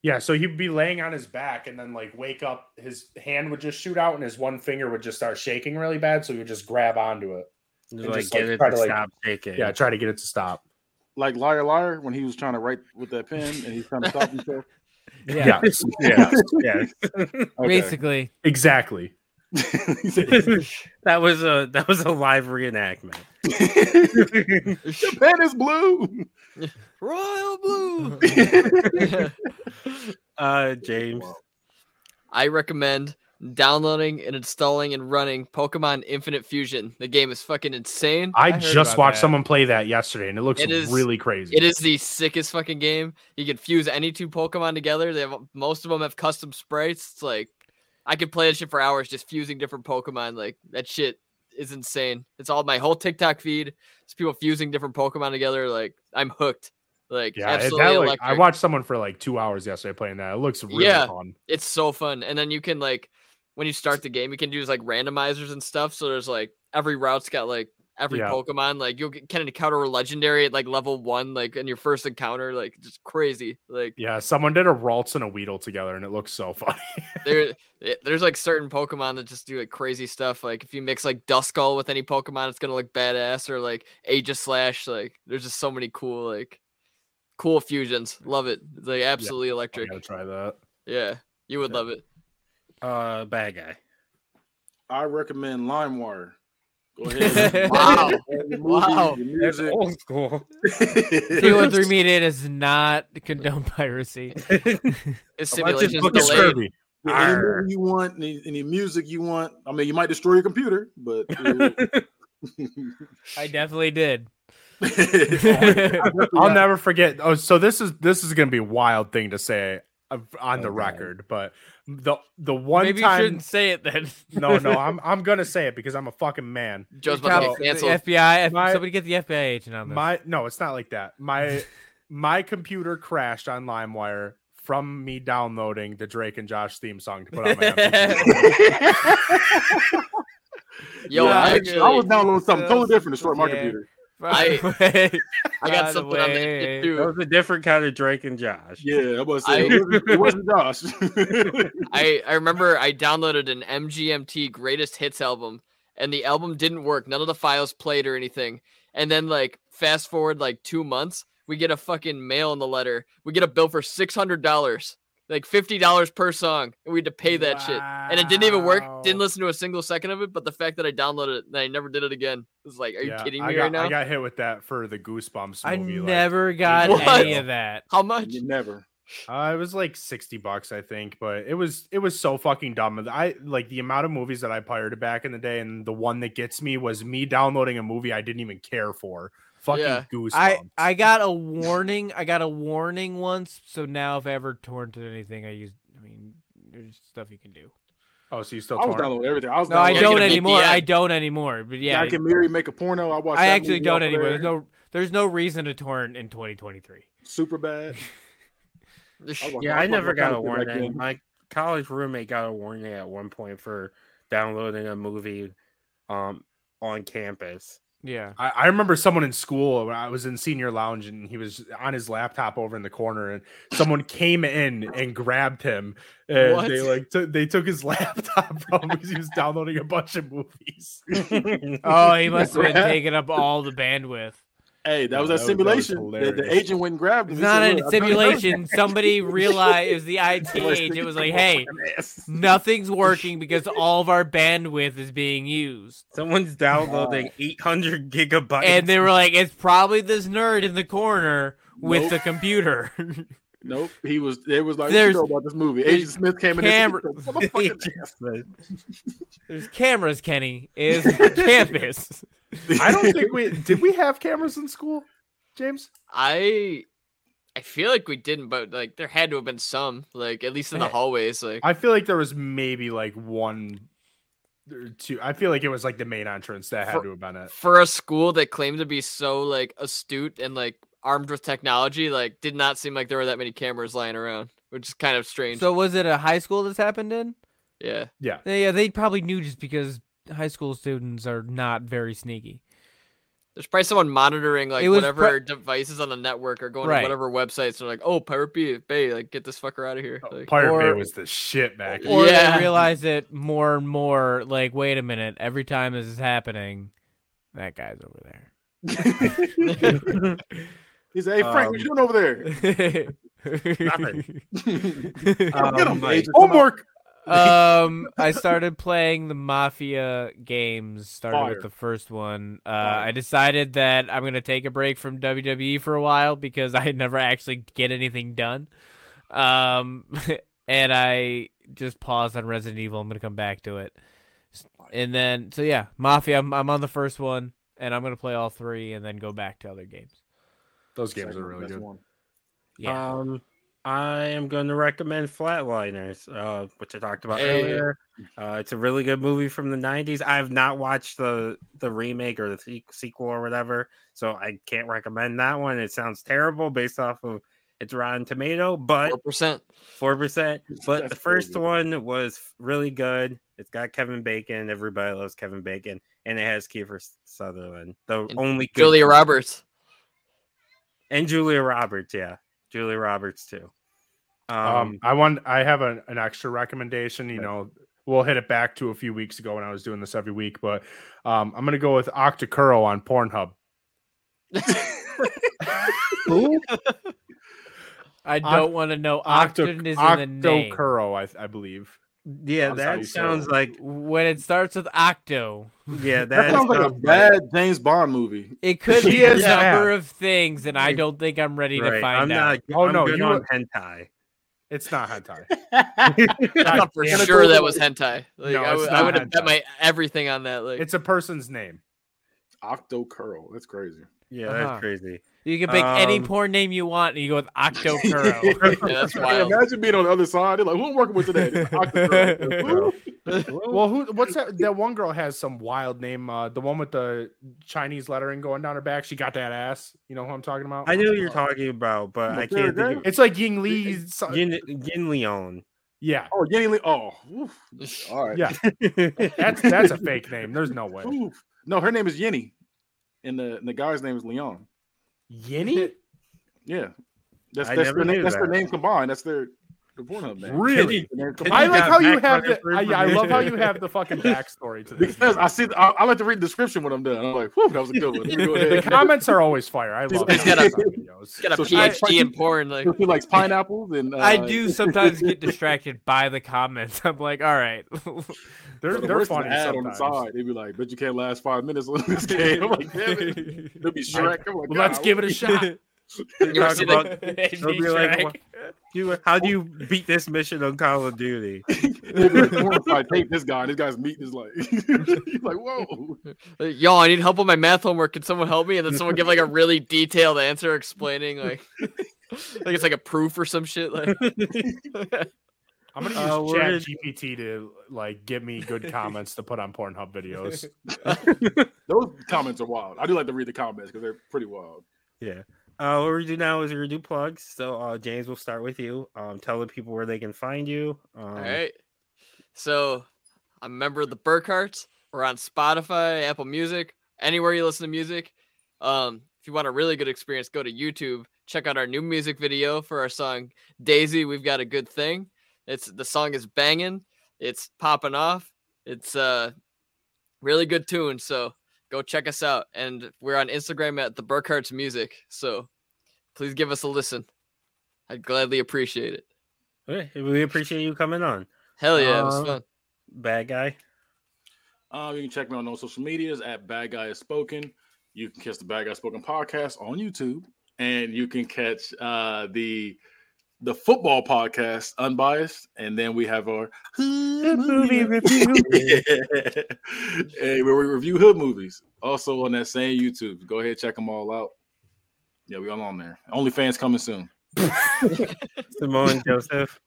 Speaker 6: yeah so he'd be laying on his back and then like wake up his hand would just shoot out and his one finger would just start shaking really bad so he would just grab onto it
Speaker 2: Just,
Speaker 6: and
Speaker 2: like,
Speaker 6: just, like,
Speaker 2: get it
Speaker 6: try
Speaker 2: to
Speaker 6: to, like-
Speaker 2: stop shaking.
Speaker 6: yeah try to get it to stop
Speaker 5: Like liar liar when he was trying to write with that pen and he's trying to stop himself.
Speaker 3: Yeah,
Speaker 2: yeah, yeah.
Speaker 5: Okay.
Speaker 3: basically.
Speaker 6: exactly
Speaker 5: He said,
Speaker 2: that was a that was a live reenactment.
Speaker 5: the pen is blue.
Speaker 4: Royal blue.
Speaker 2: Uh, James,
Speaker 4: I recommend downloading and installing and running Pokemon Infinite Fusion. The game is fucking insane.
Speaker 6: i,
Speaker 3: I heard
Speaker 6: just
Speaker 3: about
Speaker 6: watched
Speaker 3: that.
Speaker 6: someone play that yesterday and it looks
Speaker 4: It is-
Speaker 6: really crazy
Speaker 4: It is the sickest fucking game. You can fuse any two Pokemon together. They have most of them have custom sprites. It's like I could play that shit for hours just fusing different Pokemon. Like that shit is insane. It's all my whole TikTok feed. It's people fusing different Pokemon together. Like I'm hooked. Like
Speaker 6: Yeah, it-
Speaker 4: absolutely
Speaker 6: that, like,
Speaker 4: electric.
Speaker 6: I watched someone for like two hours yesterday playing that. It looks really
Speaker 4: Yeah.
Speaker 6: fun.
Speaker 4: it's so fun. And then you can like when you start the game, you can use like randomizers and stuff. So there's like every route's got like every
Speaker 6: Yeah.
Speaker 4: Pokemon. Like you'll get can encounter a legendary at like level one, like in your first encounter, like just crazy. Like
Speaker 6: Yeah, someone did a Ralts and a Weedle together, and it looks so funny.
Speaker 4: there eh, there's like certain Pokemon that just do like crazy stuff. Like if you mix like Duskull with any Pokemon, it's gonna look badass. Or like Slash. Like there's just so many cool like cool fusions. Love it. It's like absolutely
Speaker 6: I
Speaker 4: electric.
Speaker 6: gotta try that.
Speaker 4: Yeah, you would
Speaker 6: Yeah.
Speaker 4: love it.
Speaker 2: uh, bad guy.
Speaker 5: I recommend LimeWire. Go ahead.
Speaker 4: Wow.
Speaker 5: The movie,
Speaker 4: Wow.
Speaker 5: the
Speaker 2: That's
Speaker 5: music.
Speaker 2: old school.
Speaker 3: Two one three media does not condone piracy.
Speaker 4: It's
Speaker 2: Watch it,
Speaker 4: simulation's
Speaker 2: book is
Speaker 4: delayed.
Speaker 6: Kirby.
Speaker 5: Yeah, any
Speaker 2: Arr.
Speaker 5: movie you want, any, any music you want. I mean, you might destroy your computer, but
Speaker 3: I definitely did.
Speaker 6: I'll never forget. Oh, so this is this is gonna be a wild thing to say uh, on the record, but the the one
Speaker 3: Maybe you
Speaker 6: time.
Speaker 3: shouldn't say it then.
Speaker 6: no, no, I'm I'm gonna say it because I'm a fucking man.
Speaker 4: Joe's about
Speaker 3: Top-
Speaker 4: to get
Speaker 3: the
Speaker 4: canceled.
Speaker 3: FBI. F-
Speaker 6: My-
Speaker 3: somebody get the FBI agent on this.
Speaker 6: My no, it's not like that. My my computer crashed on LimeWire from me downloading the Drake and Josh theme song to put on my MP3.
Speaker 4: Yo,
Speaker 3: Yeah,
Speaker 4: I
Speaker 5: I,
Speaker 4: actually,
Speaker 5: I was downloading something totally
Speaker 3: Yeah.
Speaker 5: different to destroy my
Speaker 3: Yeah.
Speaker 5: computer.
Speaker 4: I- I
Speaker 3: by
Speaker 4: got
Speaker 3: the
Speaker 4: something on that shit
Speaker 3: way,
Speaker 2: That
Speaker 4: too.
Speaker 2: was a different kind of Drake and Josh.
Speaker 5: Yeah, I was
Speaker 4: I-
Speaker 5: saying it wasn't- it wasn't Josh.
Speaker 4: I, I remember I downloaded an MGMT greatest hits album and the album didn't work. None of the files played or anything. And then like fast forward like two months, we get a fucking mail in the letter. We get a bill for six hundred dollars. Like fifty dollars per song. And we had to pay that shit. And it didn't even work. Didn't
Speaker 6: Wow.
Speaker 4: listen to a single second of it, but the fact that I downloaded it and I never did it again. It's like, are you
Speaker 6: Yeah,
Speaker 4: kidding
Speaker 6: I
Speaker 4: me
Speaker 6: got,
Speaker 4: right now?
Speaker 6: I got hit with that for the Goosebumps
Speaker 3: I
Speaker 6: movie. like,
Speaker 3: never got
Speaker 4: What?
Speaker 3: any of that.
Speaker 4: How much?
Speaker 5: You never.
Speaker 6: uh, it was like sixty bucks, I think, but it was it was so fucking dumb. And I like the amount of movies that I pirated back in the day, and the one that gets me was me downloading a movie I didn't even care for. Fucking
Speaker 4: Yeah.
Speaker 6: Goosebumps.
Speaker 3: I I got a warning. I got a warning once. So now, if I ever torrent anything, I use. I mean, there's stuff you can do.
Speaker 6: oh, so you still
Speaker 5: I was
Speaker 6: torrent?
Speaker 5: downloading everything. I was
Speaker 3: No, I
Speaker 4: Yeah,
Speaker 5: downloading
Speaker 4: you
Speaker 3: don't
Speaker 4: gotta beat
Speaker 3: anymore.
Speaker 4: the
Speaker 3: I
Speaker 4: ad.
Speaker 3: don't anymore. But yeah,
Speaker 5: I
Speaker 3: I,
Speaker 5: can marry, make a porno. I watched. that
Speaker 3: actually
Speaker 5: movie
Speaker 3: don't
Speaker 5: off
Speaker 3: anymore.
Speaker 5: there.
Speaker 3: There's no there's no reason to torrent in 2023.
Speaker 5: super bad.
Speaker 2: Yeah, I never got a warning. My college roommate got a warning at one point for downloading a movie um on campus.
Speaker 3: Yeah.
Speaker 6: I, I remember someone in school. when I was in senior lounge, and he was on his laptop over in the corner, and someone came in and grabbed him, and
Speaker 4: What?
Speaker 6: they like took they took his laptop from him because he was downloading a bunch of movies.
Speaker 3: Oh, he must have been taking up all the bandwidth.
Speaker 5: Hey, that was
Speaker 6: Yeah,
Speaker 5: a
Speaker 6: that was- that was
Speaker 5: simulation. The, the
Speaker 6: hilarious.
Speaker 5: agent went and grabbed him. He
Speaker 3: It's
Speaker 5: said,
Speaker 3: not a
Speaker 5: "Look, I found your
Speaker 3: simulation. Somebody realized it was the IT agent. It was like, hey,
Speaker 5: ass."
Speaker 3: nothing's working because all of our bandwidth is being used.
Speaker 2: Someone's downloading 800 gigabytes.
Speaker 3: And they were like, it's probably this nerd in the corner with
Speaker 5: Nope.
Speaker 3: the computer.
Speaker 5: Nope. He was. It was like
Speaker 3: There's-
Speaker 5: There's, about this movie. Agent Smith came in.
Speaker 3: camera-
Speaker 5: And said, "Motherfucking ass."
Speaker 3: There's cameras, Kenny. Is campus.
Speaker 6: I don't think we did. We have cameras in school, James.
Speaker 4: I I feel like we didn't, but like there had to have been some, like at least in the
Speaker 6: Man.
Speaker 4: hallways. Like
Speaker 6: I feel like there was maybe like one or two. I feel like it was like the main entrance that had
Speaker 4: For-
Speaker 6: to have been it.
Speaker 4: for a school that claimed to be so like astute and like armed with technology, like did not seem like there were that many cameras lying around, which is kind of strange.
Speaker 3: So was it a high school this happened in?
Speaker 4: yeah.
Speaker 6: Yeah.
Speaker 3: Yeah, they probably knew just because high school students are not very sneaky.
Speaker 4: There's probably someone monitoring like
Speaker 3: It was pre-
Speaker 4: whatever devices on the network or going
Speaker 3: Right.
Speaker 4: to whatever websites. They're like, oh, Pirate Bay, Bay, like get this fucker out of here. Like,
Speaker 6: Pirate Bay
Speaker 3: or-
Speaker 6: was the shit back.
Speaker 3: Or
Speaker 4: Yeah.
Speaker 3: they realize it more and more. Like, wait a minute, every time this is happening, that guy's over there.
Speaker 5: He said, "Hey Frank, what
Speaker 6: Um,
Speaker 5: you doing over there?
Speaker 6: Nothing.
Speaker 5: Come get
Speaker 6: Um,
Speaker 5: him,
Speaker 6: like,
Speaker 5: Agent. Come on."
Speaker 6: homework.
Speaker 3: um, I started playing the Mafia games. Started
Speaker 5: Fire.
Speaker 3: with the first one. Uh,
Speaker 5: Fire.
Speaker 3: I decided that I'm gonna take a break from WWE for a while because I never actually get anything done. Um, and I just paused on Resident Evil. I'm gonna come back to it, S- and then so yeah, Mafia. I'm, I'm on the first one, and I'm gonna play all three, and then go back to other games.
Speaker 6: Those games
Speaker 5: Second
Speaker 6: are really
Speaker 5: best
Speaker 6: good.
Speaker 5: one.
Speaker 3: Yeah,
Speaker 2: Um, I am going to recommend Flatliners, uh, which I talked about
Speaker 4: Hey.
Speaker 2: earlier. Uh, it's a really good movie from the '90s. I've not watched the the remake or the se- sequel or whatever, so I can't recommend that one. It sounds terrible based off of its Rotten Tomato, but
Speaker 4: Four percent.
Speaker 2: four percent. But the
Speaker 5: That's
Speaker 2: first
Speaker 5: crazy.
Speaker 2: one was really good. It's got Kevin Bacon. Everybody loves Kevin Bacon, and it has Kiefer Sutherland, the
Speaker 4: And
Speaker 2: only good
Speaker 4: Julia
Speaker 2: person.
Speaker 4: Roberts.
Speaker 2: and Julia Roberts. Yeah, Julia Roberts too.
Speaker 6: Um,
Speaker 2: Um,
Speaker 6: I want. I have an, an extra recommendation. You know, we'll hit it back to a few weeks ago when I was doing this every week, but um, I'm gonna go with Octocuro on Pornhub.
Speaker 3: I
Speaker 6: Oct-
Speaker 3: don't want to know.
Speaker 6: Octo-
Speaker 3: Octon is in the name.
Speaker 6: Octocuro, I, th- I believe.
Speaker 2: yeah,
Speaker 6: I'm sorry,
Speaker 2: that
Speaker 6: so-
Speaker 2: sounds like
Speaker 3: When it starts with octo,
Speaker 2: yeah,
Speaker 5: That
Speaker 2: that
Speaker 5: sounds like a
Speaker 2: sounds
Speaker 5: bad James Bond movie.
Speaker 3: It could
Speaker 6: She
Speaker 3: be a
Speaker 6: is
Speaker 3: number
Speaker 6: bad.
Speaker 3: of things, and I don't think I'm ready to
Speaker 2: right. I'm
Speaker 3: find out.
Speaker 2: not.
Speaker 6: Oh,
Speaker 2: I'm
Speaker 6: no,
Speaker 2: good
Speaker 6: you
Speaker 2: on
Speaker 6: were-
Speaker 2: hentai.
Speaker 6: It's not hentai.
Speaker 4: I thought for
Speaker 6: damn it.
Speaker 4: sure that was hentai. Like
Speaker 6: No,
Speaker 4: I,
Speaker 6: it's
Speaker 4: would- I
Speaker 6: not
Speaker 4: would have bet
Speaker 6: hentai.
Speaker 4: my everything on that. Like
Speaker 6: it's a person's name.
Speaker 5: Octo Curl. That's crazy.
Speaker 2: Yeah,
Speaker 3: Uh-huh.
Speaker 2: that's crazy.
Speaker 3: You can pick any
Speaker 2: Um,
Speaker 3: porn name you want, and you go with Octo Kuro.
Speaker 4: yeah, that's
Speaker 5: Hey,
Speaker 4: wild.
Speaker 5: Imagine being on the other side. They're like, "Who I'm working with today?" It's Octo Curl. Oh,
Speaker 6: Well, who? What's that? That one girl has some wild name. Uh, the one with the Chinese lettering going down her back. She got that ass. You know who I'm talking about?
Speaker 2: I know what you're talking about, but I can't think of
Speaker 6: It's like Ying Lee. so-
Speaker 2: Yin, Yin Leon.
Speaker 6: Yeah,
Speaker 5: Oh, Jenny Lee. Oh, oof. all right.
Speaker 6: yeah. That's that's a fake name. There's no way.
Speaker 5: Oof. No, her name is Yenny, and the and the guy's name is Leon.
Speaker 6: Yinny?
Speaker 5: Yeah, that's
Speaker 2: I
Speaker 5: that's,
Speaker 2: never
Speaker 5: their,
Speaker 2: knew
Speaker 5: name, that's their
Speaker 2: that.
Speaker 5: name combined. That's their the Pornhub name.
Speaker 6: Really?
Speaker 5: Their name
Speaker 6: I
Speaker 5: combined.
Speaker 6: like
Speaker 2: got
Speaker 6: how you
Speaker 2: backtracked
Speaker 6: have the.
Speaker 2: for
Speaker 6: I, yeah, I love how you
Speaker 2: information.
Speaker 6: have the fucking backstory to this.
Speaker 5: because I see. I, I like to read the description when I'm done. I'm like, "Whew, that was a good one." Let me go
Speaker 6: The
Speaker 5: ahead.
Speaker 6: comments are always fire. I love
Speaker 4: He's got a-
Speaker 6: comments on videos.
Speaker 4: He's got a
Speaker 5: So she likes
Speaker 4: PhD in porn. Like
Speaker 5: She likes pineapples and uh,
Speaker 3: I do sometimes get distracted by the comments. I'm like, all right.
Speaker 6: They're
Speaker 5: the
Speaker 6: they're
Speaker 5: worst is
Speaker 6: funny
Speaker 5: the ad on the
Speaker 6: sometimes.
Speaker 5: side. They'd be like, "Bet you can't last five minutes on this game." I'm like, "Damn it!" They'll be Shrek. I'm like,
Speaker 6: Well, let's
Speaker 5: "God,
Speaker 6: give it a shot.
Speaker 4: you ever
Speaker 2: Talk
Speaker 4: see the
Speaker 2: about, they'll be like, "Wha- you- how do you beat this mission on Call of Duty?
Speaker 5: If it's pornified, tape this guy. This guy's meat is like, he's like, whoa.
Speaker 4: Like, Yo, I need help with my math homework. Can someone help me? And then someone give like a really detailed answer explaining like like it's like a proof or some shit. Like
Speaker 6: I'm gonna
Speaker 2: Uh,
Speaker 6: use
Speaker 2: we're
Speaker 6: Chat
Speaker 2: in-
Speaker 6: GPT to like give me good comments to put on Pornhub videos.
Speaker 5: Those comments are wild. I do like to read the comments because they're pretty wild.
Speaker 2: Yeah. Uh, what we do now is we do plugs. So uh, James, we'll start with you. Um, tell the people where they can find you. Um,
Speaker 4: All right. So I'm a member of the Burkharts. We're on Spotify, Apple Music, anywhere you listen to music. Um, if you want a really good experience, go to YouTube. Check out our new music video for our song Daisy. We've got a good thing. It's the song is banging. It's popping off. It's uh really good tune. So go check us out. And we're on Instagram at the Burkharts Music. So please give us a listen. I'd gladly appreciate it.
Speaker 2: Okay, We appreciate you coming on,
Speaker 4: Hell yeah, it was
Speaker 2: Uh,
Speaker 4: fun.
Speaker 2: bad guy.
Speaker 5: Um, you can check me on all social medias at Bad Guy Is Spoken. You can catch the Bad Guy Spoken podcast on YouTube, and you can catch uh, the the football podcast, Unbiased, and then we have our hood
Speaker 6: movie
Speaker 5: hey, where we review hood movies. Also on that same YouTube. Go ahead, check them all out. Yeah, we all on there. OnlyFans coming soon.
Speaker 2: Simone Joseph.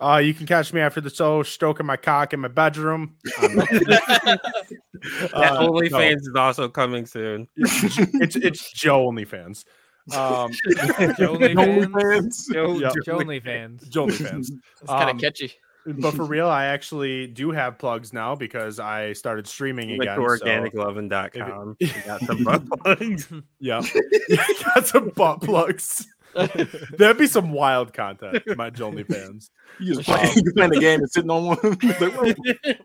Speaker 6: Uh, you can catch me after the show, stroking my cock in my bedroom.
Speaker 2: That
Speaker 6: Uh,
Speaker 2: OnlyFans
Speaker 6: no,
Speaker 2: is also coming soon.
Speaker 6: it's it's Joe OnlyFans. Um,
Speaker 8: Joe OnlyFans.
Speaker 2: Joe,
Speaker 6: yeah,
Speaker 8: Joe OnlyFans.
Speaker 6: Joe OnlyFans.
Speaker 4: It's kind of
Speaker 6: Um,
Speaker 4: catchy.
Speaker 6: But for real, I actually do have plugs now because I started streaming
Speaker 2: Joe
Speaker 6: again.
Speaker 2: to organiclovin.com. We got some butt plugs.
Speaker 6: Yeah, got some butt plugs. That'd be some wild content, my OnlyFans.
Speaker 5: You
Speaker 6: Um,
Speaker 5: just playing, you playing the game and sitting on one. It's like, whoa.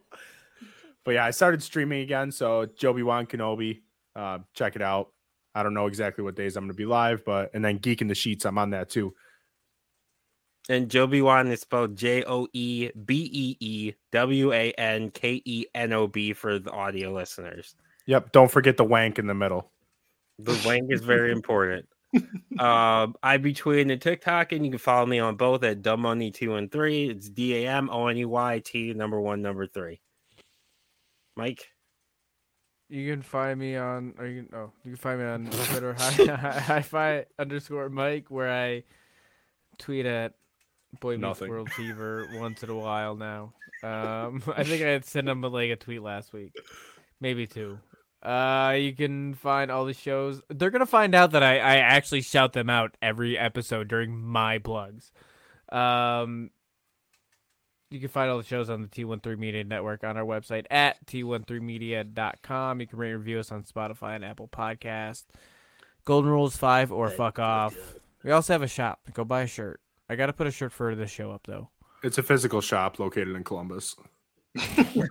Speaker 6: But yeah, I started streaming again. So Joby Wan Kenobi, uh, check it out. I don't know exactly what days I'm going to be live, but and then Geek in the Sheets, I'm on that too.
Speaker 2: And Joe B. Wan is spelled J O E B E E W A N K E N O B for the audio listeners.
Speaker 6: Yep. Don't forget the wank in the middle.
Speaker 2: The link is very important. Um, I be tweeting and TikTok, and you can follow me on both at Dumb Money Two and Three. It's D A M O N E Y T number one number three. Mike,
Speaker 3: You can find me on, or you can, oh, you can find me on Twitter, hi, hi fi underscore Mike, where I tweet at Boy Meets
Speaker 6: Nothing.
Speaker 3: World Fever once in a while now. Um, I think I had sent him like a tweet last week, maybe two. Uh, you can find all the shows. They're gonna find out that I I actually shout them out every episode during my plugs. Um, you can find all the shows on the T13 Media Network on our website at t13media.com. You can rate and review us on Spotify and Apple Podcast. Golden Rules 5 or fuck off. We also have a shop. Go buy a shirt. I got to put a shirt for this show up, though.
Speaker 6: It's a physical shop located in Columbus.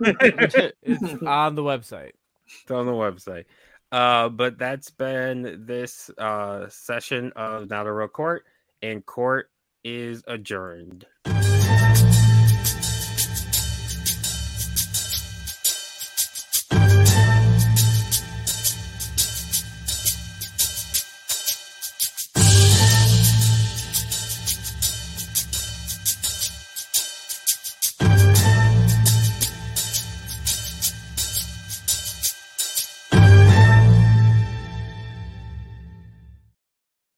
Speaker 3: It's on the website.
Speaker 2: it's on the website. Uh, but that's been this uh session of Not a Real Court, and court is adjourned.